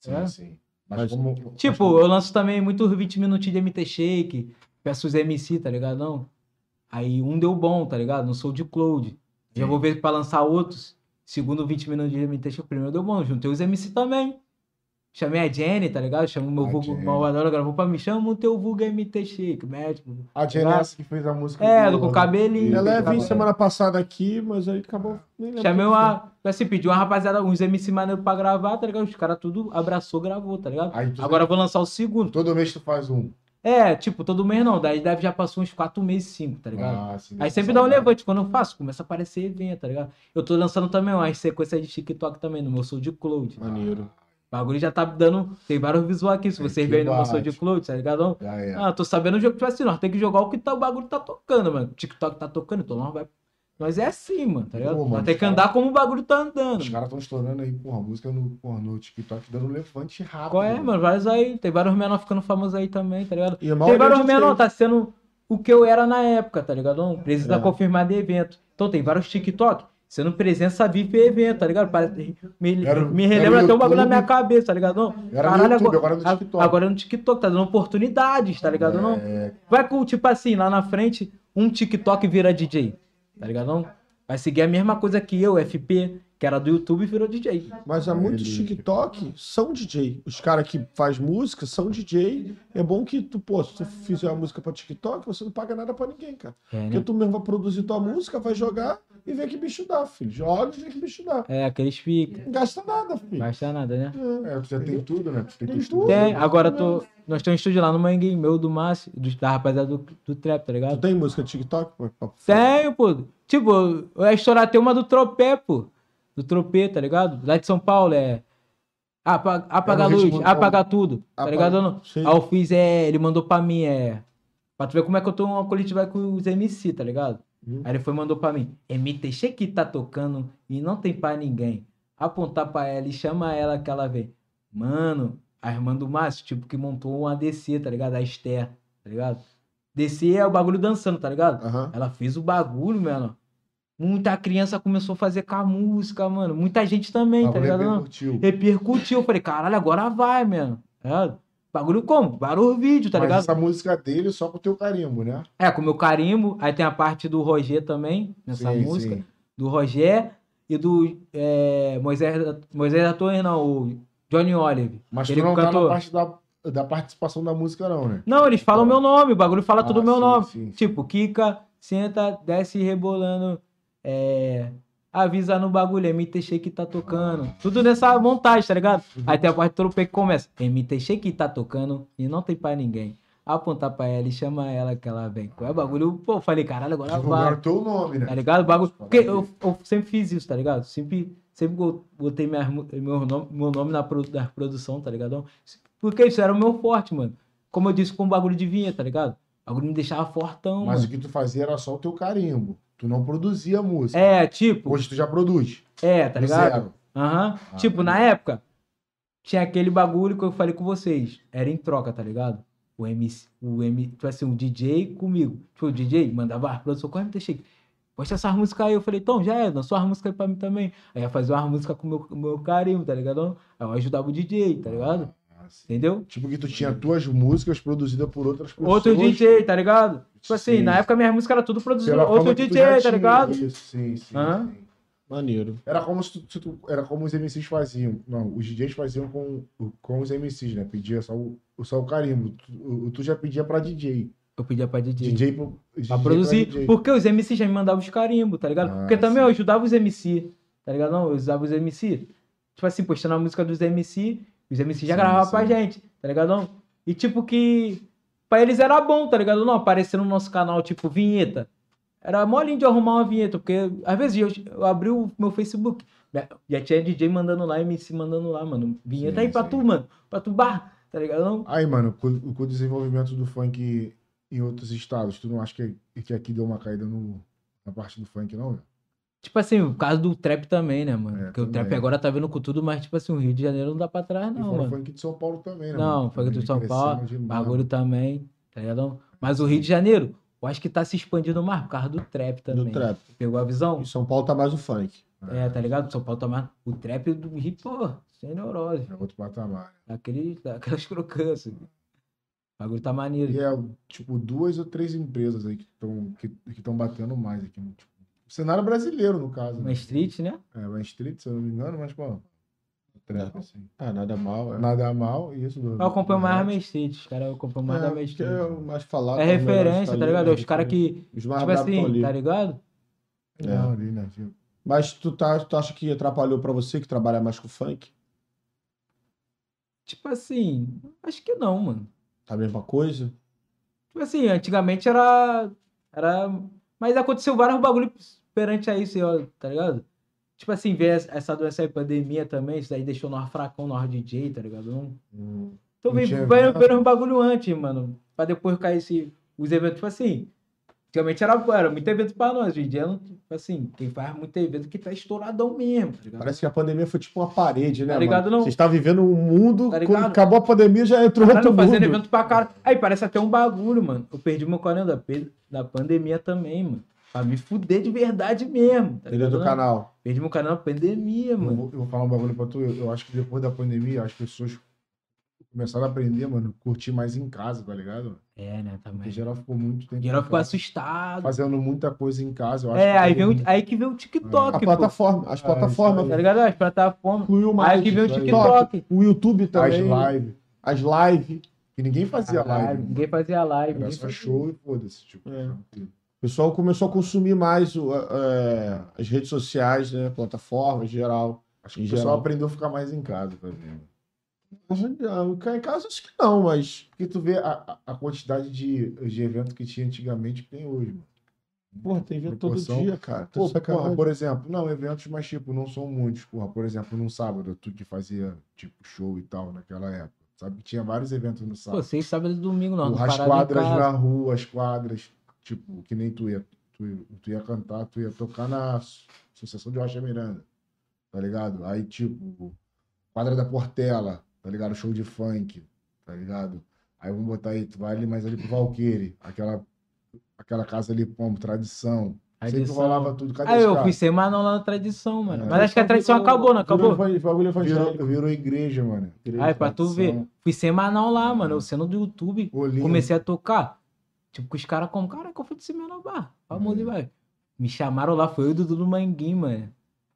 S1: Sim,
S3: É.
S1: sim. Mas,
S3: Mas-
S1: como. mas
S3: Tipo,
S1: como-
S3: eu lanço também muitos 20 minutinhos de MT Shake, peço os MC, tá ligado? Não. Aí um deu bom, tá ligado? Não sou de Cloud. Já
S1: Sim.
S3: vou ver pra lançar outros. Segundo 20 minutos de MT Shake, o primeiro deu bom. Juntei os MC também. Chamei a Jenny, tá ligado? Chamo meu
S1: A
S3: vulgo
S1: Jenny.
S3: malvadora, gravou pra mim. Chama o teu vulgo MT Shake, médico.
S1: A Jenny é essa que fez a música.
S3: É, do com o cabelinho.
S1: Ela
S2: Ela
S1: é
S2: é vim
S1: Agora.
S2: semana passada aqui, mas aí acabou. nem lembro
S3: Chamei
S2: quem foi.
S3: uma. Assim, pediu uma rapaziada, uns MC maneiro pra gravar, tá ligado? Os caras tudo abraçou, gravou, tá ligado?
S1: Aí tu-
S3: Agora eu vou lançar o segundo.
S1: Todo mês tu faz um.
S3: É, tipo, todo mês não. Daí deve já passou uns 4 meses, 5, tá ligado?
S1: Ah, sim,
S3: Aí
S1: tá
S3: sempre dá um
S1: saudável.
S3: levante quando eu faço, começa a aparecer evento, tá ligado? Eu tô lançando também umas sequências de TikTok também no meu Soul de Cloud.
S1: Maneiro.
S3: O bagulho já tá dando. Tem vários visuais aqui, se
S1: É,
S3: vocês
S1: que
S3: verem no meu
S1: bate.
S3: Soul de Cloud, tá ligado?
S1: Já é.
S3: Ah, tô sabendo o jogo que tipo assim, nós tem que jogar o que tá, o bagulho tá tocando, mano. O TikTok tá tocando, então nós vai. Nós é assim, mano, tá ligado?
S1: Pô,
S3: nós
S1: mano,
S3: tem
S1: os
S3: que
S1: cara-
S3: andar como o bagulho tá andando.
S1: Os caras estão estourando aí, porra, a música no, porra, no TikTok dando um levante rápido.
S3: Qual é, mano? Vários aí. Tem vários menor ficando famosos aí também, tá ligado?
S2: E é a maioria
S3: Tem vários
S2: de vocês.
S3: menor, tá sendo o que eu era na época, tá ligado? Não precisa
S2: É.
S3: confirmar de evento. Então tem vários TikTok sendo presença VIP e evento, tá ligado? Pare- Me,
S1: Era-
S3: me
S1: era
S3: relembra
S1: o
S3: até um bagulho na
S1: YouTube.
S3: minha cabeça, tá ligado? Não?
S1: Era no YouTube, agora é no
S3: a-
S1: TikTok. É.
S3: Agora é no TikTok, tá dando oportunidades, tá ligado? Não? Vai com, tipo assim, lá na frente, um TikTok vira DJ, tá ligado? Não? Vai seguir a mesma coisa que eu, FP, que era do YouTube e virou DJ.
S2: Mas há muitos TikTok são DJ. Os caras que faz música são DJ. É bom que tu, pô, se tu fizer uma música pra TikTok, você não paga nada pra ninguém, cara.
S3: É, né?
S2: Porque tu mesmo vai produzir tua música, vai jogar e ver que bicho dá, filho. Joga e vê que bicho dá.
S3: É, aqueles fica.
S2: Não gasta nada, filho.
S3: Gasta nada, né?
S1: É, tu já tem tudo, né? Tu tem,
S2: Tem
S1: tudo.
S2: tudo.
S3: Tem, agora tô. Nós temos um estúdio lá no Mangue, meu, do Márcio, do, da rapaziada do, do Trap, tá
S2: Tu
S3: ligado?
S2: tem música de TikTok? pô? Pô,
S3: Tenho, pô. Tipo, eu ia estourar até uma do Tropé, pô. Do Tropé, tá ligado? Lá de São Paulo, é. Apa, apaga
S1: É
S3: a
S1: no
S3: luz,
S1: ritmo do-
S3: apagar tudo, tá
S2: Apaga-
S3: ligado? Não?
S2: Sim.
S3: Aí eu fiz, é. Ele mandou pra mim, é. Pra tu ver como é que eu tô uma coletiva com os MC, tá ligado? Aí ele foi e mandou pra mim. MTX que tá tocando e não tem pra ninguém. Apontar pra ela e chama ela que ela vem. Mano, a irmã do Márcio, tipo, que montou uma DC, tá ligado? A Esther, tá ligado? DC é o bagulho dançando, tá ligado?
S2: Aham.
S3: Ela fez o bagulho, mano. Muita criança começou a fazer com a música, mano. Muita gente também, tá
S1: é
S3: ligado? Não?
S1: curtiu.
S3: Repercutiu. Eu falei, caralho, agora vai, mano. É, Bagulho como? Barulho vídeo, tá
S1: Mas
S3: ligado?
S1: essa música dele é só com o teu carimbo, né?
S3: É, com o meu carimbo. Aí tem a parte do Roger também, nessa
S1: Sim,
S3: música.
S1: sim.
S3: Do Roger e do é, Moisés, da- Moisés da Torre, não, o Johnny Olive.
S1: Mas
S3: Ele
S1: tu não tá
S3: cantou.
S1: na parte da, da participação da música, não, né?
S3: Não, eles falam meu nome, o bagulho fala
S1: Ah,
S3: tudo meu
S1: sim,
S3: nome.
S1: sim, sim.
S3: Tipo, Kika, senta, desce rebolando. É, avisa no bagulho, MTX que tá tocando. Tudo nessa montagem, tá ligado? Aí tem a parte do tropê que começa. MTX que tá tocando e não tem pra ninguém. Apontar pra ela e chama ela que ela vem. Qual é o bagulho? Pô, eu falei, caralho, agora vai.
S1: Divulgaram teu nome, né?
S3: Tá ligado? O bagulho. Porque eu, eu sempre fiz isso, tá ligado? Sempre, sempre go- botei minhas mu- meu nome, meu nome na, produ- na produção, tá ligado? Porque isso era o meu forte, mano. como eu disse, com o bagulho de vinha, tá ligado? O bagulho me deixava fortão,
S1: Mas o
S3: mano.
S1: que tu fazia era só o teu carimbo. Tu não produzia música.
S3: É, tipo,
S1: Hoje tu já produz.
S3: é, tá
S1: do
S3: ligado?
S1: zero.
S3: Aham.
S1: Ah,
S3: tipo, na época, tinha aquele bagulho que eu falei com vocês. Era em troca, tá ligado? O MC, o M, tipo assim, o DJ comigo. Tipo, o DJ mandava as produções, corre, deixa aí. Posta essas músicas aí. Eu falei, Tom, já é, lançou as músicas aí pra mim também. Aí ia fazer umas músicas com o meu, com o meu carinho, tá ligado? Aí eu ajudava o DJ, tá ligado?
S1: Ah, sim.
S3: Entendeu?
S1: Tipo que tu tinha tuas músicas produzidas por outras pessoas.
S3: Outro DJ, tá ligado? Tipo assim,
S1: Sim.
S3: na época minhas músicas eram tudo produzidas.
S1: Pela
S3: Outro
S1: fama que tu já
S3: DJ, tá
S1: tinha.
S3: ligado?
S1: Isso, sim, sim,
S3: Aham.
S1: sim.
S2: Maneiro.
S1: Era como se tu- se tu- era como os MCs faziam. Não, os DJs faziam com, com os MCs, né? Pedia só o, só o carimbo. Tu, o- tu já pedia pra DJ.
S3: Eu pedia pra DJ.
S1: DJ, pro- DJ
S3: Pra produzir.
S1: DJ.
S3: Porque os MC já me mandavam os carimbos, tá ligado?
S1: Ah,
S3: Porque também
S1: sim.
S3: eu ajudava os MC, tá ligado? Não, eu usava os MC. Tipo assim, postando a música dos MC, os MC já
S1: Sim,
S3: gravavam
S1: sim.
S3: pra gente, tá ligado? Não? E tipo que. Pra eles era bom, tá ligado? Não, aparecer no nosso canal, tipo, vinheta. Era molinho de eu arrumar uma vinheta, porque às vezes eu, eu abri o meu Facebook. né? Já tinha DJ mandando lá, MC mandando lá, mano. Vinheta
S1: Sim,
S3: aí pra
S1: sim.
S3: tu, mano. Pra tu bar, tá ligado? Não?
S1: Aí, mano, com, com o desenvolvimento do funk em outros estados, tu não acha que, que aqui deu uma caída no, na parte do funk, não? velho?
S3: Tipo assim, o caso do trap também, né, mano?
S1: É,
S3: Porque o
S1: também.
S3: trap agora tá vindo com tudo, mas, tipo assim, o Rio de Janeiro não dá pra trás,
S1: e
S3: não,
S1: fora o
S3: mano.
S1: funk de São Paulo também, né?
S3: Não,
S1: mano?
S3: funk de
S1: Também
S3: São Paulo,
S1: cresceram demais.
S3: Bagulho também, tá ligado? Mas o Rio de Janeiro, eu acho que tá se expandindo mais por causa do trap também.
S2: Do trap.
S3: Pegou a visão?
S2: Em São Paulo tá mais o funk.
S3: É, tá ligado? São Paulo tá mais. O trap do Rio, pô, sem neurose. Tá
S1: É outro patamar.
S3: Aquele, aquelas *laughs* crocâncias. O bagulho tá
S1: E
S3: maneiro.
S1: é, tipo, duas ou três empresas aí que estão que, que tão batendo mais aqui. no tipo, o cenário brasileiro, no caso.
S3: Uma
S1: né?
S3: street, né?
S1: É, Main Street, se eu não me engano, mas, pô. Trap, assim.
S2: Ah, nada mal. É.
S1: Nada mal, isso.
S3: Eu acompanho mais a Main Street, os caras acompanham mais
S2: é,
S3: a Main
S2: porque
S3: Street.
S2: é o mais falado.
S3: É
S2: o melhor
S3: referência,
S2: ali,
S3: tá ligado?
S2: né?
S3: É os caras que.
S2: Os mais
S3: Tipo
S2: bravos tão
S3: assim,
S2: ali.
S3: tá ligado?
S1: É.
S2: É.
S1: ali, né? Tipo,
S2: Mas tu, tá, tu acha que atrapalhou pra você que trabalha mais com funk?
S3: Tipo assim, acho que não, mano.
S2: Tá a mesma coisa?
S3: Tipo assim, antigamente era. era... Mas aconteceu vários bagulhos perante a isso, ó, tá ligado? Tipo assim, ver essa- essa doença aí, pandemia também, isso daí deixou nós fracão, nós DJ, tá ligado? Não- Então
S1: Não
S3: vem,
S1: tinha
S3: vai
S1: evento.
S3: ver um bagulho antes, mano. Pra depois cair esse, os eventos, tipo assim. Antigamente era, era muito evento pra nós, hoje em dia, não- tipo assim, quem faz muito evento que tá estouradão mesmo, tá ligado?
S2: Parece que a pandemia foi tipo uma parede, né?
S3: Tá ligado,
S2: mano?
S3: não?
S2: Vocês estão vivendo um mundo,
S3: Tá
S2: quando
S3: ligado?
S2: acabou a pandemia já entrou
S3: Caralho,
S2: outro
S3: fazendo
S2: mundo.
S3: evento pra cara. Aí parece até um bagulho, mano. Eu perdi meu calendário da, pe- da pandemia também, mano. Pra me fuder de verdade mesmo. Tá
S2: Entendeu
S3: ligado,
S2: do
S3: né?
S2: canal.
S3: Perdi meu canal da pandemia,
S1: eu,
S3: mano.
S1: vou, eu vou falar um bagulho pra tu. Eu, eu acho que depois da pandemia, as pessoas começaram a aprender, mano, curtir mais em casa, tá ligado?
S3: É, né,
S1: Porque
S3: também.
S1: geral ficou muito tempo.
S3: O
S1: em
S3: geral ficou
S1: casa,
S3: assustado.
S1: Fazendo muita coisa em casa. Eu acho que
S3: É,
S1: tá
S3: aí, vem
S1: todo
S3: o-
S1: mundo-
S3: aí que vem o TikTok,
S2: A
S3: pô.
S2: plataforma, as
S1: Ah, isso
S2: plataformas
S1: aí.
S3: Tá ligado? As plataformas.
S2: incluiu mais.
S3: Aí é que vem o
S2: isso aí.
S3: TikTok.
S2: O YouTube
S1: As
S2: também.
S1: lives.
S2: As lives.
S1: Que ninguém fazia
S3: Caralho,
S1: live.
S3: Ninguém fazia live.
S1: Era
S3: ninguém
S1: só
S3: fazia-
S1: show e foda-se. Tipo,
S2: É.
S1: tranquilo.
S2: O pessoal começou a consumir mais o, é, as redes sociais, né? Plataformas, geral.
S1: Acho que o
S2: Em
S1: pessoal
S2: geral.
S1: aprendeu a ficar mais em casa, tá vendo?
S2: Cá em casa acho que não, mas.
S1: Porque tu vê a, a- a quantidade de, de evento que tinha antigamente que tem hoje, mano.
S2: Porra, tem evento
S1: Proporção.
S2: todo dia, cara. Tá
S1: Pô,
S2: de sacanagem.
S1: porra, por exemplo, não, eventos, mas tipo, não são muitos. Porra, por exemplo, num sábado, tu que fazia tipo show e tal naquela época. Sabe que tinha vários eventos no
S3: Pô,
S1: sábado.
S3: vocês sabem do domingo, não.
S1: Porra, as
S3: parado em
S1: quadras
S3: casa.
S1: na rua, as quadras, tipo, que nem tu ia, tu, ia- tu ia cantar, tu ia tocar na Associação de Rocha Miranda, tá ligado? Aí, tipo, quadra da Portela, tá ligado? Show de funk, tá ligado? Aí vamos botar aí, tu vai ali mais ali pro Valqueire, aquela, aquela casa ali, pombo, tradição.
S3: Aí
S1: Sempre
S3: de São-
S1: rolava tudo. Cadê
S3: Aí
S1: os
S3: eu
S1: caras?
S3: fui semanal lá na tradição, mano.
S1: É.
S3: Mas acho que a tradição acabou, não acabou?
S2: Virou,
S1: Virou,
S2: bagulho evangélico.
S1: virou igreja, mano.
S3: Aí, pra tu ver, fui semanal lá, mano.
S1: Uhum.
S3: Eu sendo do YouTube,
S1: Olhinho.
S3: comecei a tocar. Tipo, que os caras como, caraca, eu fui de semanal bar. Pelo amor de
S1: Uhum.
S3: Deus. Me chamaram lá, foi eu e o Dudu do Manguinho, mano.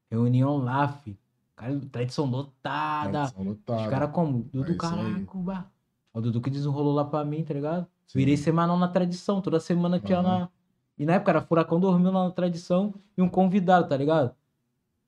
S3: Reunião lá, fi. Cara, tradição lotada.
S1: Tradição lotada.
S3: Ah, Os caras como, Dudu,
S1: É isso aí.
S3: caraca, bar. O Dudu que desenrolou lá pra mim, tá ligado?
S1: Sim.
S3: Virei semanal na tradição, toda semana tinha
S1: Aham.
S3: na. E na época era Furacão dormiu lá na tradição e um convidado, tá ligado?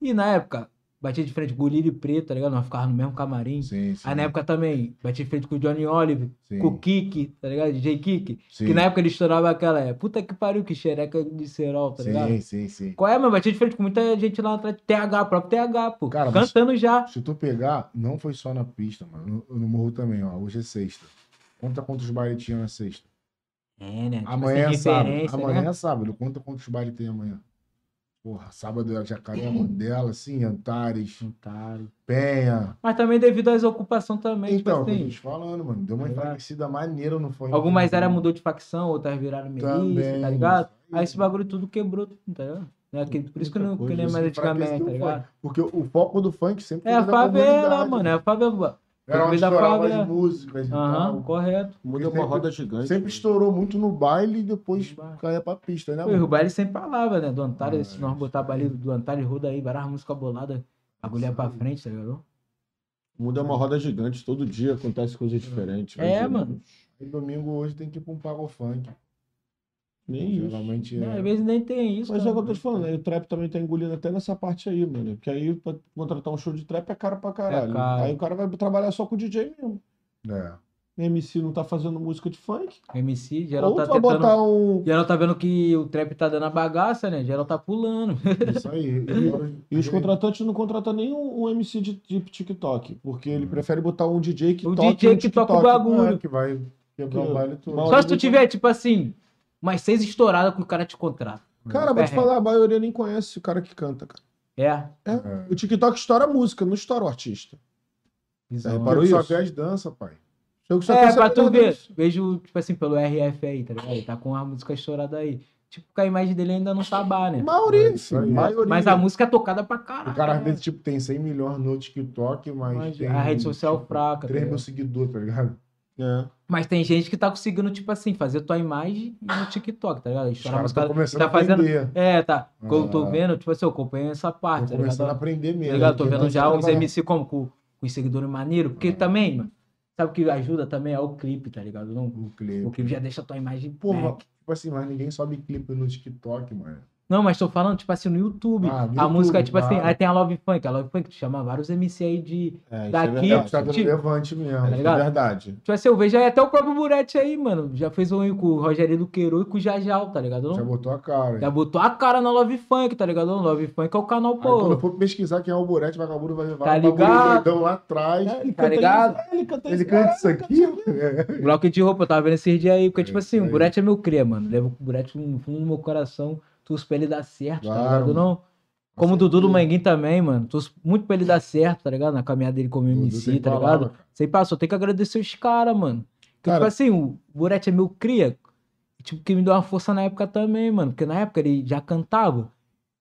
S3: E na época, batia de frente com o Lírio Preto, tá ligado? Nós ficávamos no mesmo camarim.
S1: Sim, sim.
S3: Aí né? na época também, bati de frente com o Johnny Olive,
S1: sim,
S3: com o Kiki, tá ligado? DJ Kiki.
S1: sim,
S3: Que na época ele estourava aquela, é, puta que pariu, que xereca de cerol, tá ligado?
S1: Sim, sim, sim.
S3: Qual é, meu? Bati de frente com muita gente lá atrás, TH, próprio TH, pô.
S1: Cara, mas-
S3: cantando já.
S1: Se tu pegar, não foi só na pista, mano. No, no morro também, ó. Hoje é sexta. conta quantos bailes tinha na sexta.
S3: É, né? Tipo,
S1: Amanhã é
S3: sem
S1: sábado.
S3: referência,
S1: Amanhã
S3: né?
S1: é sábado. Conta quantos bailes tem amanhã. Porra, sábado era Jacaré, Mandela, sim, Antares,
S3: Otário.
S1: Penha.
S3: Mas também devido às ocupações também,
S1: Então,
S3: tipo
S1: o que eu tô
S3: assim.
S1: te falando, mano. Deu uma
S3: Tá ligado?
S1: enfraquecida maneira no né, fone.
S3: Algumas áreas mudou de facção, outras viraram milícia, tá ligado? Aí esse bagulho tudo quebrou, tá ligado? Né, que- por isso que eu não que
S1: Muita
S3: nem mais
S1: coisa, assim, isso
S3: antigamente, tá
S1: enfraqueceu o
S3: ligado?
S1: funk, Porque o foco do funk sempre
S3: É a
S1: da
S3: favela,
S1: comunidade,
S3: mano, é
S1: né?
S3: a favela.
S1: Era onde
S3: Talvez a
S1: estourava
S3: favela-
S1: as músicas e
S3: Aham,
S1: tal.
S3: correto.
S1: Muda
S5: Muda
S1: uma
S5: uma
S1: roda
S5: roda gigante.
S1: Sempre estourou muito no baile e depois
S3: No baile.
S1: caía pra pista, né,
S5: Tá
S3: Foi o
S1: mano?
S3: baile sem palavra, né? Do Antário,
S1: Ah,
S5: é
S3: se nós botar baile do Antário, roda aí, várias músicas boladas, agulha pra frente, tá ligado?
S5: Muda uma roda gigante. Todo dia acontece coisa diferente.
S3: É, mano.
S1: E domingo hoje tem que ir pra um pago funk.
S5: Nem isso.
S1: Geralmente
S3: Não,
S1: é.
S3: Né, às vezes nem tem isso. né?
S5: Mas é
S3: cara.
S5: o que eu tô te falando, aí o trap também tá engolindo até nessa parte aí, mano. Porque aí pra contratar um show de trap é caro pra caralho.
S3: caro.
S5: Aí o cara vai trabalhar só com o DJ mesmo.
S1: É.
S5: O MC não tá fazendo música de funk.
S3: MC, geral
S5: ou
S3: tá
S5: tu
S3: tentando.
S5: vai botar um.
S3: Geral tá vendo que o trap tá dando a bagaça, né? Geral tá pulando.
S1: Isso aí.
S3: *laughs*
S1: E, fora-
S5: E os contratantes não contratam nem um, um MC de, de TikTok, porque ele
S1: Hum.
S5: prefere botar um DJ que
S3: Um
S5: toque
S3: DJ
S5: no
S3: que toca o
S5: TikTok.
S3: bagulho.
S1: É, que vai quebrar
S5: Que-
S1: o baile todo.
S5: Só
S3: Só se tu tiver, tipo assim, umas seis estouradas que o cara te contrata.
S5: Cara, vou te
S3: Ferré.
S5: falar, a maioria nem conhece o cara que canta, cara.
S3: É,
S1: É.
S5: O TikTok estoura a música, não estoura o artista.
S3: bizarro.
S5: reparou
S1: Só
S5: isso?
S1: vê as danças, pai.
S5: Eu É, só quero
S3: É, pra
S5: saber
S3: tu ver.
S5: disso.
S3: Vejo, tipo assim, pelo RF aí, tá ligado? Ele tá com a música estourada aí. Tipo, que a imagem dele ainda não tá bar, né?
S5: Maioria,
S1: Isso
S5: filho,
S1: aí.
S5: maioria.
S3: Mas a música é tocada pra
S1: O
S3: caralho. né?
S1: cara, às vezes, tipo, tem 100 milhões no TikTok, mas.
S3: Mas
S1: tem,
S3: a rede social fraca. tá
S1: 3 mil
S3: ligado?
S1: seguidores, tá ligado?
S5: É.
S3: Mas tem gente que tá conseguindo, tipo assim, fazer tua imagem no TikTok, tá ligado?
S1: Os
S3: Estourar a
S1: caras
S3: música.
S1: estão começando
S3: tá
S1: a
S3: fazendo-
S1: aprender.
S3: É, tá. Como eu tô
S1: Ah.
S3: vendo, tipo assim, eu acompanho essa parte, tá
S1: Estão começando a
S3: ligado?
S1: aprender mesmo.
S3: Tá ligado? Tô
S1: Porque
S3: vendo
S1: nós
S3: já uns
S1: trabalhamos-
S3: MC como com, com os seguidores maneiro, porque
S1: Ah.
S3: também, mano, sabe o que ajuda também é o clipe, tá ligado? Não,
S1: O um clipe.
S3: o clipe já deixa a tua imagem
S1: Porra,
S3: porra.
S1: tipo assim, mas ninguém sobe clipe no TikTok, mano.
S3: Não, mas tô falando, tipo assim, no YouTube.
S1: Ah, no
S3: a
S1: YouTube,
S3: música, tipo assim,
S1: claro.
S3: aí tem a Love Funk. A Love Funk chama vários MC aí de.
S5: É, isso
S3: Daqui-
S5: é
S1: É,
S5: verdade.
S1: os caras
S3: Tipo-
S1: estão levante mesmo.
S3: Tá ligado?
S5: É verdade.
S3: Tipo assim, eu vejo aí até o próprio Burete aí, mano. Já fez um com o Rogério do Queiroz e com o Jajal, tá ligado?
S1: Já
S3: Não?
S1: botou a cara.
S3: Já botou a cara na Love Funk, tá ligado? Não, Love Funk é o canal,
S1: Aí, quando
S3: pô.
S1: eu for pesquisar quem é o Borete, vagabundo vai levar
S3: Tá
S1: um bagulho
S3: ligado?
S1: doidão lá atrás.
S5: É, ele
S3: Tá
S5: canta
S3: ligado? Tá
S5: isso, é, Ele canta
S1: Ele
S5: isso,
S1: canta
S5: caralho.
S1: isso aqui?
S3: Um Bloco de roupa, eu tava vendo esses dias aí, porque, tipo assim, o
S1: aí.
S3: Burete é meu cria, mano. Levo o Burete no fundo do meu coração, torço pra ele dar certo, tá
S1: Claro,
S3: ligado? Não. Como o Dudu do Manguinho também, mano. Torço muito pra ele dar certo, tá ligado? Na caminhada dele como
S1: Dudu
S3: MC,
S1: sem
S3: tá
S1: palavra,
S3: ligado?
S1: cara.
S3: Sem passou, tem que agradecer os caras, mano. Porque,
S5: Cara-
S3: tipo assim, o Burete é meu cria, tipo, que me deu uma força na época também, mano. Porque na época ele já cantava.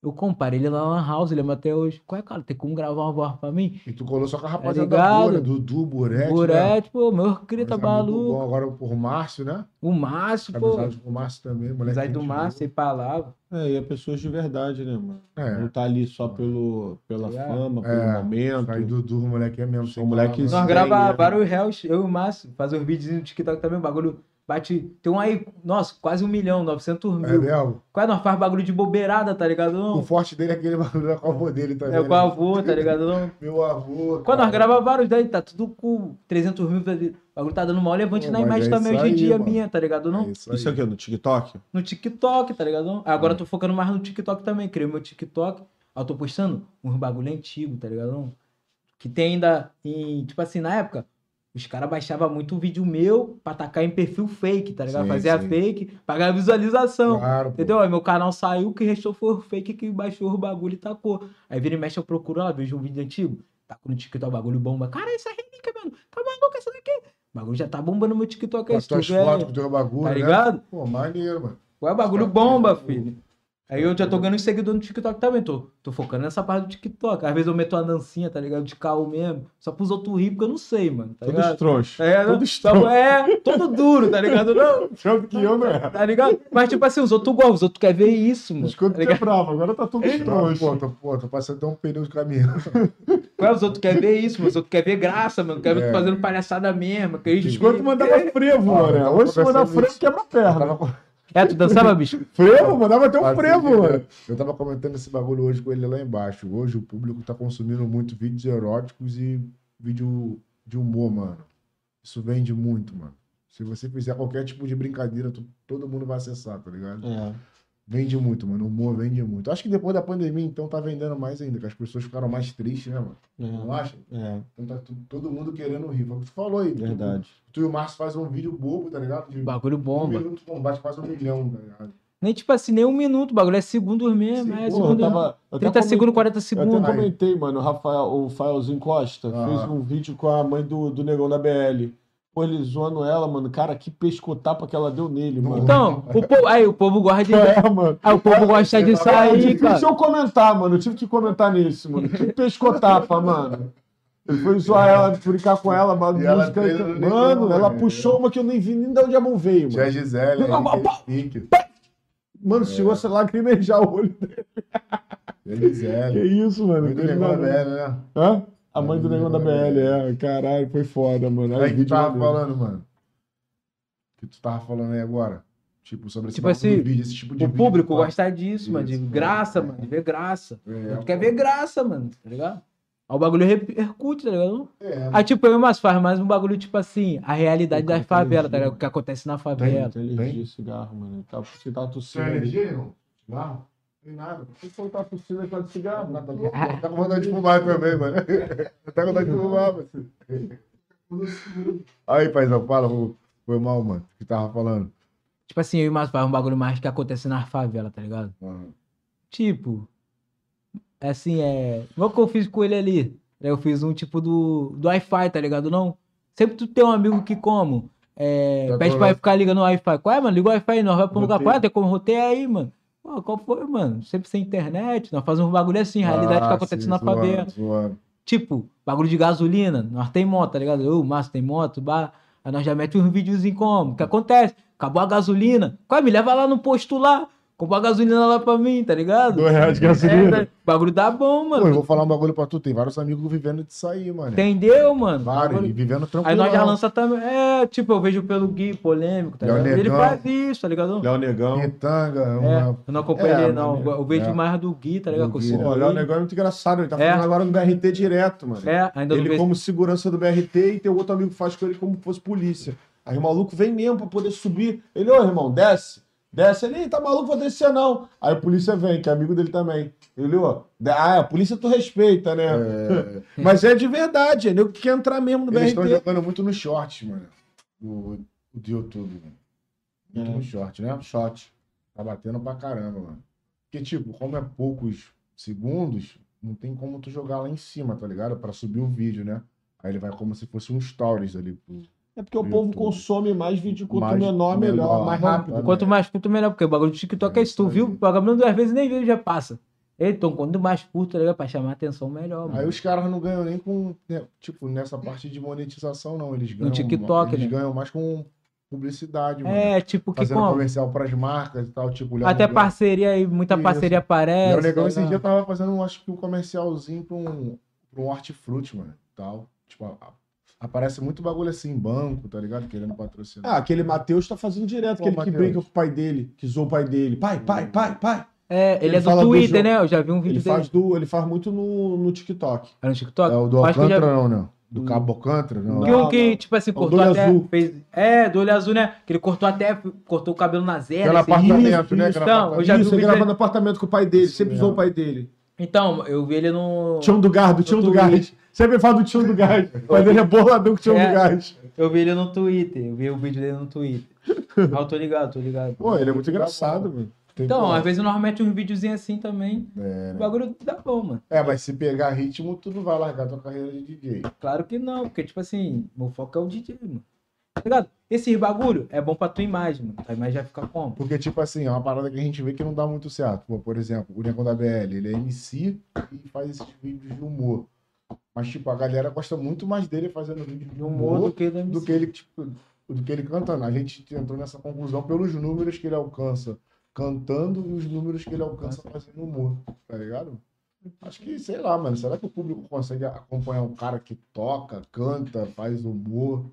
S3: Eu comparei ele lá na Lan House, lembro até hoje. Qual é, cara? Tem como gravar uma voz pra mim?
S1: E tu colou só com a rapaziada
S3: Tá ligado?
S1: da Bora, Dudu, Borete. né?
S3: Burete, pô, é, meu cria tá
S1: Mas amigo bom.
S3: maluco.
S1: Agora por Márcio, né?
S3: O Márcio, pô.
S1: Amizade com o Márcio também, moleque.
S3: Amizade do
S1: gente
S3: Márcio, sem palavra.
S5: É, e é pessoas de verdade, né, mano?
S1: boa.
S5: Não
S1: É.
S5: tá ali só pelo, pela
S3: É.
S5: fama, pelo
S1: É.
S5: momento.
S1: Sai Dudu, o moleque é mesmo.
S5: Sou
S1: sem
S5: moleque
S1: palavra.
S3: Nós
S5: Sim,
S3: grava
S5: é.
S3: vários réus, eu e o Márcio, fazer os vídeos no TikTok também, o bagulho bate. Tem um aí, nossa, quase um milhão, 900
S1: É
S3: mil.
S1: mesmo?
S3: Quase nós faz bagulho de bobeirada, tá ligado?
S1: O
S3: Não?
S1: forte dele é aquele bagulho da avô dele também.
S3: É
S1: né?
S3: com a avô, tá ligado?
S1: *laughs*
S3: Não?
S1: Meu avô.
S3: Quando nós
S1: cara.
S3: grava vários daí, tá tudo com 300 mil. O bagulho tá dando maior levante
S1: Pô,
S3: na
S1: mas
S3: imagem
S1: é
S3: também
S1: isso
S3: hoje em
S1: aí,
S3: dia,
S1: mano.
S3: minha, tá ligado? Não?
S1: É isso aí.
S5: Isso aqui, no TikTok?
S3: No TikTok, tá ligado? Não? Agora
S1: Hum.
S3: eu tô focando mais no TikTok também, criei meu TikTok. Aí eu tô postando uns bagulho antigo, tá ligado? Não? Que tem ainda em. Tipo assim, na época, os caras baixavam muito vídeo meu pra tacar em perfil fake, tá ligado?
S1: Sim,
S3: Fazia
S1: sim.
S3: fake, pagar visualização.
S1: Claro, pô.
S3: então, Entendeu? Aí meu canal saiu, o que restou foi o fake que baixou o bagulho e tacou. Aí vira e mexe, eu procuro lá, vejo um vídeo antigo. Tá no TikTok, bagulho bomba. Cara, essa relíquia, mano. Tá maluco essa daqui? O bagulho já tá bombando no meu TikTok
S1: Com
S3: aí,
S1: as
S3: se tu
S1: tuas
S3: vê.
S1: fotos, com o teu bagulho,
S3: Tá
S1: né?
S3: ligado?
S1: Pô, maneiro, mano.
S3: Ué, é o bagulho
S1: Tá
S3: bomba,
S1: preso.
S3: filho. Aí eu já tô ganhando seguidor no TikTok também, tô, tô focando nessa parte do TikTok. Às vezes eu meto uma dancinha, tá ligado? De carro mesmo, só pros outros rir, porque eu não sei, mano, tá
S5: Todos
S3: ligado?
S5: trouxas.
S3: É, não-
S5: todos
S3: tá bom,
S5: trouxas.
S3: é, todo duro, tá ligado? Não,
S5: é
S1: Tanto que eu, né?
S3: tá ligado? Mas tipo assim, os outros gostam, os outros querem ver isso, mano.
S5: Mas quando
S3: Tá ligado?
S5: quebrava, agora tá todos
S1: Não,
S5: trouxas.
S1: pô, tô, pô, tô passando até um período de caminhão.
S3: Ué, é, os outros querem ver isso, mano. Os outros querem ver graça, mano. Quer ver
S1: É.
S3: tu fazendo palhaçada mesmo. Quer eles
S5: Enquanto mandava Tá frevo,
S3: Tá,
S1: Ah,
S5: mano.
S1: eu tava
S5: Hoje se mandar
S1: conversando
S5: frevo,
S1: isso.
S5: quebra a
S1: Eu
S5: perna.
S1: tava com-
S3: É, tu dançava, bicho?
S5: Frevo, mandava até um
S1: Quase
S5: frevo,
S1: que-
S5: mano.
S1: Eu tava comentando esse bagulho hoje com ele lá embaixo. Hoje o público tá consumindo muito vídeos eróticos e vídeo de humor, mano. Isso vende muito, mano. Se você fizer qualquer tipo de brincadeira, tu- todo mundo vai acessar, tá ligado? Vende muito, mano. O humor vende muito. Acho que depois da pandemia, então, tá vendendo mais ainda, que as pessoas ficaram mais tristes, né, mano? Não acha?
S2: É,
S1: Então tá tu- todo mundo querendo rir. Foi o que tu falou aí.
S2: é verdade.
S1: Tu, tu e o Márcio fazem um vídeo bobo, tá ligado? De
S3: Bagulho
S1: um
S3: bomba.
S1: minuto combate quase um milhão, tá ligado?
S3: Nem tipo assim, nem um minuto, o bagulho é segundos mesmo.
S1: Sim,
S3: é
S2: Pô, eu
S3: segundos.
S2: tava, eu até
S3: 30 segundos, 40
S2: Eu
S3: segundos.
S2: até comentei, mano, o Rafael, o Faelzinho Costa
S1: Ah.
S2: fez um vídeo com a mãe do, do Negão da BL. Pô, ele zoando ela, mano. Cara, que pescotapa que ela deu nele, mano.
S3: Então, o povo, aí o povo gosta de.
S2: *laughs* É, mano.
S3: Aí o povo gosta disso
S2: Cara, é
S3: aí,
S2: difícil
S3: cara.
S2: eu comentar, mano. Eu tive que comentar nisso, mano. Que pescotapa, *laughs* mano. Ele foi zoar ela, brincar com ela, mano.
S1: E ela
S2: música-
S1: treina no
S2: mano,
S1: Negão,
S2: ela
S1: né?
S2: puxou uma que eu nem vi nem de onde a mão veio,
S1: Tia
S2: mano.
S1: é Gisele,
S2: Não,
S1: aí,
S2: mas-
S1: Henrique,
S2: Mano, chegou
S1: é.
S2: a se lacrimejar o olho.
S1: Tia
S2: Que
S1: Gisele.
S2: isso, mano.
S1: É. Muito legal, velho, né?
S2: Hã? A mãe do Negão da BL, é. Caralho, foi foda, mano.
S1: Aí que tu
S2: vídeo
S1: tava
S2: maneiro.
S1: falando, mano. Que tu tava falando aí agora. Tipo, sobre esse
S3: Tipo
S1: bagulho
S3: assim,
S1: do vídeo, esse tipo de
S3: O
S1: vídeo,
S3: público
S1: pá.
S3: gosta disso, mano. De
S1: Isso,
S3: graça,
S1: é.
S3: mano. De ver graça.
S1: É,
S3: Tu quer ver graça, mano, tá ligado? Aí o bagulho repercute, tá ligado?
S1: É,
S3: Aí, tipo, eu e o Márcio faz mais um bagulho, tipo assim, a realidade
S2: O cara
S3: das
S2: tá
S3: favelas,
S2: energia,
S3: tá ligado?
S2: mano.
S3: O que acontece na
S2: Tem,
S3: favela.
S2: tem alergia, cigarro, mano. Tá, você tá tossindo.
S1: Tem
S2: ali.
S1: energia, irmão? Cigarro?
S6: Tem nada.
S2: Por que você tá tossindo aí de cigarro?
S1: Nada *laughs* louco. Tá com vontade de fumar também, mano. *laughs* Tá com vontade de fumar, mano. Aí, paizão, fala. foi- Foi mal, mano. O que tava falando?
S3: Tipo assim, eu e o Márcio faz um bagulho mais que acontece na favela, tá ligado? Tipo, assim, é. Igual que eu fiz com ele ali. né? Eu fiz um tipo do, do Wi-Fi, tá ligado? Não. Sempre tu tem um amigo que como. É,
S1: Tá
S3: pede
S1: bom,
S3: pra
S1: né?
S3: ele ficar ligando no Wi-Fi. Qual é, mano? Liga o Wi-Fi aí, nós vai pra um lugar.
S1: Roteiro.
S3: Qual é? Tem como rotear aí, mano? Pô, qual foi, mano? Sempre sem internet. Nós fazemos um bagulho assim, realidade
S1: Ah,
S3: que acontece
S1: sim,
S3: na
S1: zoando,
S3: favela.
S1: zoando.
S3: Tipo, bagulho de gasolina, nós tem moto, tá ligado? Eu, o Márcio tem moto, bah. Aí nós já mete uns videozinhos como, o que acontece? Acabou a gasolina, qual é? me leva lá no posto lá, compra a gasolina lá pra mim, tá ligado?
S2: Dois reais de
S3: É,
S2: gasolina.
S3: tá- bagulho dá bom,
S1: Pô, eu
S3: mano.
S1: vou falar um bagulho pra tu. Tem vários amigos vivendo disso aí, mano.
S3: Entendeu, mano?
S1: Vários,
S3: Bagulho-
S1: vivendo tranquilo.
S3: Aí nós já lança também. É, tipo, eu vejo pelo Gui, polêmico, tá
S1: Léo
S3: ligado? Ele
S1: Negão.
S3: faz isso, tá ligado?
S2: Léo Negão.
S1: Retanga,
S3: É, *laughs*
S1: uma...
S3: eu não acompanho
S1: É,
S3: ele, não.
S1: maneiro.
S3: Eu vejo
S1: É.
S3: mais do Gui, tá ligado?
S1: Do
S3: Que eu
S1: Gui, né?
S3: sigo
S2: Pô, o
S3: ele.
S2: Léo Negão é muito engraçado. Ele tá
S3: É.
S2: falando agora do BRT direto, mano.
S3: É, ainda não
S2: Ele
S3: vejo.
S2: como segurança do BRT e tem outro amigo que faz com ele como fosse polícia. Aí o maluco vem mesmo pra poder subir. Ele, ô irmão, desce. Desce ele, "Ih, tá maluco, vou descer não. Aí a polícia vem, que é amigo dele também. Ele, ó, de- ah, a polícia tu respeita, né? Mas é de verdade, é nego que quer entrar mesmo no
S1: Eles estão
S2: BRT.
S1: jogando muito no short, mano. O, o do YouTube, mano. Muito
S2: É.
S1: no short, né? Short. Tá batendo pra caramba, mano. Porque, tipo, como é poucos segundos, não tem como tu jogar lá em cima, tá ligado? Pra subir o vídeo, né? Aí ele vai como se fosse um stories ali. pro-
S2: É porque o
S1: no
S2: povo
S1: YouTube.
S2: consome mais vídeo quanto
S1: Mais-
S2: menor, melhor,
S1: menor.
S2: mais rápido.
S3: Quanto mais curto, melhor, porque o bagulho do TikTok
S1: É
S3: é isso. Tu
S1: isso
S3: viu?
S1: aí.
S3: O programa duas vezes nem veio já passa. Então, quanto mais curto, tá ligado? Pra chamar atenção, melhor, mano.
S1: Aí os caras não ganham nem com, né, tipo, nessa parte de monetização, não. Eles ganham,
S3: TikTok,
S1: eles
S3: né?
S1: ganham mais com publicidade, mano.
S3: É, tipo, que
S1: Fazendo
S3: como?
S1: comercial pras marcas e tal, tipo... o Léo
S3: Até
S1: Negão-
S3: parceria aí, muita
S1: Isso.
S3: parceria aparece.
S1: Léo Negão
S3: tá
S1: é um esse
S3: ligado?
S1: dia tava fazendo, acho que um comercialzinho pra um, pra um hortifruti, mano, tal. Tipo, a- a- aparece muito bagulho assim em banco, tá ligado? Querendo patrocinar.
S2: Ah, aquele Matheus tá fazendo direto,
S1: Pô,
S2: aquele que
S1: Matheus.
S2: brinca com o pai dele, que zoou o pai dele. Pai, pai, pai, pai.
S3: É, ele,
S2: Ele
S3: é do
S2: fala do
S3: Twitter,
S2: jogo.
S3: né? Eu já vi um vídeo
S2: Ele
S3: dele.
S2: faz, do, ele faz muito no, no TikTok.
S3: Era no TikTok?
S1: é o do
S3: Acho que Ah, eu já
S1: Alcântara,
S3: vi.
S1: não, não. Do Cabo Alcântara, não.
S3: Que um que,
S2: não.
S3: tipo assim,
S2: o do
S3: cortou
S2: olho
S3: até.
S2: azul.
S3: Fez... É, do olho azul, né? Que ele cortou até, cortou o cabelo na zero.
S1: Pelo
S3: assim.
S1: apartamento, né?
S3: Isso,
S1: Pelo
S3: Então, eu já vi
S2: Isso,
S3: o
S2: ele
S3: vídeo
S2: gravando
S3: dele.
S2: apartamento com o pai dele, sempre
S1: mesmo.
S2: usou o pai dele.
S3: Então, eu vi ele no.
S2: Tião do Gás, do Tião do
S1: *laughs*
S3: Twitter.
S2: Gás. Sempre fala do Tião do
S3: *laughs*
S2: Gás. O pai dele é boladão com o Tião
S3: É.
S2: do Gás.
S3: Eu vi ele no Twitter. Eu vi o vídeo dele no Twitter. Ah, eu tô ligado, tô ligado.
S2: Pô, ele é muito engraçado, mano.
S1: Tem-
S3: Tá Então, às vezes nós metemos uns videozinhos assim também.
S1: É,
S3: O
S1: né?
S3: bagulho dá bom, mano.
S1: É, mas se pegar ritmo, tu não vai largar tua carreira de DJ.
S3: Claro que não, porque, tipo assim, meu foco é o DJ, mano. Tá ligado? Esses bagulho é bom pra tua imagem, mano. Tua imagem vai ficar como?
S1: Porque, tipo assim, é uma parada que a gente vê que não dá muito certo. Pô, por exemplo, o Negão da BL, ele é MC e faz esses vídeos de humor. Mas, tipo, a galera gosta muito mais dele fazendo vídeo
S3: De humor do que da
S1: do que ele, tipo, do que ele cantando. A gente entrou nessa conclusão pelos números que ele alcança cantando e os números que ele alcança fazendo humor, tá ligado? Acho que, sei lá, mano, será que o público consegue acompanhar um cara que toca, canta, faz humor?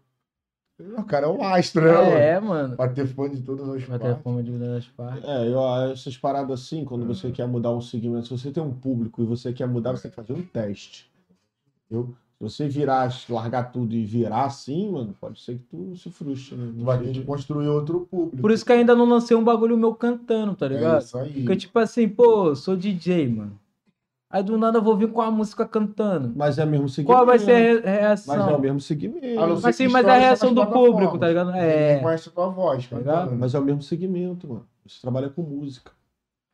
S1: Sei lá, O cara é um astro, né, mano?
S3: É, mano.
S1: Pra ter fã de todas as
S3: Vai ter a
S1: partes.
S3: forma de mudar as partes.
S2: É, eu, essas paradas assim, quando você quer mudar um segmento, se você tem um público e você quer mudar, você tem que fazer um teste. Entendeu? você virar, largar tudo e virar assim, mano, pode ser que tu se frustre, né?
S1: Tu vai ter que construir outro público.
S3: Por isso que ainda não lancei um bagulho meu cantando, tá
S1: é
S3: ligado?
S1: isso aí.
S3: Porque, tipo assim, pô, sou DJ, mano. Aí do nada eu vou vir com a música cantando.
S2: Mas é o mesmo segmento.
S3: Qual vai ser a re- reação?
S2: Mas é o mesmo segmento.
S1: A tá não ser
S3: Mas sim,
S1: que
S3: mas é a
S1: estoure
S3: reação
S1: nas
S3: do
S1: plataformas.
S3: público, tá ligado?
S1: Ninguém
S3: É.
S1: conhece a tua voz,
S3: Tá
S1: cantando.
S2: Mas é o mesmo segmento, mano. Você trabalha com música.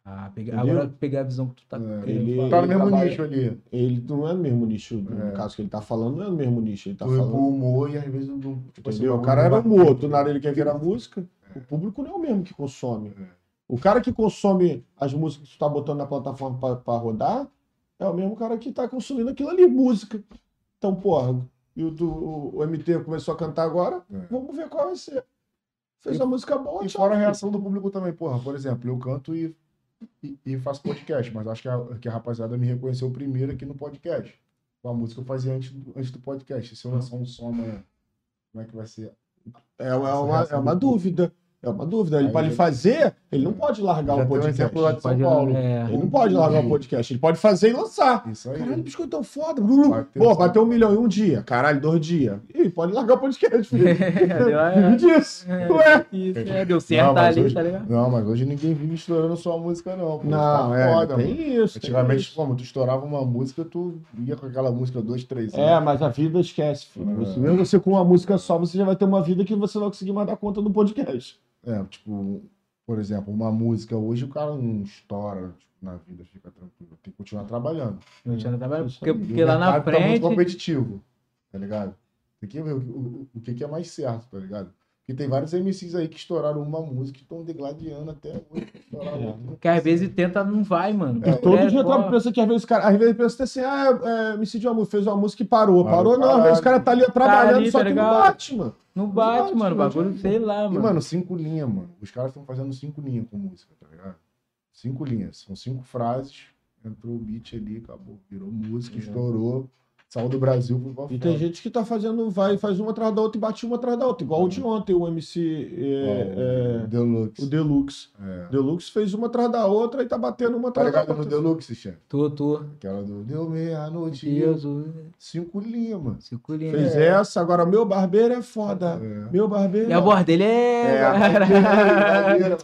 S3: Ah, peguei-
S2: Entendeu?
S3: agora eu peguei a visão que tu tá querendo
S2: ele-
S3: falar.
S1: Tá no mesmo
S2: trabalha-
S1: nicho ali.
S2: Ele não é o mesmo nicho.
S1: É.
S2: No caso que ele tá falando, não é o mesmo nicho. Ele tá
S1: Tu
S2: falando.
S1: o humor e às vezes não. tipo,
S2: Entendeu?
S1: esse
S2: O cara era
S1: bagulho É.
S2: humor,
S1: bate.
S2: do nada ele quer virar música. O público não é o mesmo que consome.
S1: É.
S2: O cara que consome as músicas que tu tá botando na plataforma pra, pra rodar é o mesmo cara que tá consumindo aquilo ali, música. Então, porra, e o, do- o, MT começou a cantar agora,
S1: É.
S2: vamos ver qual vai ser. Fez
S1: E-
S2: uma música boa,
S1: E
S2: tchau.
S1: fora a reação do público também, porra. Por exemplo, eu canto e, e, e faço podcast, mas acho que a, que a rapaziada me reconheceu primeiro aqui no podcast. Com a música que eu fazia antes do, antes do podcast. Se eu lançar um som amanhã, como é que vai ser?
S2: É, é uma,
S1: reação
S2: é uma
S1: do público.
S2: dúvida. É uma dúvida. Ele,
S1: Aí
S2: pra ele
S1: já-
S2: fazer, ele não pode largar
S1: Já
S2: o
S1: tem um
S2: podcast.
S1: exemplo lá de São
S3: Pode-
S1: Paulo. né?
S3: é.
S2: Ele não pode largar o podcast. Ele pode fazer e lançar.
S1: Isso aí.
S2: Caralho, biscoitão foda. Brulu.
S1: Bateu
S2: Pô,
S1: um-
S2: bateu um milhão em um dia. Caralho, dois dias. Ih, pode largar o podcast, filho. *laughs*
S3: *laughs* É,
S2: Vive disso.
S3: É.
S2: Ué.
S3: Isso, é, deu certo
S1: mas
S3: ali,
S1: hoje-
S3: tá ligado?
S1: Não, mas hoje ninguém vive estourando sua música, não. pô.
S2: Não,
S1: Tá
S2: é,
S1: foda,
S2: tem
S1: mano.
S2: isso. tem
S1: Antigamente,
S2: isso.
S1: como tu estourava uma música, tu ia com aquela música dois, três
S2: É, mas a vida esquece, filho.
S1: É.
S2: Você- mesmo você com uma música só, você já vai ter uma vida que você não vai conseguir mais dar conta do podcast.
S1: É, tipo, por exemplo, uma música hoje o cara não estoura tipo, na vida, fica tranquilo. Tem que continuar trabalhando.
S3: Continua trabalhando,
S2: Isso
S3: Porque,
S2: aí.
S3: porque lá
S1: O
S3: na
S1: mercado tá muito
S3: frente.
S1: competitivo, tá ligado? Tem que ver o, o- o que, que é mais certo, tá ligado? Porque tem vários MCs aí que estouraram uma música e estão degladiando até hoje. Estouraram
S2: É.
S1: outra.
S3: Que às vezes tenta, não vai, mano.
S2: E todo
S3: É,
S2: dia
S3: igual-
S2: tá pensa que às vezes o cara, às vezes pensa assim, ah, é, me sentiu uma música, fez uma música e parou. Parou,
S1: Parou,
S2: não, às vezes o cara
S1: caralho.
S2: tá ali trabalhando,
S3: ali,
S2: só
S3: tá
S2: que não
S3: ligado?
S2: bate, mano.
S3: Não bate, mano. O
S1: mano.
S3: bagulho, sei lá,
S1: E,
S3: mano.
S1: mano, cinco linhas, mano. Os caras estão fazendo cinco linhas com música, tá ligado? Cinco linhas. São cinco frases. Entrou o beat ali, acabou. Virou música, estourou. Saiu do Brasil, foi pra
S2: E
S1: fora.
S2: tem gente que tá fazendo, vai, faz uma atrás da outra e bate uma atrás da outra. Igual o de ontem, o MC. é,
S1: Ó,
S2: é,
S1: o Deluxe.
S2: Uhum. o Deluxe.
S1: É.
S2: Deluxe fez uma atrás da outra e tá batendo uma
S1: Tá
S2: atrás da
S1: ligado no
S2: outra.
S1: Deluxe, chefe?
S3: Tô, tô.
S1: Aquela do Deu meia-noite. e eu-
S3: Deus, o-
S1: Cinco linhas, mano.
S3: se culinha.
S2: Fez essa, agora meu barbeiro é foda.
S1: É.
S2: Meu barbeiro.
S3: É. E a voz dele é.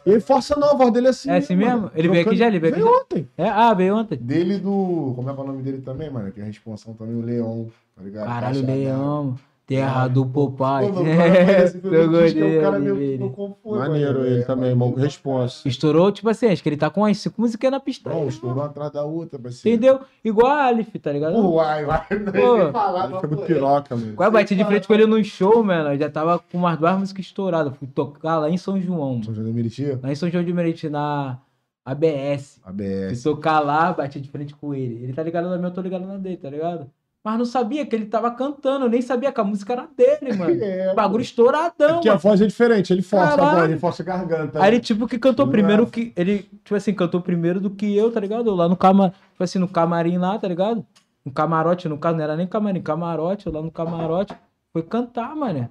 S2: E ele força não, a voz dele é assim.
S3: É assim mesmo? Ele veio aqui já, ele veio aqui
S2: Veio
S3: *laughs*
S2: ontem.
S3: É, ah, veio ontem.
S1: Dele do. Como é que é o nome dele também, mano? Que é responsável também, o Leão. Tá ligado?
S3: Caralho,
S1: Caixa d'água.
S3: leão. Terra do Popai.
S1: Pô, mano, o cara parece que
S3: É, *laughs* Eu
S1: é
S3: gostei.
S1: um cara meio
S3: dele.
S1: que confunde,
S2: Maneiro
S1: mano.
S2: ele
S1: É,
S2: também,
S1: maneiro
S2: irmão.
S1: pra
S2: Responsa.
S3: Estourou, tipo assim, acho que ele tá com as cinco músicas na pista.
S1: Não, estourou uma atrás da outra, parceiro.
S3: Entendeu? Igual a Aleph, tá ligado?
S1: Uai, vai.
S3: Pô,
S2: Ele foi muito piroca, mano.
S3: quase bati de frente com ele num show, mano. Eu já tava com umas duas músicas estouradas. Fui tocar lá em São João, mano.
S1: São João do Meriti?
S3: Lá em São João de Meriti, na ABS.
S1: ABS.
S3: Fui tocar lá, bati de frente com ele. Ele tá ligado na minha, eu tô ligado na dele, tá ligado? Mas não sabia que ele tava cantando, eu nem sabia que a música era dele,
S2: *laughs*
S3: mano.
S1: É,
S3: Bagulho estouradão,
S2: Porque a
S3: mano.
S2: voz é diferente, ele força a voz,
S3: Caralho.
S2: ele força a garganta.
S1: tá
S3: Aí ele, tipo, que cantou primeiro que. Ele, tipo assim, cantou primeiro do que eu, tá ligado? Eu lá no cama, tipo assim, no camarim lá, tá ligado? No camarote, no caso, não era nem camarim, camarote, eu lá no camarote. Foi cantar, mano.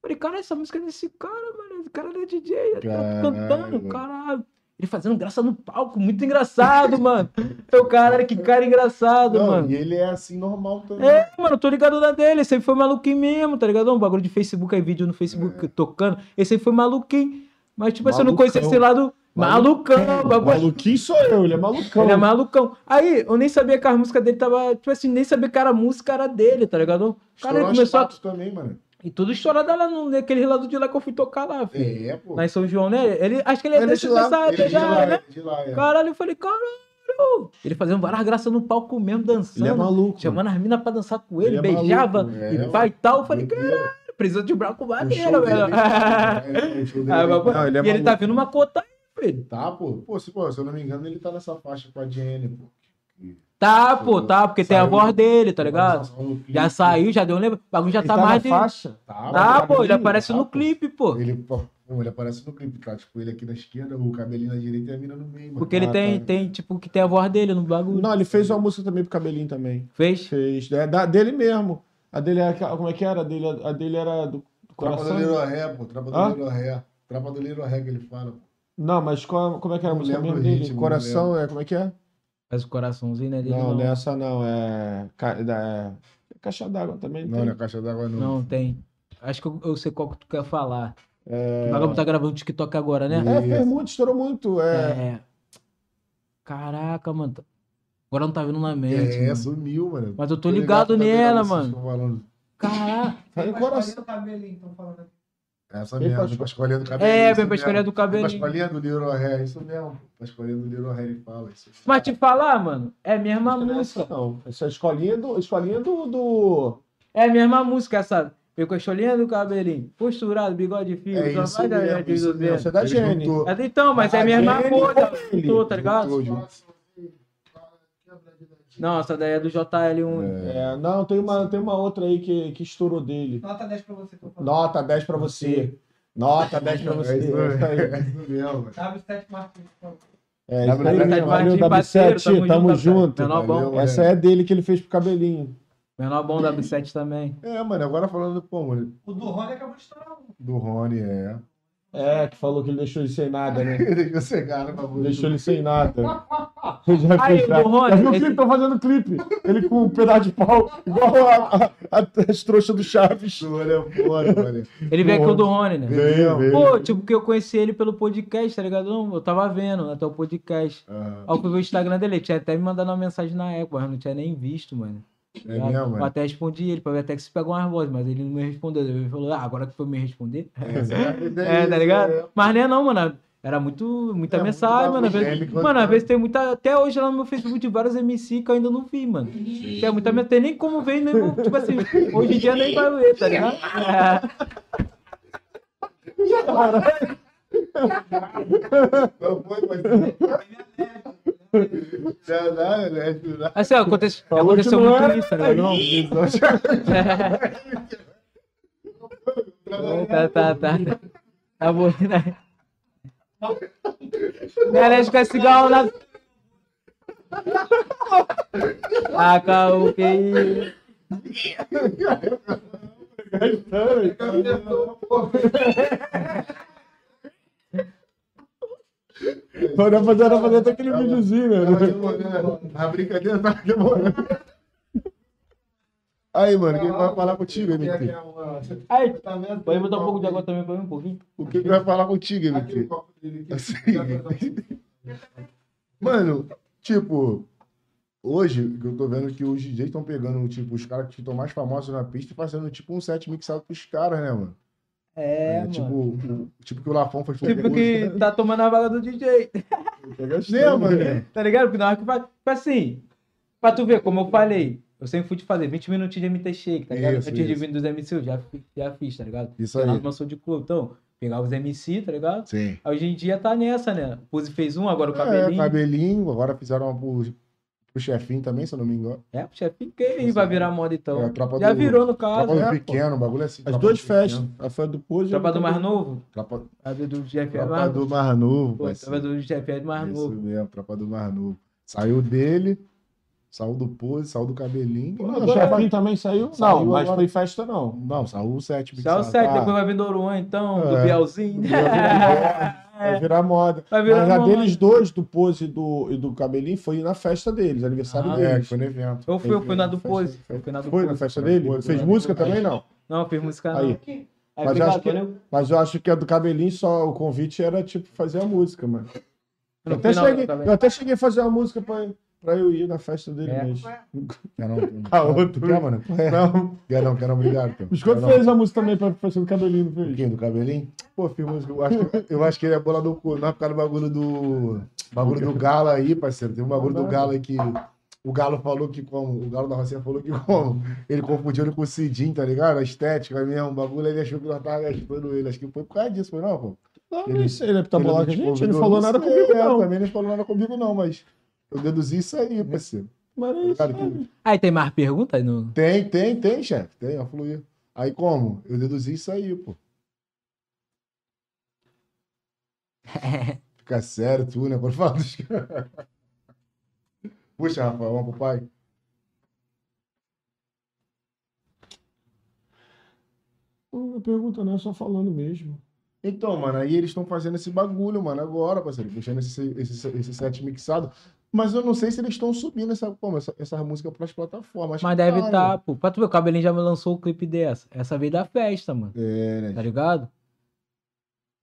S3: Falei, cara, essa música é desse cara, mano. Esse cara é DJ, ele tá
S1: Caralho.
S3: cantando, caralho. Ele fazendo graça no palco, muito engraçado, *laughs* mano. Então, caralho, que cara engraçado,
S1: não,
S3: mano.
S1: E ele é assim normal também.
S3: É, mano, eu tô ligado na dele, esse aí foi maluquinho mesmo, tá ligado? Um bagulho de Facebook aí, vídeo no Facebook tocando. Esse aí foi maluquinho. Mas, tipo assim, eu não conhecia
S2: Malucão.
S3: esse lado malucão, bagulho.
S2: Maluquinho sou eu, ele é malucão.
S3: Ele é malucão. Aí, eu nem sabia que a música dele tava. Tipo assim, nem sabia que era a música era dele, tá ligado? O cara ele
S1: Estourou as
S3: começou a.
S1: quatro também, mano.
S3: E tudo estourado lá no, naquele lado de lá que eu fui tocar lá, filho.
S1: É, pô.
S3: Lá em São João, né? Ele, acho que ele é
S2: Ele
S3: desse,
S2: de lá,
S3: dessa
S1: Ele
S3: área
S1: de lá,
S3: já, né?
S1: é, de lá, é.
S3: Caralho, eu falei, caralho. Ele fazendo várias graças no palco mesmo, dançando.
S2: Ele é maluco. mano.
S3: Chamando as minas pra dançar com
S2: Ele
S3: ele,
S2: é
S3: beijava
S2: maluco,
S1: é,
S3: e
S1: mano.
S3: pai e tal. Eu falei,
S1: Doideira.
S3: caralho, precisa de um branco
S1: O
S3: maneiro,
S1: show dele
S3: *laughs* velho.
S1: é bem- é, o show dele é
S3: *laughs*
S1: bem-
S3: Ah, mas, pô,
S2: Não, ele é
S3: e ele tá
S2: maluco.
S3: vindo uma cota aí, filho.
S1: Tá, pô. Pô se, pô, se eu não me engano, ele tá nessa faixa com a Jenny, pô.
S3: Tá, pô, tá, porque tem a
S1: Saiu.
S3: voz dele, tá ligado?
S1: Só no clipe.
S3: Já saiu, já deu, lembra? O bagulho já
S2: Ele
S3: tá
S2: na
S3: mais de.
S2: faixa.
S1: Tá,
S3: Tá,
S1: mano.
S3: pô, ele
S2: né?
S3: aparece
S1: tá,
S3: no
S1: pô.
S3: clipe, pô.
S1: Ele, pô, ele aparece no clipe, tá? Tipo, ele aqui na esquerda, o cabelinho na direita e a mina no meio, mano.
S3: Porque ele
S2: Ah,
S3: tem,
S2: tá.
S3: tem, tipo, que tem a voz dele no bagulho.
S2: Não, é ele fez uma música também pro cabelinho também.
S3: Fez?
S2: Fez. É da, dele mesmo. A dele era. aquela- Como é que era? A dele, a dele era do, do
S1: Trapa do
S2: coração.
S3: né?
S1: Little Ré, pô. Trapa
S2: Hã?
S1: do Little Ré. Trapa do Little Ré que ele fala, pô.
S2: Não, mas qual- como é que era a
S1: Não
S2: música
S1: lembro
S2: mesmo
S1: o
S2: dele?
S1: ritmo,
S2: coração, é, como é que é?
S3: Faz o coraçãozinho, né? Dele,
S2: Não,
S3: não,
S2: não é essa não. É. ca- da- é caixa d'água também.
S1: Não,
S2: tem.
S1: não é caixa d'água, não.
S3: Não tem. Acho que eu, eu sei qual que tu quer falar. O Vagabundo tá gravando TikTok agora, né?
S2: É, fez muito, estourou muito. É,
S3: É. Caraca, mano. tá- Agora não tá vindo na mente.
S1: É,
S3: mano.
S1: sumiu, mano.
S3: Mas eu tô ligado nela, mano.
S1: mano.
S3: Caraca.
S2: tá no
S4: Faz
S2: coração.
S4: farinha no cabelo, hein, tão então, falando aqui.
S1: Essa
S2: Bem
S1: mesmo,
S2: Pascoal.
S1: Pascoalinha do cabelo.
S3: É, bem pra escolher do cabelo.
S1: Pascoalinha do Leroy Harry, isso mesmo. Pascoalinha do Leroy Harry fala isso.
S3: Mas te falar, mano, é a mesma
S2: Não é
S3: música.
S2: essa, não. Essa é a escolinha do. Escolinha do. do...
S3: É a mesma música, sabe? Eu com a cholinha do cabelinho, posturado, bigode fio,
S1: É
S3: só
S1: isso
S3: vai dar
S1: mesmo,
S3: gente
S1: isso
S3: do
S1: mesmo.
S3: vento.
S2: é da
S1: Eles
S2: Jenny.
S1: juntou-
S3: Mas Então, mas é a
S2: Ah,
S3: mesma
S2: ele
S3: coisa,
S2: com ele.
S3: juntou, tá ligado?
S1: juntou junto.
S3: Não, essa daí é do JL1.
S2: É, não, tem uma, tem uma outra aí que, que estourou dele.
S4: Nota 10 pra você, tô falando.
S2: Nota 10 pra você. Nota 10 pra você.
S1: É isso
S2: É isso aí.
S1: mesmo, é isso mesmo.
S4: W7 Martins, por favor.
S2: É,
S1: Tá
S2: isso aí,
S1: bom,
S2: mesmo. Valeu,
S3: parceiro,
S2: W7, tamo junto. tá
S3: Menor
S1: Valeu.
S3: bom,
S2: Essa é dele que ele fez pro cabelinho.
S3: menor bom W7 também.
S1: É, mano, agora falando pô, mano,
S4: O do Rony acabou de estourar um.
S1: do Rony, é. *laughs*
S2: É, que falou que ele deixou ele sem nada, né?
S1: Deixa eu cegar, né, pra você.
S2: Deixou ele sem *laughs* nada. Eu já
S3: Aí,
S2: fiz, já.
S3: do Rony,
S2: Já viu o
S3: esse-
S2: clipe? Tô fazendo clipe. Ele com um pedaço de pau, igual a, a, a- as trouxas do Chaves.
S1: O Rony é foda, mano. É
S3: Ele veio aqui o do Rony, né?
S1: Veio, veio.
S3: Pô, tipo, que eu conheci ele pelo podcast, tá ligado? Não, eu tava vendo até o podcast.
S1: Ah,
S3: Aí eu fui ver o Instagram dele, ele tinha até me mandado uma mensagem na época, mas eu não tinha nem visto, mano.
S1: É
S3: Tá?
S1: mesmo,
S3: Eu
S1: mano.
S3: até respondi ele, pra ver até que se pegou umas vozes, mas ele não me respondeu. Ele falou, ah, agora que foi me responder. *laughs* É, tá ligado? Mas não é não, mano. Era muito, muita
S1: É, muito
S3: mensagem, mano. Às vezes,
S1: evangélico,
S3: mano,
S1: né?
S3: às vezes tem muita. Até hoje lá no meu Facebook de vários MC que eu ainda não vi, mano. Tem muita mensagem. Tem nem como ver, nem como- tipo
S1: *laughs*
S3: assim, hoje em dia nem vai ver, tá ligado? É,
S1: Não foi, mas. *laughs* Já dá, né?
S3: Assim, ó, aconte-
S2: Falou
S3: aconteceu
S2: que não
S3: muito
S2: era,
S3: isso, tá ligado? Não, tá, tá, tá. Tá bom, né? Galera, com esse galo na. Ah, calma, que isso.
S2: Agora fazer, era fazer até aquele videozinho,
S1: Tava
S2: né?
S1: demorando. A brincadeira tava demorando. Aí, mano, quem vai falar contigo,
S7: Aqui
S1: MT?
S7: é uma-
S3: Aí,
S7: Tá vendo?
S3: pode botar um pouco de água também pra mim, um pouquinho?
S1: O que que vai falar contigo,
S7: Aqui o
S1: MT?
S7: copo dele aqui.
S1: Assim. Mano, tipo, hoje eu tô vendo que os DJs estão pegando, tipo, os caras que estão mais famosos na pista e fazendo, tipo, um set mixado pros caras, né, mano?
S3: É, mano.
S1: tipo, o- tipo que o Lafon faz
S3: Tipo que tá tomando a vaga do DJ,
S2: é
S1: Né, mano?
S3: tá ligado? Porque na hora que faz. Tipo assim, pra tu ver, como eu falei, eu sempre fui te fazer 20 minutos de MT Shake, tá ligado?
S1: Isso,
S3: Antes de
S1: isso.
S3: vir dos MC, eu já, fi- já fiz, tá ligado?
S1: Isso aí.
S3: Lá no show de clube. Então, pegava os MC, tá ligado?
S1: Sim.
S3: Aí Hoje em dia tá nessa, né? O Pose fez um, agora o
S1: É,
S3: cabelinho. É,
S1: cabelinho, agora fizeram uma pro, pro chefinho também, se eu não me engano.
S3: É, o chefe, que aí vai virar moda
S1: É,
S3: então.
S1: a tropa
S3: já
S1: do-
S3: virou no caso.
S1: Tropa do
S3: né, pô?
S1: pequeno, o bagulho Ah, é assim.
S2: As
S1: tropa
S2: duas
S1: do pequeno,
S2: festas. A festa do Pose. é
S3: Tropa do mais novo,
S1: Tropa,
S3: a do do Jeff é
S1: tropa
S3: mais
S1: do
S3: novo.
S1: Mar Novo.
S3: Pô,
S1: parceiro.
S3: Tropa do Jeff é mais
S1: Isso
S3: novo.
S1: mesmo, Tropa do Mar Novo. Saiu dele, saiu do pose, saiu do cabelinho.
S2: Pô, é
S1: Mano,
S2: O
S1: já vai-
S2: Chefinho também saiu?
S1: Saiu
S2: não, mas
S1: agora.
S2: foi festa não.
S1: Não, saiu o 7.
S3: Já é o 7, depois vai vir Doruan então, do
S1: Ah, tá. É.
S3: Bielzinho.
S2: Vai virar moda.
S3: *laughs* Vai virar
S2: Mas a
S3: moda.
S2: deles dois, do Pose e do, e do Cabelinho, foi na festa deles, aniversário
S3: Ah,
S1: É,
S2: deles.
S1: que foi no evento.
S3: Eu fui, eu fui na do Pose. Eu fui na do
S2: Foi na
S3: Pose.
S2: festa dele?
S1: Foi, foi
S2: Fez
S1: na
S2: música
S1: festa.
S2: também, não.
S3: Não, eu fiz música não.
S2: Aí.
S3: Aí
S2: Mas
S3: fui lá,
S2: acho que-
S3: entendeu?
S2: Mas eu acho que a do Cabelinho só o convite era, tipo, fazer a música, mano.
S3: Eu
S2: Eu
S3: não
S2: até,
S3: fui na
S2: cheguei,
S3: outra também.
S2: eu até cheguei a fazer uma música pra, pra eu ir na festa dele
S3: É.
S2: mesmo.
S1: Não, não,
S2: *laughs*
S1: não.
S2: Ah, outro.
S1: Quer, mano?
S2: Não,
S1: Quer não, quer não, obrigado. cara.
S2: o Scott
S1: Quer não.
S2: fez a música também pra festa do Cabelinho, não fez?
S1: Quem, do cabelinho? Pô, fiz música. Eu acho, que- eu acho que ele é bola do cu. Não é por causa do bagulho do. Bagulho do Galo aí, parceiro. Tem um bagulho do Galo aí que. O Galo falou que como. O Galo da Rocinha falou que como. Ele confundiu ele com o Cidinho, tá ligado? A estética mesmo. O bagulho ele achou que nós tava gastando ele. Acho que foi por causa disso, foi não, pô.
S2: Não,
S1: Ele-
S2: não sei, ele tá
S1: Ele
S2: bolado
S1: não
S2: com a
S1: te
S2: gente, ele não
S1: convidou,
S2: falou nada
S1: sei,
S2: comigo,
S1: é,
S2: não. Hum.
S1: Também não falou nada comigo, não, mas. Eu deduzi isso aí, parceiro.
S2: Mas é isso,
S1: Cara, que-
S2: né?
S3: Aí tem mais perguntas no.
S1: Tem, tem, tem, chefe. Tem, ó, fluir. Aí como? Eu deduzi isso aí,
S3: *laughs*
S1: pô. Fica sério, tu, né? Por falar dos caras. *laughs* Puxa, Rafael, vamos pro pai.
S2: Não pergunta não, é só falando mesmo.
S1: Então, mano, aí eles estão fazendo esse bagulho, mano, agora, parceiro, puxando esse, esse, esse set mixado. Mas eu não sei se eles estão subindo essa, como, essa, essa música pras plataformas. tá,
S3: Mas deve tá estar, pô. Pra tu ver, o Cabelinho já me lançou o clipe dessa. Essa veio da festa, mano.
S1: É, né?
S3: Tá ligado?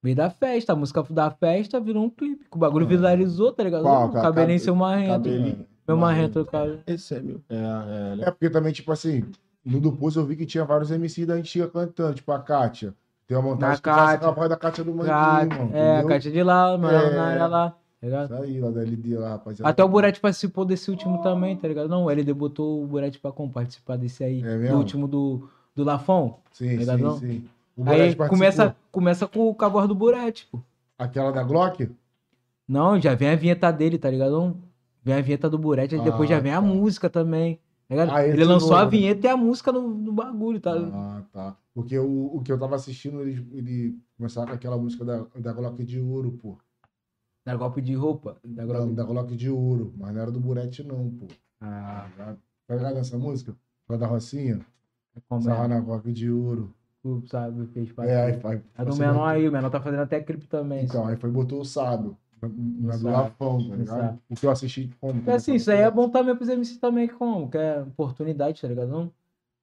S3: Veio da festa. A música da festa virou um clipe. que O bagulho viralizou, tá ligado?
S1: Qual?
S3: o
S1: Ca-
S3: Cabelinho
S1: cabe-
S3: seu
S2: Tá
S3: marrento.
S1: Cabelinho.
S3: Meu marrento, cara.
S5: Esse é meu.
S2: É, é,
S3: né?
S1: É porque também, tipo assim, no do Pulse eu vi que tinha vários MCs da antiga cantando, tipo a Kátia. Tem uma montagem
S3: Na
S1: que passa
S3: Kátia.
S1: com a voz da Kátia do Mandinho, mano.
S3: É, a
S1: entendeu?
S3: Cátia de lá, mano,
S1: É.
S3: na área lá. Tá ligado?
S1: Isso aí, lá da LD lá, rapaziada.
S3: Até o Burete participou desse último também, tá ligado? Não, ele botou o Burete pra como participar desse aí.
S1: É mesmo?
S3: do último do, do Lafon.
S1: Sim,
S3: Tá ligado?
S1: sim, sim. O
S3: Aí
S1: Burete participou.
S3: começa, começa com, com a voz do Burete, pô.
S1: Aquela da Glock?
S3: Não, já vem a vinheta dele, tá ligado? Vem a vinheta do Burete, aí depois
S1: Ah,
S3: já vem a
S1: tá.
S3: música também. tá ligado?
S1: Ah, esse
S3: ele lançou
S1: novo,
S3: a
S1: né?
S3: vinheta e a música no, no bagulho, tá?
S1: Ah, tá. Porque o, o que eu tava assistindo, ele, ele começava com aquela música da, da Glock de ouro, pô.
S3: Dá golpe de roupa. Dá golpe...
S1: Não, da Glock de ouro. Mas não era do Burete, não, pô.
S3: Ah,
S1: Tá ligado essa música? Foi da Rocinha?
S3: como
S1: Sarra
S3: é?
S1: na Glock de ouro.
S3: Tu sabe, fez parte.
S1: É, aí, aí,
S3: a do
S1: você
S3: menor
S1: botou-
S3: aí, o menor tá fazendo até clipe também.
S1: Então, aí foi e botou o sábio. na- Na do
S3: sábio,
S1: Lafão, tá
S3: no
S1: ligado?
S3: sábio.
S1: O que eu assisti como?
S3: Porque assim, isso aí é bom também pros MC também, como? Que é oportunidade, tá ligado? Não,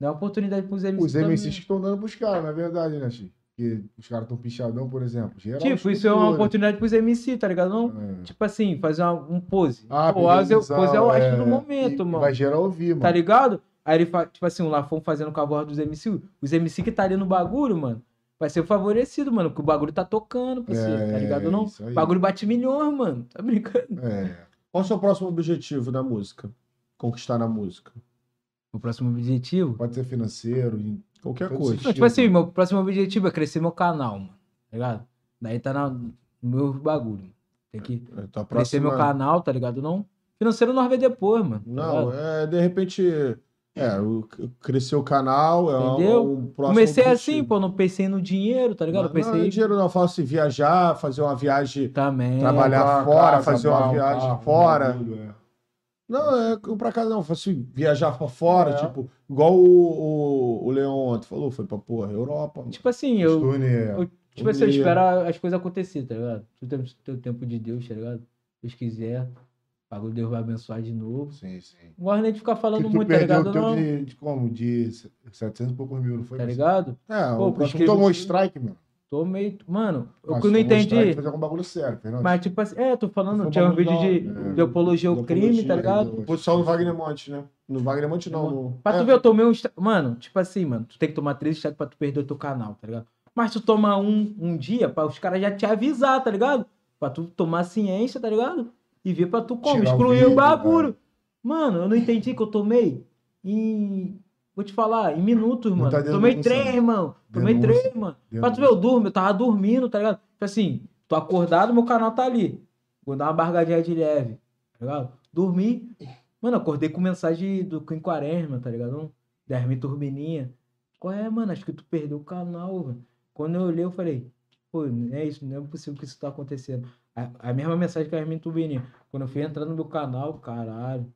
S3: não é oportunidade pros MC
S1: Os
S3: também.
S1: MCs que estão dando pros caras, na verdade, né, Chico? Porque os caras estão pichadão, por exemplo. Geral,
S3: Tipo, isso é uma
S1: estrutura.
S3: oportunidade pros MC, tá ligado? Não,
S1: É.
S3: tipo assim, fazer uma- um pose.
S1: Ah,
S3: Pô, pose, é, o-
S1: pedir
S3: pose é
S1: visão,
S3: o astro do
S1: é.
S3: momento,
S1: E- e
S3: mano.
S1: Vai gerar ouvir, mano.
S3: Tá ligado? Aí ele faz, tipo assim, o Lafon fazendo com a voz dos MC, os MC que tá ali no bagulho, mano, vai ser favorecido, mano, porque o bagulho tá tocando, parceiro,
S1: É,
S3: tá ligado? Não?
S1: isso aí.
S3: O bagulho bate milhões, mano, tá brincando?
S1: É.
S5: Qual o seu próximo objetivo na música? Conquistar na música?
S3: O próximo objetivo?
S1: Pode ser financeiro. em-
S5: Qualquer
S1: Todo
S5: coisa.
S1: sentido.
S3: Não, tipo assim, meu próximo objetivo é crescer meu canal, mano, tá ligado? Daí tá na, no meu bagulho, tem que
S1: né?
S5: É, Tua
S3: crescer meu canal, tá ligado? Não? Financeiro nós vê depois, mano. tá
S5: Não,
S3: ligado?
S5: é, de repente. É, o, crescer o canal. É
S3: Entendeu?
S5: Um, um próximo
S3: Comecei assim,
S5: objetivo.
S3: pô, não pensei no dinheiro, tá ligado?
S5: Não,
S2: é
S3: pensei tá
S5: não, dinheiro não, eu falo assim, viajar, fazer uma viagem.
S3: também.
S5: trabalhar é fora, fazer uma
S1: acabar o
S5: viagem
S1: carro,
S5: fora.
S1: um bagulho, é.
S5: Não, é pra casa não, eu falo assim, viajar pra fora,
S1: É.
S5: tipo, igual o, o, o Leon ontem falou, foi pra porra, Europa. mano.
S3: Tipo assim, eu,
S1: Estúdio, é.
S3: eu- Tipo assim, eu
S5: E-
S3: espero as coisas acontecerem, tá ligado? Tu tem tem o tempo de Deus, tá ligado? Se Deus quiser, o bagulho Deus vai abençoar de novo.
S1: Sim, sim.
S3: Não gosto nem de ficar
S1: Que
S3: é. falando
S1: tu
S3: muito, tá
S1: perdeu
S3: ligado?
S1: o teu
S3: Não,
S1: de, de como? De 700 e poucos mil, não foi?
S3: tá
S1: Marcelo?
S3: ligado?
S5: É, o
S3: Pô,
S5: próximo-
S1: Tu
S3: escrevi-
S1: tomou strike, mano.
S3: Tô meio. Mano, o
S1: Mas
S3: que eu
S1: tomou
S3: não
S1: strike,
S3: entendi.
S1: Fazer algum bagulho sério, Fernando.
S3: Mas, tipo assim, é, tô falando,
S1: Foi é,
S3: tinha um
S1: bagulho
S3: vídeo de
S1: da
S5: né?
S1: hora,
S3: de apologia ao crime, tá
S1: Apologia,
S3: ligado?
S1: entendeu?
S5: Pô, só no Wagner Monte, né? No Wagner Monte não, no...
S3: Pra
S5: é,
S3: tu ver, eu tomei um. estra- Mano, tipo assim, mano, tu tem que tomar três strikes pra tu perder o teu canal, tá ligado? Mas tu tomar um um dia, pra os caras já te avisar, tá ligado? Pra tu tomar ciência, tá ligado? E ver pra tu como,
S1: Tirar o
S3: excluir o
S1: vídeo, né?
S3: bagulho. Mano, eu não entendi que eu tomei em. Vou te falar, em minutos, mano.
S1: Muita
S3: tomei
S1: denúncia.
S3: três, irmão. Tomei
S1: Denúncia.
S3: três, mano. Pra tu
S1: Denúncia.
S3: ver, eu durmo, eu tava dormindo, tá ligado? Tipo assim, tô acordado, meu canal tá ali. Vou dar uma bargadinha de leve, tá ligado? Dormi, Mano, acordei com mensagem do Queen Quaresma, tá ligado? Da Hermin Turbininha. Qual é, mano? Acho que tu perdeu o canal, velho. Quando eu olhei, eu falei, pô, não é isso, não é possível que isso tá acontecendo. A, a mesma mensagem que a Hermin Turbininha. Quando eu fui entrar no meu canal, caralho.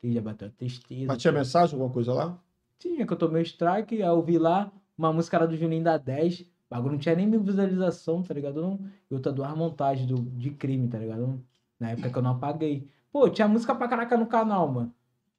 S3: Que já bateu a tristeza.
S5: mas tinha mensagem, alguma coisa lá?
S3: Tinha que eu tomei o strike, aí eu vi lá uma música era do Juninho da 10. O bagulho não tinha nem mil visualização, tá ligado? Não? E outra do Armontagem do, de crime, tá ligado? Não? Na época que eu não apaguei. Pô, tinha música pra caraca no canal, mano.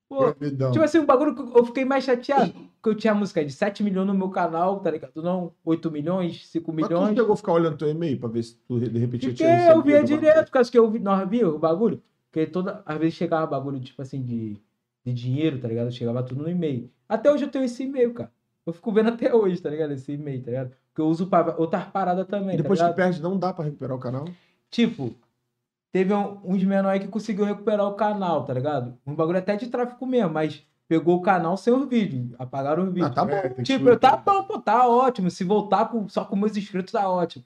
S3: Pô,
S2: Então.
S1: Proibidão.
S3: Tipo assim, o bagulho que eu fiquei mais chateado. Porque eu tinha música de 7 milhões no meu canal, tá ligado? Não, 8 milhões, 5
S5: Mas tu
S3: milhões.
S5: chegou a ficar olhando teu e-mail pra ver se tu, de repente,
S3: Porque eu via é direto, por causa que eu vi, nós via o bagulho. Porque toda, às vezes chegava bagulho, tipo assim, de, de dinheiro, tá ligado? Chegava tudo no e-mail. Até hoje eu tenho esse e-mail, cara. Eu fico vendo até hoje, tá ligado? Esse e-mail, tá ligado? Porque eu uso pra outras paradas também,
S5: E
S3: tá
S5: depois
S3: ligado?
S5: que perde, não dá pra recuperar o canal?
S3: Tipo, teve um- uns menor aí que conseguiu recuperar o canal, tá ligado? Um bagulho até de tráfico mesmo, mas pegou o canal sem os vídeos. Apagaram os vídeos.
S5: Ah, tá bom.
S1: É, tem que
S3: Tipo,
S1: subir.
S3: eu tá bom, pô, tá ótimo. Se voltar com- só com meus inscritos, tá ótimo.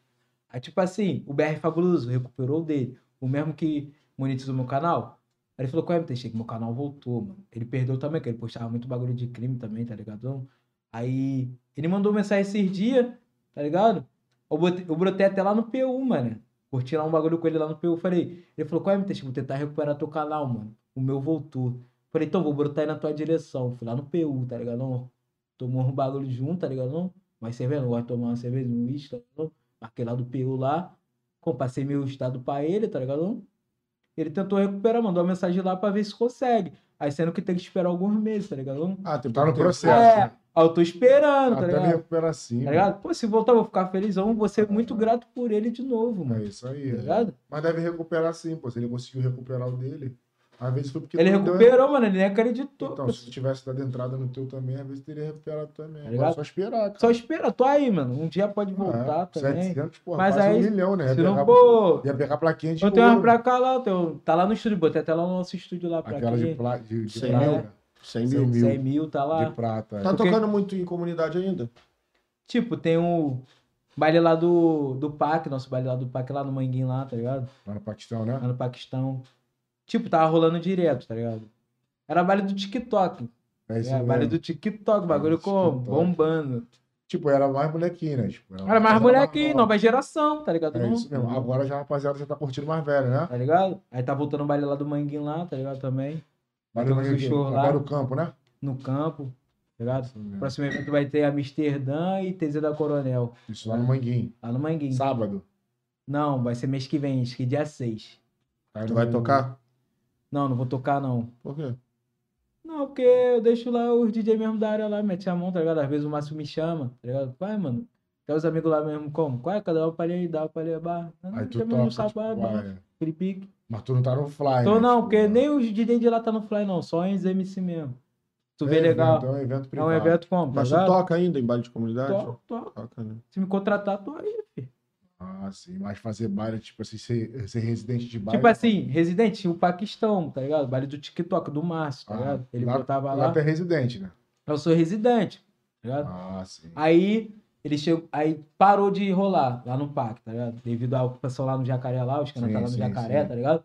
S3: Aí, tipo assim, o BR Fabuloso recuperou o dele. O mesmo que monetizou meu canal. Aí ele falou, qual é, MT? que meu canal voltou, mano. Ele perdeu também, que ele postava muito bagulho de crime também, tá ligado? Aí, ele mandou mensagem esses dias, tá ligado? Eu, botei- eu brotei até lá no PU, mano. Curti lá um bagulho com ele lá no PU. Falei, ele falou, qual é, MT? Vou tentar recuperar teu canal, mano. O meu voltou. Falei, então vou brotar aí na tua direção. Fui lá no PU, tá ligado? Tomou um bagulho junto, tá ligado? Não? Mas cerveja, não gosto de tomar uma cerveja, um uísque, tá ligado? Marquei lá do PU lá. Compassei meu estado pra ele, tá ligado? Ele tentou recuperar, mandou uma mensagem lá pra ver se consegue. Aí sendo que tem que esperar alguns meses, tá ligado?
S5: Ah, tem
S1: Tá no
S5: tem-
S1: processo.
S3: É, aí eu tô esperando, tá
S1: Até me
S3: ligado?
S1: recuperar assim, sim.
S3: Tá ligado? Pô, se voltar, eu vou ficar felizão. Vou ser muito grato por ele de novo,
S1: mano.
S3: mano.
S1: É isso aí.
S3: Tá
S1: é.
S3: ligado?
S1: Mas deve recuperar sim, pô. Se ele conseguiu recuperar o dele. Às vezes foi porque
S3: Ele
S1: não deu-
S3: recuperou, mano. Ele nem acreditou.
S1: né? Então, se tu tivesse dado entrada no teu também, às vezes teria recuperado também.
S3: Tá
S1: Agora
S3: ligado?
S1: é só esperar, cara.
S3: Só espera, tô aí, mano. Um dia pode voltar
S1: Ah,
S3: também.
S1: 700, porra,
S3: Mas
S1: quase
S3: aí,
S1: um milhão, né? Ia
S3: Se não,
S1: pegar-
S3: pô.
S1: Ia pegar plaquinha de
S3: Eu tenho uma
S1: ouro,
S3: placa lá, eu tenho- tá lá no estúdio, botei até lá no nosso estúdio lá pra
S1: Aquela de,
S3: aqui.
S1: pla... de, de
S5: Sei
S1: prata,
S3: lá.
S1: né?
S5: 100
S1: 100
S5: mil.
S1: mil.
S3: 100 mil, tá lá.
S1: De prata. é.
S5: Tá
S3: Porque-
S5: tocando muito em comunidade ainda?
S3: Tipo, tem o baile lá do, do PAC, nosso baile lá do PAC, lá no Manguinho lá, tá ligado?
S1: Lá no Paquistão, né?
S3: Lá no Paquistão. Tipo, tava rolando direto, tá ligado? Era baile do TikTok.
S1: É isso
S3: É, baile
S1: mesmo.
S3: do TikTok, bagulho
S1: do
S3: como?
S1: TikTok.
S3: Bombando.
S1: Tipo, era mais molequinho, né? Tipo,
S3: Era mais mulher aqui,
S1: nova.
S3: nova geração, tá ligado?
S1: É
S3: Não-
S1: isso mesmo. Agora já a rapaziada já tá curtindo mais velho, né?
S3: Tá ligado? Aí tá voltando o baile lá do Manguinho lá, tá ligado? Também.
S1: Vai
S3: Então, mas o show lá-
S1: agora o campo, né?
S3: No campo, tá ligado?
S1: Isso mesmo.
S3: Próximo evento vai ter Amsterdã e TZ da Coronel.
S1: Isso lá no Manguinho.
S3: Lá no Manguinho.
S1: Sábado.
S3: Não, vai ser mês que vem, acho que dia 6.
S1: Aí
S5: Tu
S1: no-
S5: vai tocar?
S3: Não, não vou tocar, não.
S5: Por quê?
S3: Não, porque eu deixo lá os DJ mesmo da área lá, mete a mão, tá ligado? Às vezes o Márcio me chama, tá ligado? Vai, mano. Tem os amigos lá mesmo, como? Qual é? Cada um pra ali, dá um pra ali, barra. Não,
S1: Aí tu
S3: chama
S1: toca,
S3: no sábado,
S1: tipo,
S3: barra,
S1: ah, é.
S3: aquele pique.
S1: Mas tu não tá no fly,
S3: Então
S1: né?
S3: não,
S1: Tipo,
S3: porque nem os DJ de lá tá no fly, não. Só os MC mesmo. Tu vê
S1: é
S3: legal.
S1: Evento, é um evento
S3: É um
S1: privado.
S3: evento como, tá
S5: Mas tu
S3: ligado?
S5: toca ainda em baile de comunidade?
S1: tipo?
S3: Toco, toco.
S5: Toca, né?
S3: Se me contratar, tô aí.
S1: Ah, sim. Mas fazer baile, tipo assim, ser, ser residente de baile.
S3: Tipo assim, Resident tinha o Paquistão, tá ligado? Baile do TikTok, do Márcio, tá
S1: Ah,
S3: ligado? Ele
S1: lá-
S3: botava
S1: Lá
S3: lá.
S1: tu é residente, né?
S3: Eu sou residente, tá ligado?
S1: Ah, sim.
S3: Aí ele chegou, aí parou de rolar lá no parque, tá ligado? Devido à ocupação lá no Jacaré lá, os caras
S1: Sim,
S3: tá lá no
S1: sim,
S3: Jacaré,
S1: sim.
S3: tá ligado?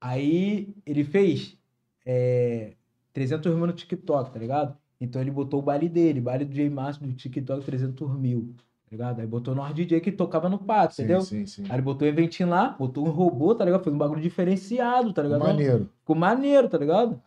S3: Aí ele fez é, 300 mil no TikTok, tá ligado? Então ele botou o baile dele, baile do J Márcio do TikTok 300 mil, tá ligado? Aí botou nós DJ que tocava no parque,
S1: sim,
S3: entendeu?
S1: sim, sim.
S3: Aí ele botou um eventinho lá, botou um robô, tá ligado? Fez um bagulho diferenciado, tá ligado?
S1: Maneiro.
S3: Ficou maneiro, tá ligado?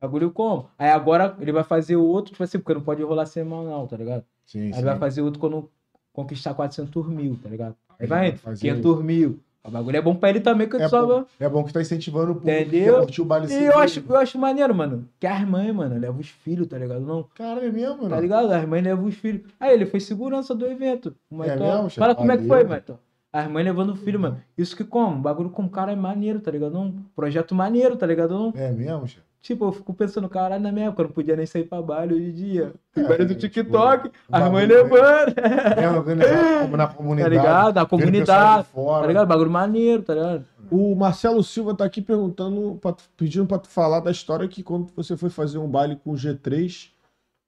S3: Bagulho como? Aí agora ele vai fazer outro, tipo assim, porque não pode rolar semanal, tá ligado?
S1: Sim,
S5: É.
S3: Aí
S1: sim.
S3: vai fazer outro quando conquistar 400 mil, tá ligado? Aí
S1: Aí
S3: vai,
S1: vai fazer
S3: 500 mil. O bagulho é bom pra ele também, que
S1: É
S3: tu só
S1: bom. assim,
S3: vai-
S1: É bom que tá incentivando o público
S3: Entendeu?
S1: a curtir o baile
S3: E eu acho, eu acho maneiro, mano. Que as mães, mano, levam os filhos, tá ligado? Não,
S1: Cara, é mesmo,
S3: tá
S1: né?
S3: ligado? As mães levam os filhos. Aí ele foi segurança do evento. O Maitó-
S1: mesmo, Uhum. chefe?
S3: Fala como é que foi,
S1: Valeu.
S3: Maitó. As mães levando o filho, mano. Isso que como? O bagulho com o cara é maneiro, tá ligado? Não, projeto maneiro, tá ligado? Não,
S1: É mesmo, chefe?
S3: Tipo, eu fico pensando, caralho, na minha época eu não podia nem sair pra baile hoje em dia.
S1: É,
S3: Tem baile do
S1: tipo,
S3: TikTok,
S1: o
S3: as mães
S1: bagulho é-
S3: levando,
S1: É
S3: *laughs*
S1: organizado como na
S3: tá
S1: comunidade.
S3: ligado? A
S1: Vendo pessoal
S3: comunidade,
S1: de
S3: tá
S1: Fora.
S3: ligado? Bagulho maneiro, tá ligado?
S5: O Marcelo Silva tá aqui perguntando, pra tu- pedindo pra tu falar da história que quando você foi fazer um baile com o G3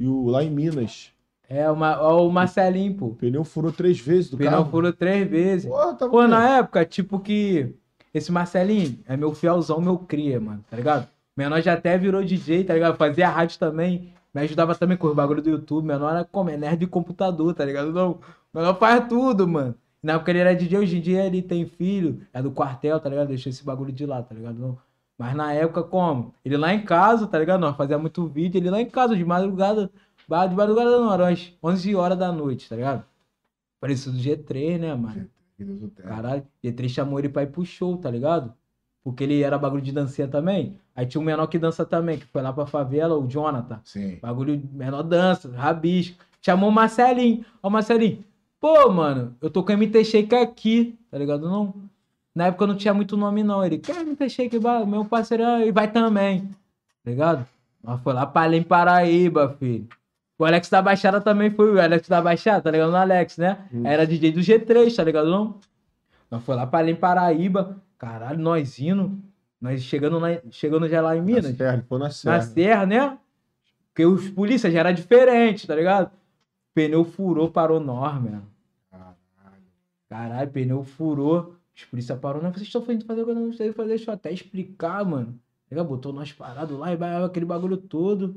S5: e o lá em Minas,
S3: É, o, Ma- ó, o Marcelinho, pô.
S5: o pneu furou três vezes do
S3: O pneu
S5: carro.
S3: furou três vezes.
S5: Porra, tá
S3: Pô, na época, tipo que. Esse Marcelinho é meu fielzão, meu cria, mano, tá ligado? Menor já até virou DJ, tá ligado? Fazia rádio também. Me ajudava também com os bagulho do YouTube. Menor era como? É nerd de computador, tá ligado? Não. Menor faz tudo, mano. Na época ele era DJ, hoje em dia ele tem filho, é do quartel, tá ligado? Deixou esse bagulho de lá, tá ligado? Não. Mas na época, como? Ele lá em casa, tá ligado? Nós fazia muito vídeo, ele lá em casa, de madrugada. ba- De madrugada não, era umas 11 horas da noite, tá ligado? Parecido do G3, né, mano?
S1: Meu Deus do céu.
S3: Caralho, D3 chamou ele pra ir pro show, tá ligado? Porque ele era bagulho de dancinha também. Aí tinha um menor que dança também, que foi lá pra favela, o Jonathan.
S1: Sim.
S3: Bagulho menor dança, rabisco. Chamou o Marcelinho. Ó, o Marcelinho. Pô, mano, eu tô com MT Shake aqui, tá ligado? Não. Na época eu não tinha muito nome, não. Ele, quer MT Shake, vai, meu parceiro, ah, ele vai também. Tá ligado? Mas foi lá pra Além Paraíba, filho. O Alex da Baixada também foi o Alex da Baixada, tá ligado? No Alex, né? Era DJ do G3, tá ligado? Não. Nós foi lá pra Além Paraíba. Caralho, nós indo. Nós chegando, lá, chegando já lá em
S5: Na
S3: Minas.
S5: serra, ele foi na
S3: Na
S5: serra.
S3: serra, né? Porque os polícias já era diferente, tá ligado? Pneu furou, parou nós, mano.
S1: Caralho.
S3: Caralho, pneu furou. Os polícia parou nós. Vocês estão indo fazer o que eu não sei fazer. Deixa eu até explicar, mano. Tá ligado? Botou nós parados lá e vai aquele bagulho todo.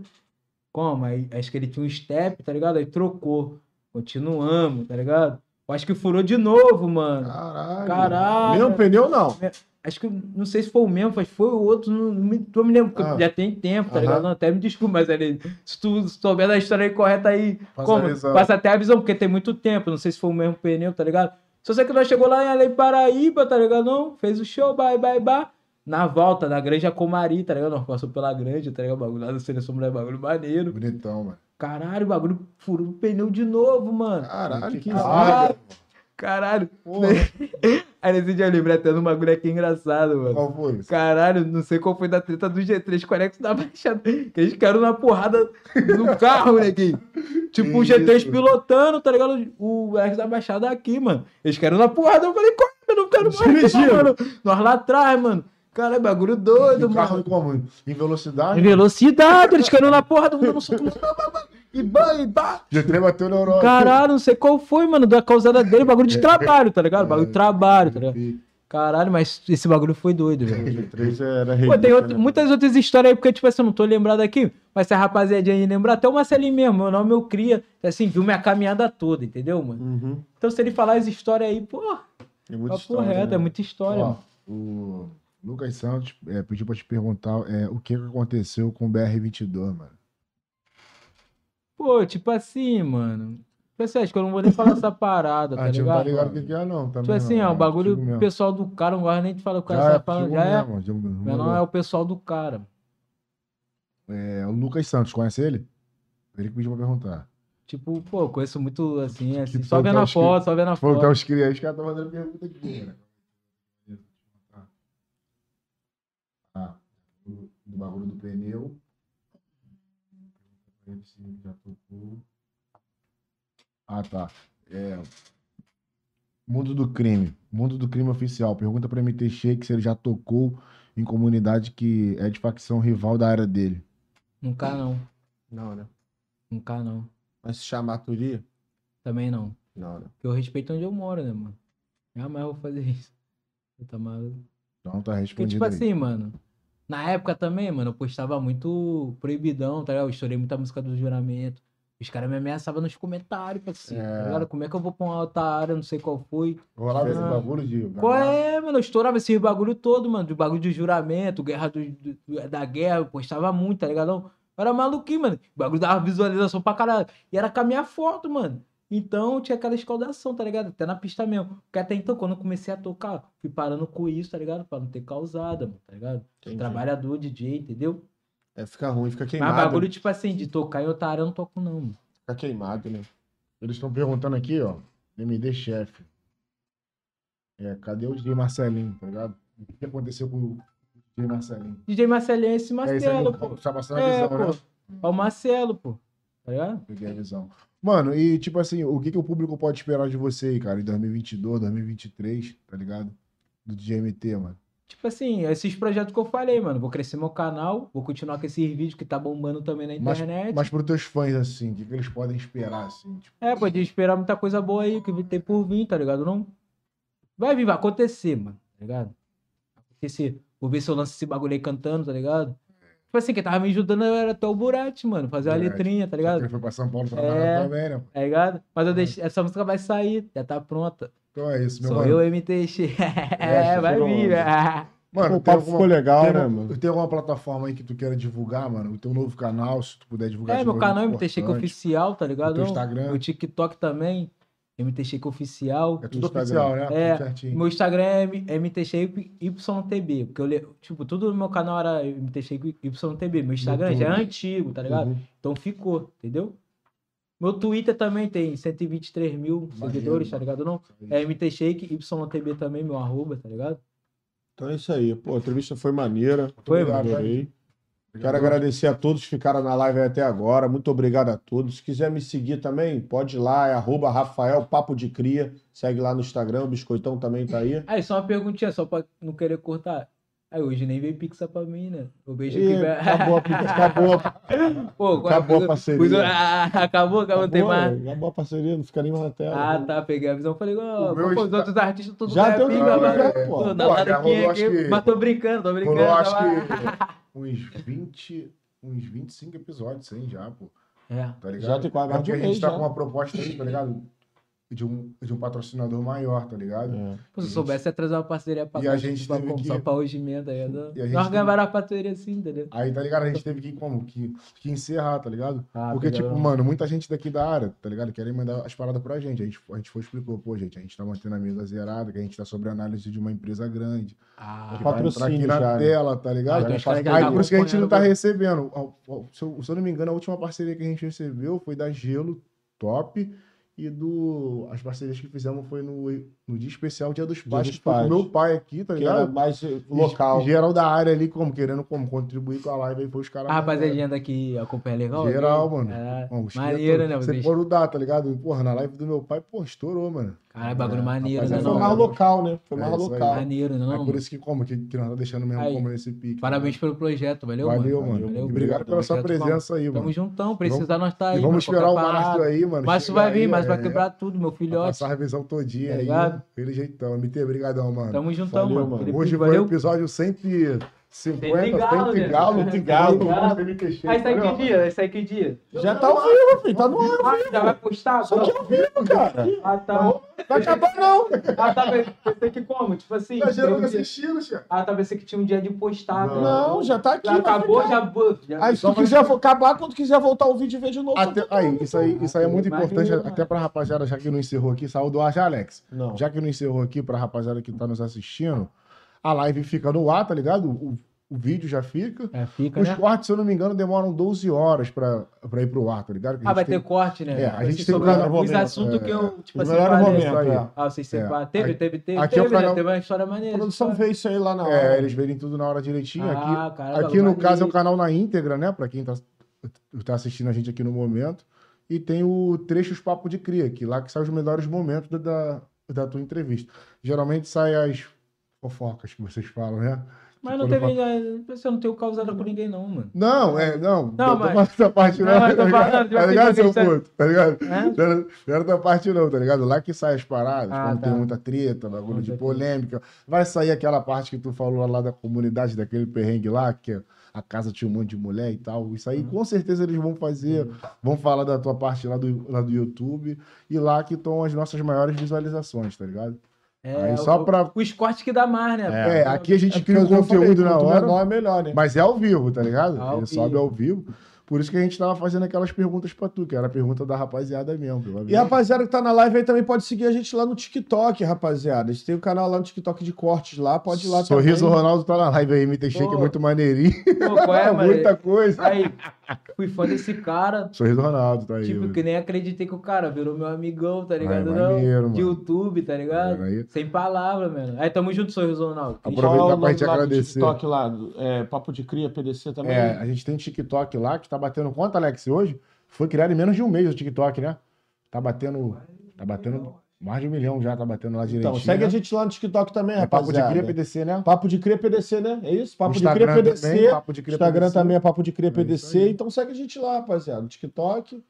S3: Como? Aí, acho que ele tinha um step, tá ligado? Aí trocou. Continuamos, tá ligado? Acho que furou de novo, mano.
S2: Caralho.
S3: Caralho.
S2: Mesmo pneu, não.
S3: Acho que não sei se foi o mesmo, mas foi o outro, não, não me, tô me lembro, porque
S2: Ah.
S3: já tem tempo, tá
S2: Aham.
S3: ligado? Não, até me desculpa, mas ele, se tu souber da história aí correta aí,
S2: Passa a
S3: como?
S2: visão.
S3: Passa até a visão, porque tem muito tempo, não sei se foi o mesmo pneu, tá ligado? Só sei que nós chegou lá em Além Paraíba, tá ligado? Não, fez o show, bye, bye, bye. Na volta, na Granja Comari, tá ligado? Nós passou pela Granja, tá ligado? Bagulho lá da Seleção Mulher, bagulho maneiro.
S1: Bonitão, mano.
S3: Caralho, o bagulho furou o pneu de novo, mano.
S2: Caralho, que
S3: Caralho.
S2: zaga.
S3: Caralho.
S2: Porra.
S3: *laughs* Aí nesse dia eu lembrei até de um bagulho aqui engraçado, mano.
S1: Qual foi?
S3: Caralho, não sei qual foi da treta do G3 Conex da Baixada. Que eles ficaram na porrada no carro, neguinho. Tipo, o G3 pilotando, tá ligado? O Alex da Baixada aqui, mano. Eles ficaram na porrada. Eu falei, corre, eu não quero mais, não,
S2: Dirigindo.
S3: mano. Nós lá atrás, mano. Caralho, é bagulho doido,
S1: O carro
S3: mano.
S1: em comum. Em
S3: Em
S1: velocidade,
S3: velocidade, eles ficaram na porrada, um dando soco. E bah, e bah.
S1: G3 bateu na Europa.
S3: Caralho, não sei qual foi, mano, da causada dele, bagulho de trabalho, tá ligado? Bagulho de trabalho, tá ligado? Caralho, mas esse bagulho foi doido, velho.
S1: G3 era
S3: Pô,
S1: relíquia,
S3: tem outro-
S1: né?
S3: muitas outras histórias aí, porque, tipo assim, eu não tô lembrado aqui, mas se a rapaziadinha aí lembrar, até o Marcelinho mesmo, meu nome eu cria, assim, viu minha caminhada toda, entendeu, mano?
S2: Uhum.
S3: Então, se ele falar as histórias aí, pô,
S1: É muita
S3: tá
S1: história,
S3: correto,
S1: né?
S3: é muita história,
S1: Ó,
S3: mano.
S1: O Lucas Santos é, pediu pra te perguntar é, o que que aconteceu com o BR-22, mano.
S3: Pô, tipo assim, mano, tipo assim, acho que eu não vou nem falar essa parada, tá
S1: ah, tipo, não tá
S3: ligado?
S1: ligado o que que é, não. Também,
S3: tipo assim,
S1: não,
S3: ó, o
S1: é,
S3: bagulho,
S1: digo
S3: o
S1: mesmo.
S3: pessoal do cara, não gosto nem de falar o cara,
S1: Já é,
S3: já, fala,
S1: digo
S3: já é,
S1: mesmo, digo mesmo.
S3: meu nome é o pessoal do cara.
S1: É, o Lucas Santos, conhece ele? Ele que pediu pra perguntar.
S3: Tipo, pô, eu conheço muito, assim, assim, só
S1: foi o
S3: vendo a
S1: tal
S3: foto, só vendo a
S1: Falou
S3: foto.
S1: que tá os crianças, os caras estão mandando pergunta aqui, né? Ah, do, do bagulho do pneu. Ele se já tocou. Ah, tá. É, Mundo do crime. Mundo do crime oficial. Pergunta pra MT Shake se ele já tocou em comunidade que é de facção rival da área dele. é
S3: Nunca não,
S2: Não, né?
S3: nunca não,
S2: Mas se chamar Turi?
S3: também não.
S2: Não, né?
S3: Porque eu respeito onde eu moro, né, mano? Jamais vou fazer *laughs* isso. Eu tá maluco.
S1: Então tá
S3: Porque,
S1: respondido
S3: tipo
S1: aí.
S3: assim, mano. Na época também, mano, eu postava muito proibidão, tá ligado? Eu estourei muita música do juramento. Os caras me ameaçavam nos comentários, parceiro. Tá ligado? Como é que eu vou pra uma outra área, não sei qual foi.
S1: Rolava esse
S3: Ah.
S1: bagulho de...
S3: Qual é, mano? Eu estourava esses bagulho todo, mano. De bagulho de juramento, guerra do, do- da guerra, eu postava muito, tá ligado? Eu era maluquinho, mano. O bagulho dava visualização pra caralho. E era com a minha foto, mano. Então tinha aquela escaldação, tá ligado? Até na pista mesmo. Porque até então, quando eu comecei a tocar, fui parando com isso, tá ligado? Pra não ter causada, mano, tá ligado?
S2: Entendi.
S3: Trabalhador, DJ, entendeu?
S2: É, fica ruim, fica
S3: Mas
S2: queimado.
S3: bagulho, tipo assim, de tocar em outra área, eu não toco, não, mano.
S2: Fica queimado,
S1: É
S2: né?
S1: Eles estão perguntando aqui, ó. MD chefe. É, cadê o DJ Marcelinho, tá ligado? O que aconteceu com o DJ Marcelinho?
S3: DJ Marcelinho é esse
S1: é isso aí,
S3: Marcelo, pô.
S1: que tá passando a
S3: É,
S1: visão, né?
S3: pô. É o Marcelo, pô. Tá ligado?
S1: Peguei a visão. Mano, e tipo assim, o que, que o público pode esperar de você aí, cara, em 2022, 2023, tá ligado? Do DJ MT, mano.
S3: Tipo assim, esses projetos que eu falei, mano. Vou crescer meu canal, vou continuar com esses vídeos que tá bombando também na
S1: Mas-
S3: internet.
S1: Mas pros teus fãs, assim, o que, que eles podem esperar, assim? Tipo,
S3: É, pode esperar muita coisa boa aí que tem por vir, tá ligado? Não. Vai vir, vai acontecer, mano, tá ligado? Acontecer. Vou ver se eu lanço esse bagulho aí cantando, tá ligado? Tipo assim, quem tava me ajudando era até o Burati, mano, fazer uma
S1: Burati.
S3: letrinha,
S1: já
S3: tá ligado?
S1: que ele foi pra São Paulo pra
S3: É.
S1: também, né? pô?
S3: Tá ligado? Mas eu deixei, essa música vai sair, já tá pronta.
S1: Então é isso, meu
S3: Sou
S1: mano.
S3: eu, MTX. *laughs*
S1: É,
S3: É, vai
S1: chegou
S3: vir.
S1: Mano, tem
S2: o papo
S1: alguma-
S2: ficou legal,
S1: tem
S2: né,
S1: uma-
S2: mano?
S1: Tem alguma plataforma aí que tu queira divulgar, mano? O teu novo canal, se tu puder divulgar.
S3: É,
S1: esse
S3: meu
S1: bagulho
S3: canal MT Shake
S1: importante.
S3: Oficial, tá ligado?
S1: teu Instagram.
S3: Meu TikTok também, MT Shake Oficial.
S1: É tudo
S2: Instagram.
S1: oficial, né?
S3: É,
S1: Tudo certinho.
S3: Meu Instagram é M- MTShapeYTB, porque eu, le- tipo, tudo no meu canal era MTShapeYTB. Meu Instagram já é antigo, tá ligado?
S2: Uhum.
S3: Então ficou, entendeu? Meu Twitter também tem 123 mil
S1: Maneiro,
S3: seguidores, tá
S1: mano.
S3: ligado? Não, é MTShakeYTB também, meu arroba, tá ligado?
S2: Então é isso aí. Pô, a entrevista foi maneira.
S3: Foi,
S1: obrigado,
S2: Adorei.
S1: Obrigado.
S2: Quero agradecer a todos que ficaram na live até agora. Muito obrigado a todos. Se quiser me seguir também, pode ir lá, é arroba Rafael Papo de Cria. Segue lá no Instagram, o Biscoitão também
S1: *laughs*
S2: tá aí.
S3: Aí, só uma perguntinha, só pra não querer cortar. Aí, hoje nem veio Pixar pra mim, né? O beijo
S2: E
S3: que vai.
S2: acabou, a-
S3: *laughs*
S1: *laughs*
S2: acabou,
S1: Então
S3: Pô, é agora
S2: acabou a
S3: fiz-
S2: parceria.
S3: fiz- Ah, acabou, acabou, não tem
S2: Acabou,
S3: mais.
S2: acabou a parceria, não fica nem mais na tela.
S3: Ah, tá, peguei a visão. Falei, ó,
S1: é. O meu
S3: pô, os
S1: está-
S3: outros artistas tudo
S2: Já tem o
S3: pinga,
S2: nome,
S3: mano.
S2: já,
S3: Pô,
S2: pô.
S3: na
S1: Pô, já
S3: ladaquinha
S1: rolou,
S3: aqui,
S1: acho que-
S3: Mas tô brincando, tô brincando.
S1: Rolou, acho
S3: tá lá.
S1: que *laughs* uns 20, uns 25 episódios, sem já, pô.
S3: É.
S1: Tá ligado?
S2: Já tem quase
S1: É
S2: mais
S1: porque
S2: de um
S1: a gente
S2: mês,
S1: tá
S2: já.
S1: com uma proposta aí, tá ligado? de um, de um patrocinador maior, tá ligado?
S2: É.
S3: Pô, se eu soubesse, ia trazer uma parceria pra
S1: E
S3: cá,
S1: a gente
S3: pra,
S1: teve
S3: como,
S1: que-
S3: só pra hoje emenda. Aí, nós
S1: E a gente
S3: nós
S1: teve-
S3: ganhamos a parceria assim, entendeu?
S1: Aí, tá ligado? A gente teve que, como? Que, que encerrar, tá ligado?
S3: Ah,
S1: Porque,
S3: pegaram-
S1: tipo, mano, muita gente daqui da área, tá ligado? Querem mandar as paradas pra gente. A gente, a gente foi e explicou, pô, gente, a gente tá mantendo a mesa zerada, que a gente tá sobre análise de uma empresa grande. Tipo,
S3: Ah,
S1: que vai entrar aqui
S2: patrocínio
S1: na
S2: já, né?
S1: tela, tá
S3: Ah,
S1: ligado?
S3: então os caras já
S1: aí
S3: tá
S1: por isso que a gente não tá
S3: acompanhando.
S1: recebendo. Ao- ao- Se eu, se eu não me engano, a última parceria que a gente recebeu foi da Gelo Top. E do. As parcerias que fizemos foi no, no dia especial Dia dos Pais,
S2: dos
S1: que foi com
S2: Pais.
S1: meu pai aqui, tá
S2: Que era
S1: ligado?
S2: mais eh,
S1: E
S2: local.
S1: Geral da área ali, como, querendo como, contribuir com a live aí foi os caras.
S3: a Ah, rapaziadinha daqui acompanha legal? né?
S1: Geral, mano.
S3: É,
S1: Bom, os
S3: maneiro,
S1: criadores,
S3: né,
S1: Você
S3: bicho?
S1: pode dar, tá ligado? Porra, na live do meu pai, pô, estourou, mano.
S3: Caralho, bagulho
S1: É,
S3: maneiro, né?
S2: Mas
S1: rapaziada,
S2: foi
S1: não,
S3: Não,
S1: é-
S2: mais local, né? Foi
S1: é
S2: mais
S1: isso aí.
S2: local.
S3: maneiro, né, não,
S1: é por
S3: mano?
S1: isso que como, que, que nós tá deixando mesmo
S3: Aí,
S1: como nesse pique. tá
S3: Parabéns pelo projeto, valeu, mano?
S1: Valeu, mano.
S3: Valeu,
S1: E Obrigado pela
S3: tamo
S1: sua
S3: junto, irmão.
S1: presença aí,
S3: Tamo
S1: mano.
S3: juntão, precisar nós tá aí.
S1: E vamos
S3: mano,
S1: esperar o
S3: qualquer
S1: Márcio
S3: parada.
S1: aí, mano.
S3: Márcio
S1: Chega
S3: vai vir,
S1: aí,
S3: Márcio vai
S1: é,
S3: quebrar tudo, meu
S1: Vai
S3: filhote.
S1: passar a revisão todinha
S3: Tá
S1: aí.
S3: ligado?
S1: Aquele jeitão. MT, brigadão, mano.
S3: Tamo juntão,
S2: Valeu,
S3: mano.
S2: mano.
S3: Felipe,
S1: Hoje foi o
S3: valeu.
S1: episódio 150, 100
S3: galo, né?
S1: galo,
S3: Cento
S1: 100
S3: e
S1: galo.
S3: galo. Aí sai
S1: Valeu,
S3: que dia? Aí sai que dia?
S2: Já tá ao vivo, filho. Tá no ar.
S3: Ah, já vai postar?
S2: Só que ao vivo, cara.
S3: Ah, tá.
S2: Vai acabar não.
S3: Ah, tá. Pensei que como? Tipo assim.
S1: Tá gerando
S3: teve um dia-
S1: assistindo, chefe.
S3: Ah, tá. Pensei que tinha um dia de postar. né?
S2: Não, já tá aqui.
S3: Já
S2: vai
S3: acabou,
S2: ficar.
S3: já. bu- já-
S2: Aí se tu quiser vo- acabar, quando quiser voltar o vídeo e ver de novo.
S1: Até-
S2: tá
S1: aí,
S2: bom,
S1: isso aí,
S2: então.
S1: isso aí é muito
S3: Maneiro,
S1: importante,
S3: mano.
S1: até pra rapaziada, já que não encerrou aqui, saiu do ar já, Alex.
S2: Não.
S1: Já que não encerrou aqui, pra rapaziada que tá nos assistindo, a live fica no ar, tá ligado? O, o vídeo já fica.
S3: É, fica,
S1: Os
S3: né?
S1: cortes, se eu não me engano, demoram 12 horas pra, pra ir pro ar, tá ligado? Que a
S3: Ah,
S1: gente
S3: vai
S1: tem-
S3: ter corte, né?
S1: É, a gente
S3: Assim,
S1: tem um
S3: sobre
S1: melhor
S3: Os
S2: momento,
S3: assuntos
S1: é.
S3: que eu, tipo
S2: O
S3: assim,
S2: melhor
S3: falei.
S2: momento,
S1: aí.
S2: é.
S3: Ah, vocês
S1: É.
S3: separam. Teve,
S1: Aqui-
S3: teve, teve.
S1: aqui é o
S3: teve, né?
S1: canal-
S3: Teve uma história maneira.
S2: A produção
S3: história-
S2: vê isso aí lá na hora.
S1: É, eles verem tudo na hora direitinho.
S3: Ah,
S1: aqui
S3: caralho,
S1: aqui no
S3: maneiro.
S1: caso, é o canal na íntegra, né? Pra quem tá, tá assistindo a gente aqui no momento. E tem o Trechos Papo de Cria, que lá que sai os melhores momentos da, da, da tua entrevista. Geralmente sai as fofocas que vocês falam, né?
S3: Mas não
S1: Quando
S3: teve. Você não tem causada por ninguém, não, mano.
S1: Não, é, não.
S3: Não,
S1: tô
S3: mas-
S1: falando essa parte não.
S3: Não, mas tô
S1: *laughs*
S3: falando,
S1: tá
S3: tipo
S1: ligado,
S3: assim,
S1: seu
S3: porque
S1: puto? Tá ligado?
S3: É?
S1: Não era- não era da parte não, tá ligado? Lá que sai as paradas,
S3: Ah,
S1: quando
S3: tá.
S1: tem muita treta, bagulho de
S3: Muita
S1: polêmica. Vai sair aquela parte que tu falou lá da comunidade, daquele perrengue lá, que a casa tinha um monte de mulher e tal. Isso
S2: Uhum.
S1: aí, com certeza, eles vão fazer, vão falar da tua parte lá do, lá do YouTube. E lá que estão as nossas maiores visualizações, tá ligado?
S3: É,
S1: aí só
S3: o-
S1: pra...
S3: Os cortes que dá mais, né?
S1: É,
S3: Pô,
S1: aqui a gente
S2: É porque
S1: cria o
S2: eu falei,
S1: conteúdo na
S2: quanto
S1: hora.
S2: menor é melhor, né?
S1: Mas é ao vivo, tá ligado?
S3: Ao
S1: Ele
S3: vivo.
S1: sobe ao vivo. Por isso que a gente tava fazendo aquelas perguntas pra tu, que era a pergunta da rapaziada mesmo. pelo
S2: E
S1: menos.
S2: a rapaziada que tá na live aí também pode seguir a gente lá no TikTok, rapaziada. A gente tem o canal lá no TikTok de cortes lá, pode ir lá
S1: Sorriso
S2: também.
S1: Ronaldo tá na live aí, MT Shake,
S3: Pô.
S1: muito maneirinho.
S3: Pô, qual é, mano?
S1: *laughs* Muita coisa.
S3: Aí, fui fã desse
S2: Ah,
S3: cara.
S1: Sorriso Ronaldo tá aí.
S3: Tipo,
S1: mano.
S3: que nem acreditei que o cara virou meu amigão, tá ligado?
S1: Ai,
S3: não,
S1: maneiro, mano.
S3: de YouTube, tá
S2: é
S3: ligado?
S1: Aí. Tá
S3: Sem palavra, mano. Aí tamo junto, sorriso Ronaldo.
S1: Apro-
S2: Qual é o
S1: Aproveitar pra
S2: nome
S1: gente
S2: lá do
S1: agradecer.
S2: TikTok lá, é, Papo de Cria, PDC também.
S1: É, a gente tem um TikTok lá que tá batendo quanto, Alex, hoje? Foi criado em menos de um mês o TikTok, né? Tá batendo. Tá batendo mais de um milhão já, tá batendo lá direitinho.
S2: então, segue a
S1: né?
S2: gente lá no TikTok também,
S1: É papo de
S2: rapaziada.
S1: cria PDC, né?
S2: Papo de Cria PDC, né? É isso? Papo de Cria
S1: Instagram
S2: PDC.
S1: também, papo de cria
S2: Instagram
S1: PDC.
S2: também é Papo de Cria
S1: isso
S2: PDC.
S1: aí.
S2: então segue a gente lá, rapaziada. No TikTok,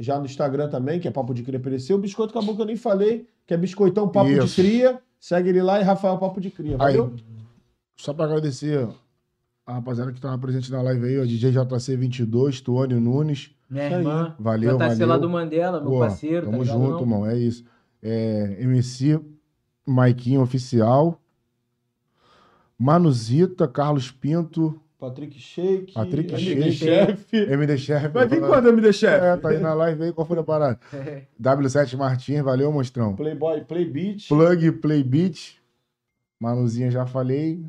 S2: já no Instagram também, que é Papo de Cria PDC. O Biscoito Caboclo que eu nem falei, que é Biscoitão Papo de
S1: Isso.
S2: Cria. Segue ele lá e Rafael Papo de Cria.
S1: Aí,
S2: Valeu?
S1: Só pra agradecer a rapaziada que tava presente na live aí, ó, DJ JC22, Tuânio Nunes.
S3: Minha
S2: Isso aí.
S3: irmã.
S1: Valeu,
S3: JC lá
S1: valeu.
S3: do Mandela, meu
S1: Pô,
S3: parceiro. tá
S1: Tamo
S3: ligado?
S1: junto,
S3: Não?
S1: irmão. É isso. É, MC Maiquinho Oficial. Manuzita, Carlos Pinto,
S2: Patrick Shake.
S1: Patrick
S2: MD
S3: Sheik.
S2: Chefe.
S1: MD Chef.
S2: Vai vir quando, MD Chefe?
S1: É, tá aí na live aí. Qual foi a parada? *laughs* W7 Martins, valeu, monstrão.
S2: Playboy, Playbeat.
S1: Plug, Playbeat. Manuzinha, já falei.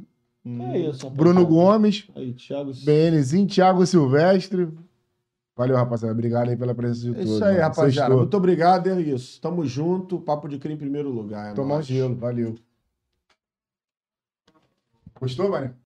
S2: É isso.
S1: Bruno
S2: rapaziada.
S1: Gomes.
S2: Aí, Thiago.
S1: BNzinho, Thiago Silvestre. Valeu, rapaziada. Obrigado aí pela presença de
S2: É
S1: todos.
S2: isso aí,
S1: mano.
S2: rapaziada.
S1: Sextou.
S2: Muito obrigado, é isso. Tamo junto. Papo de Cria em primeiro lugar. É
S1: Tomar um
S2: nóis.
S1: gelo. Valeu. Gostou, Mané?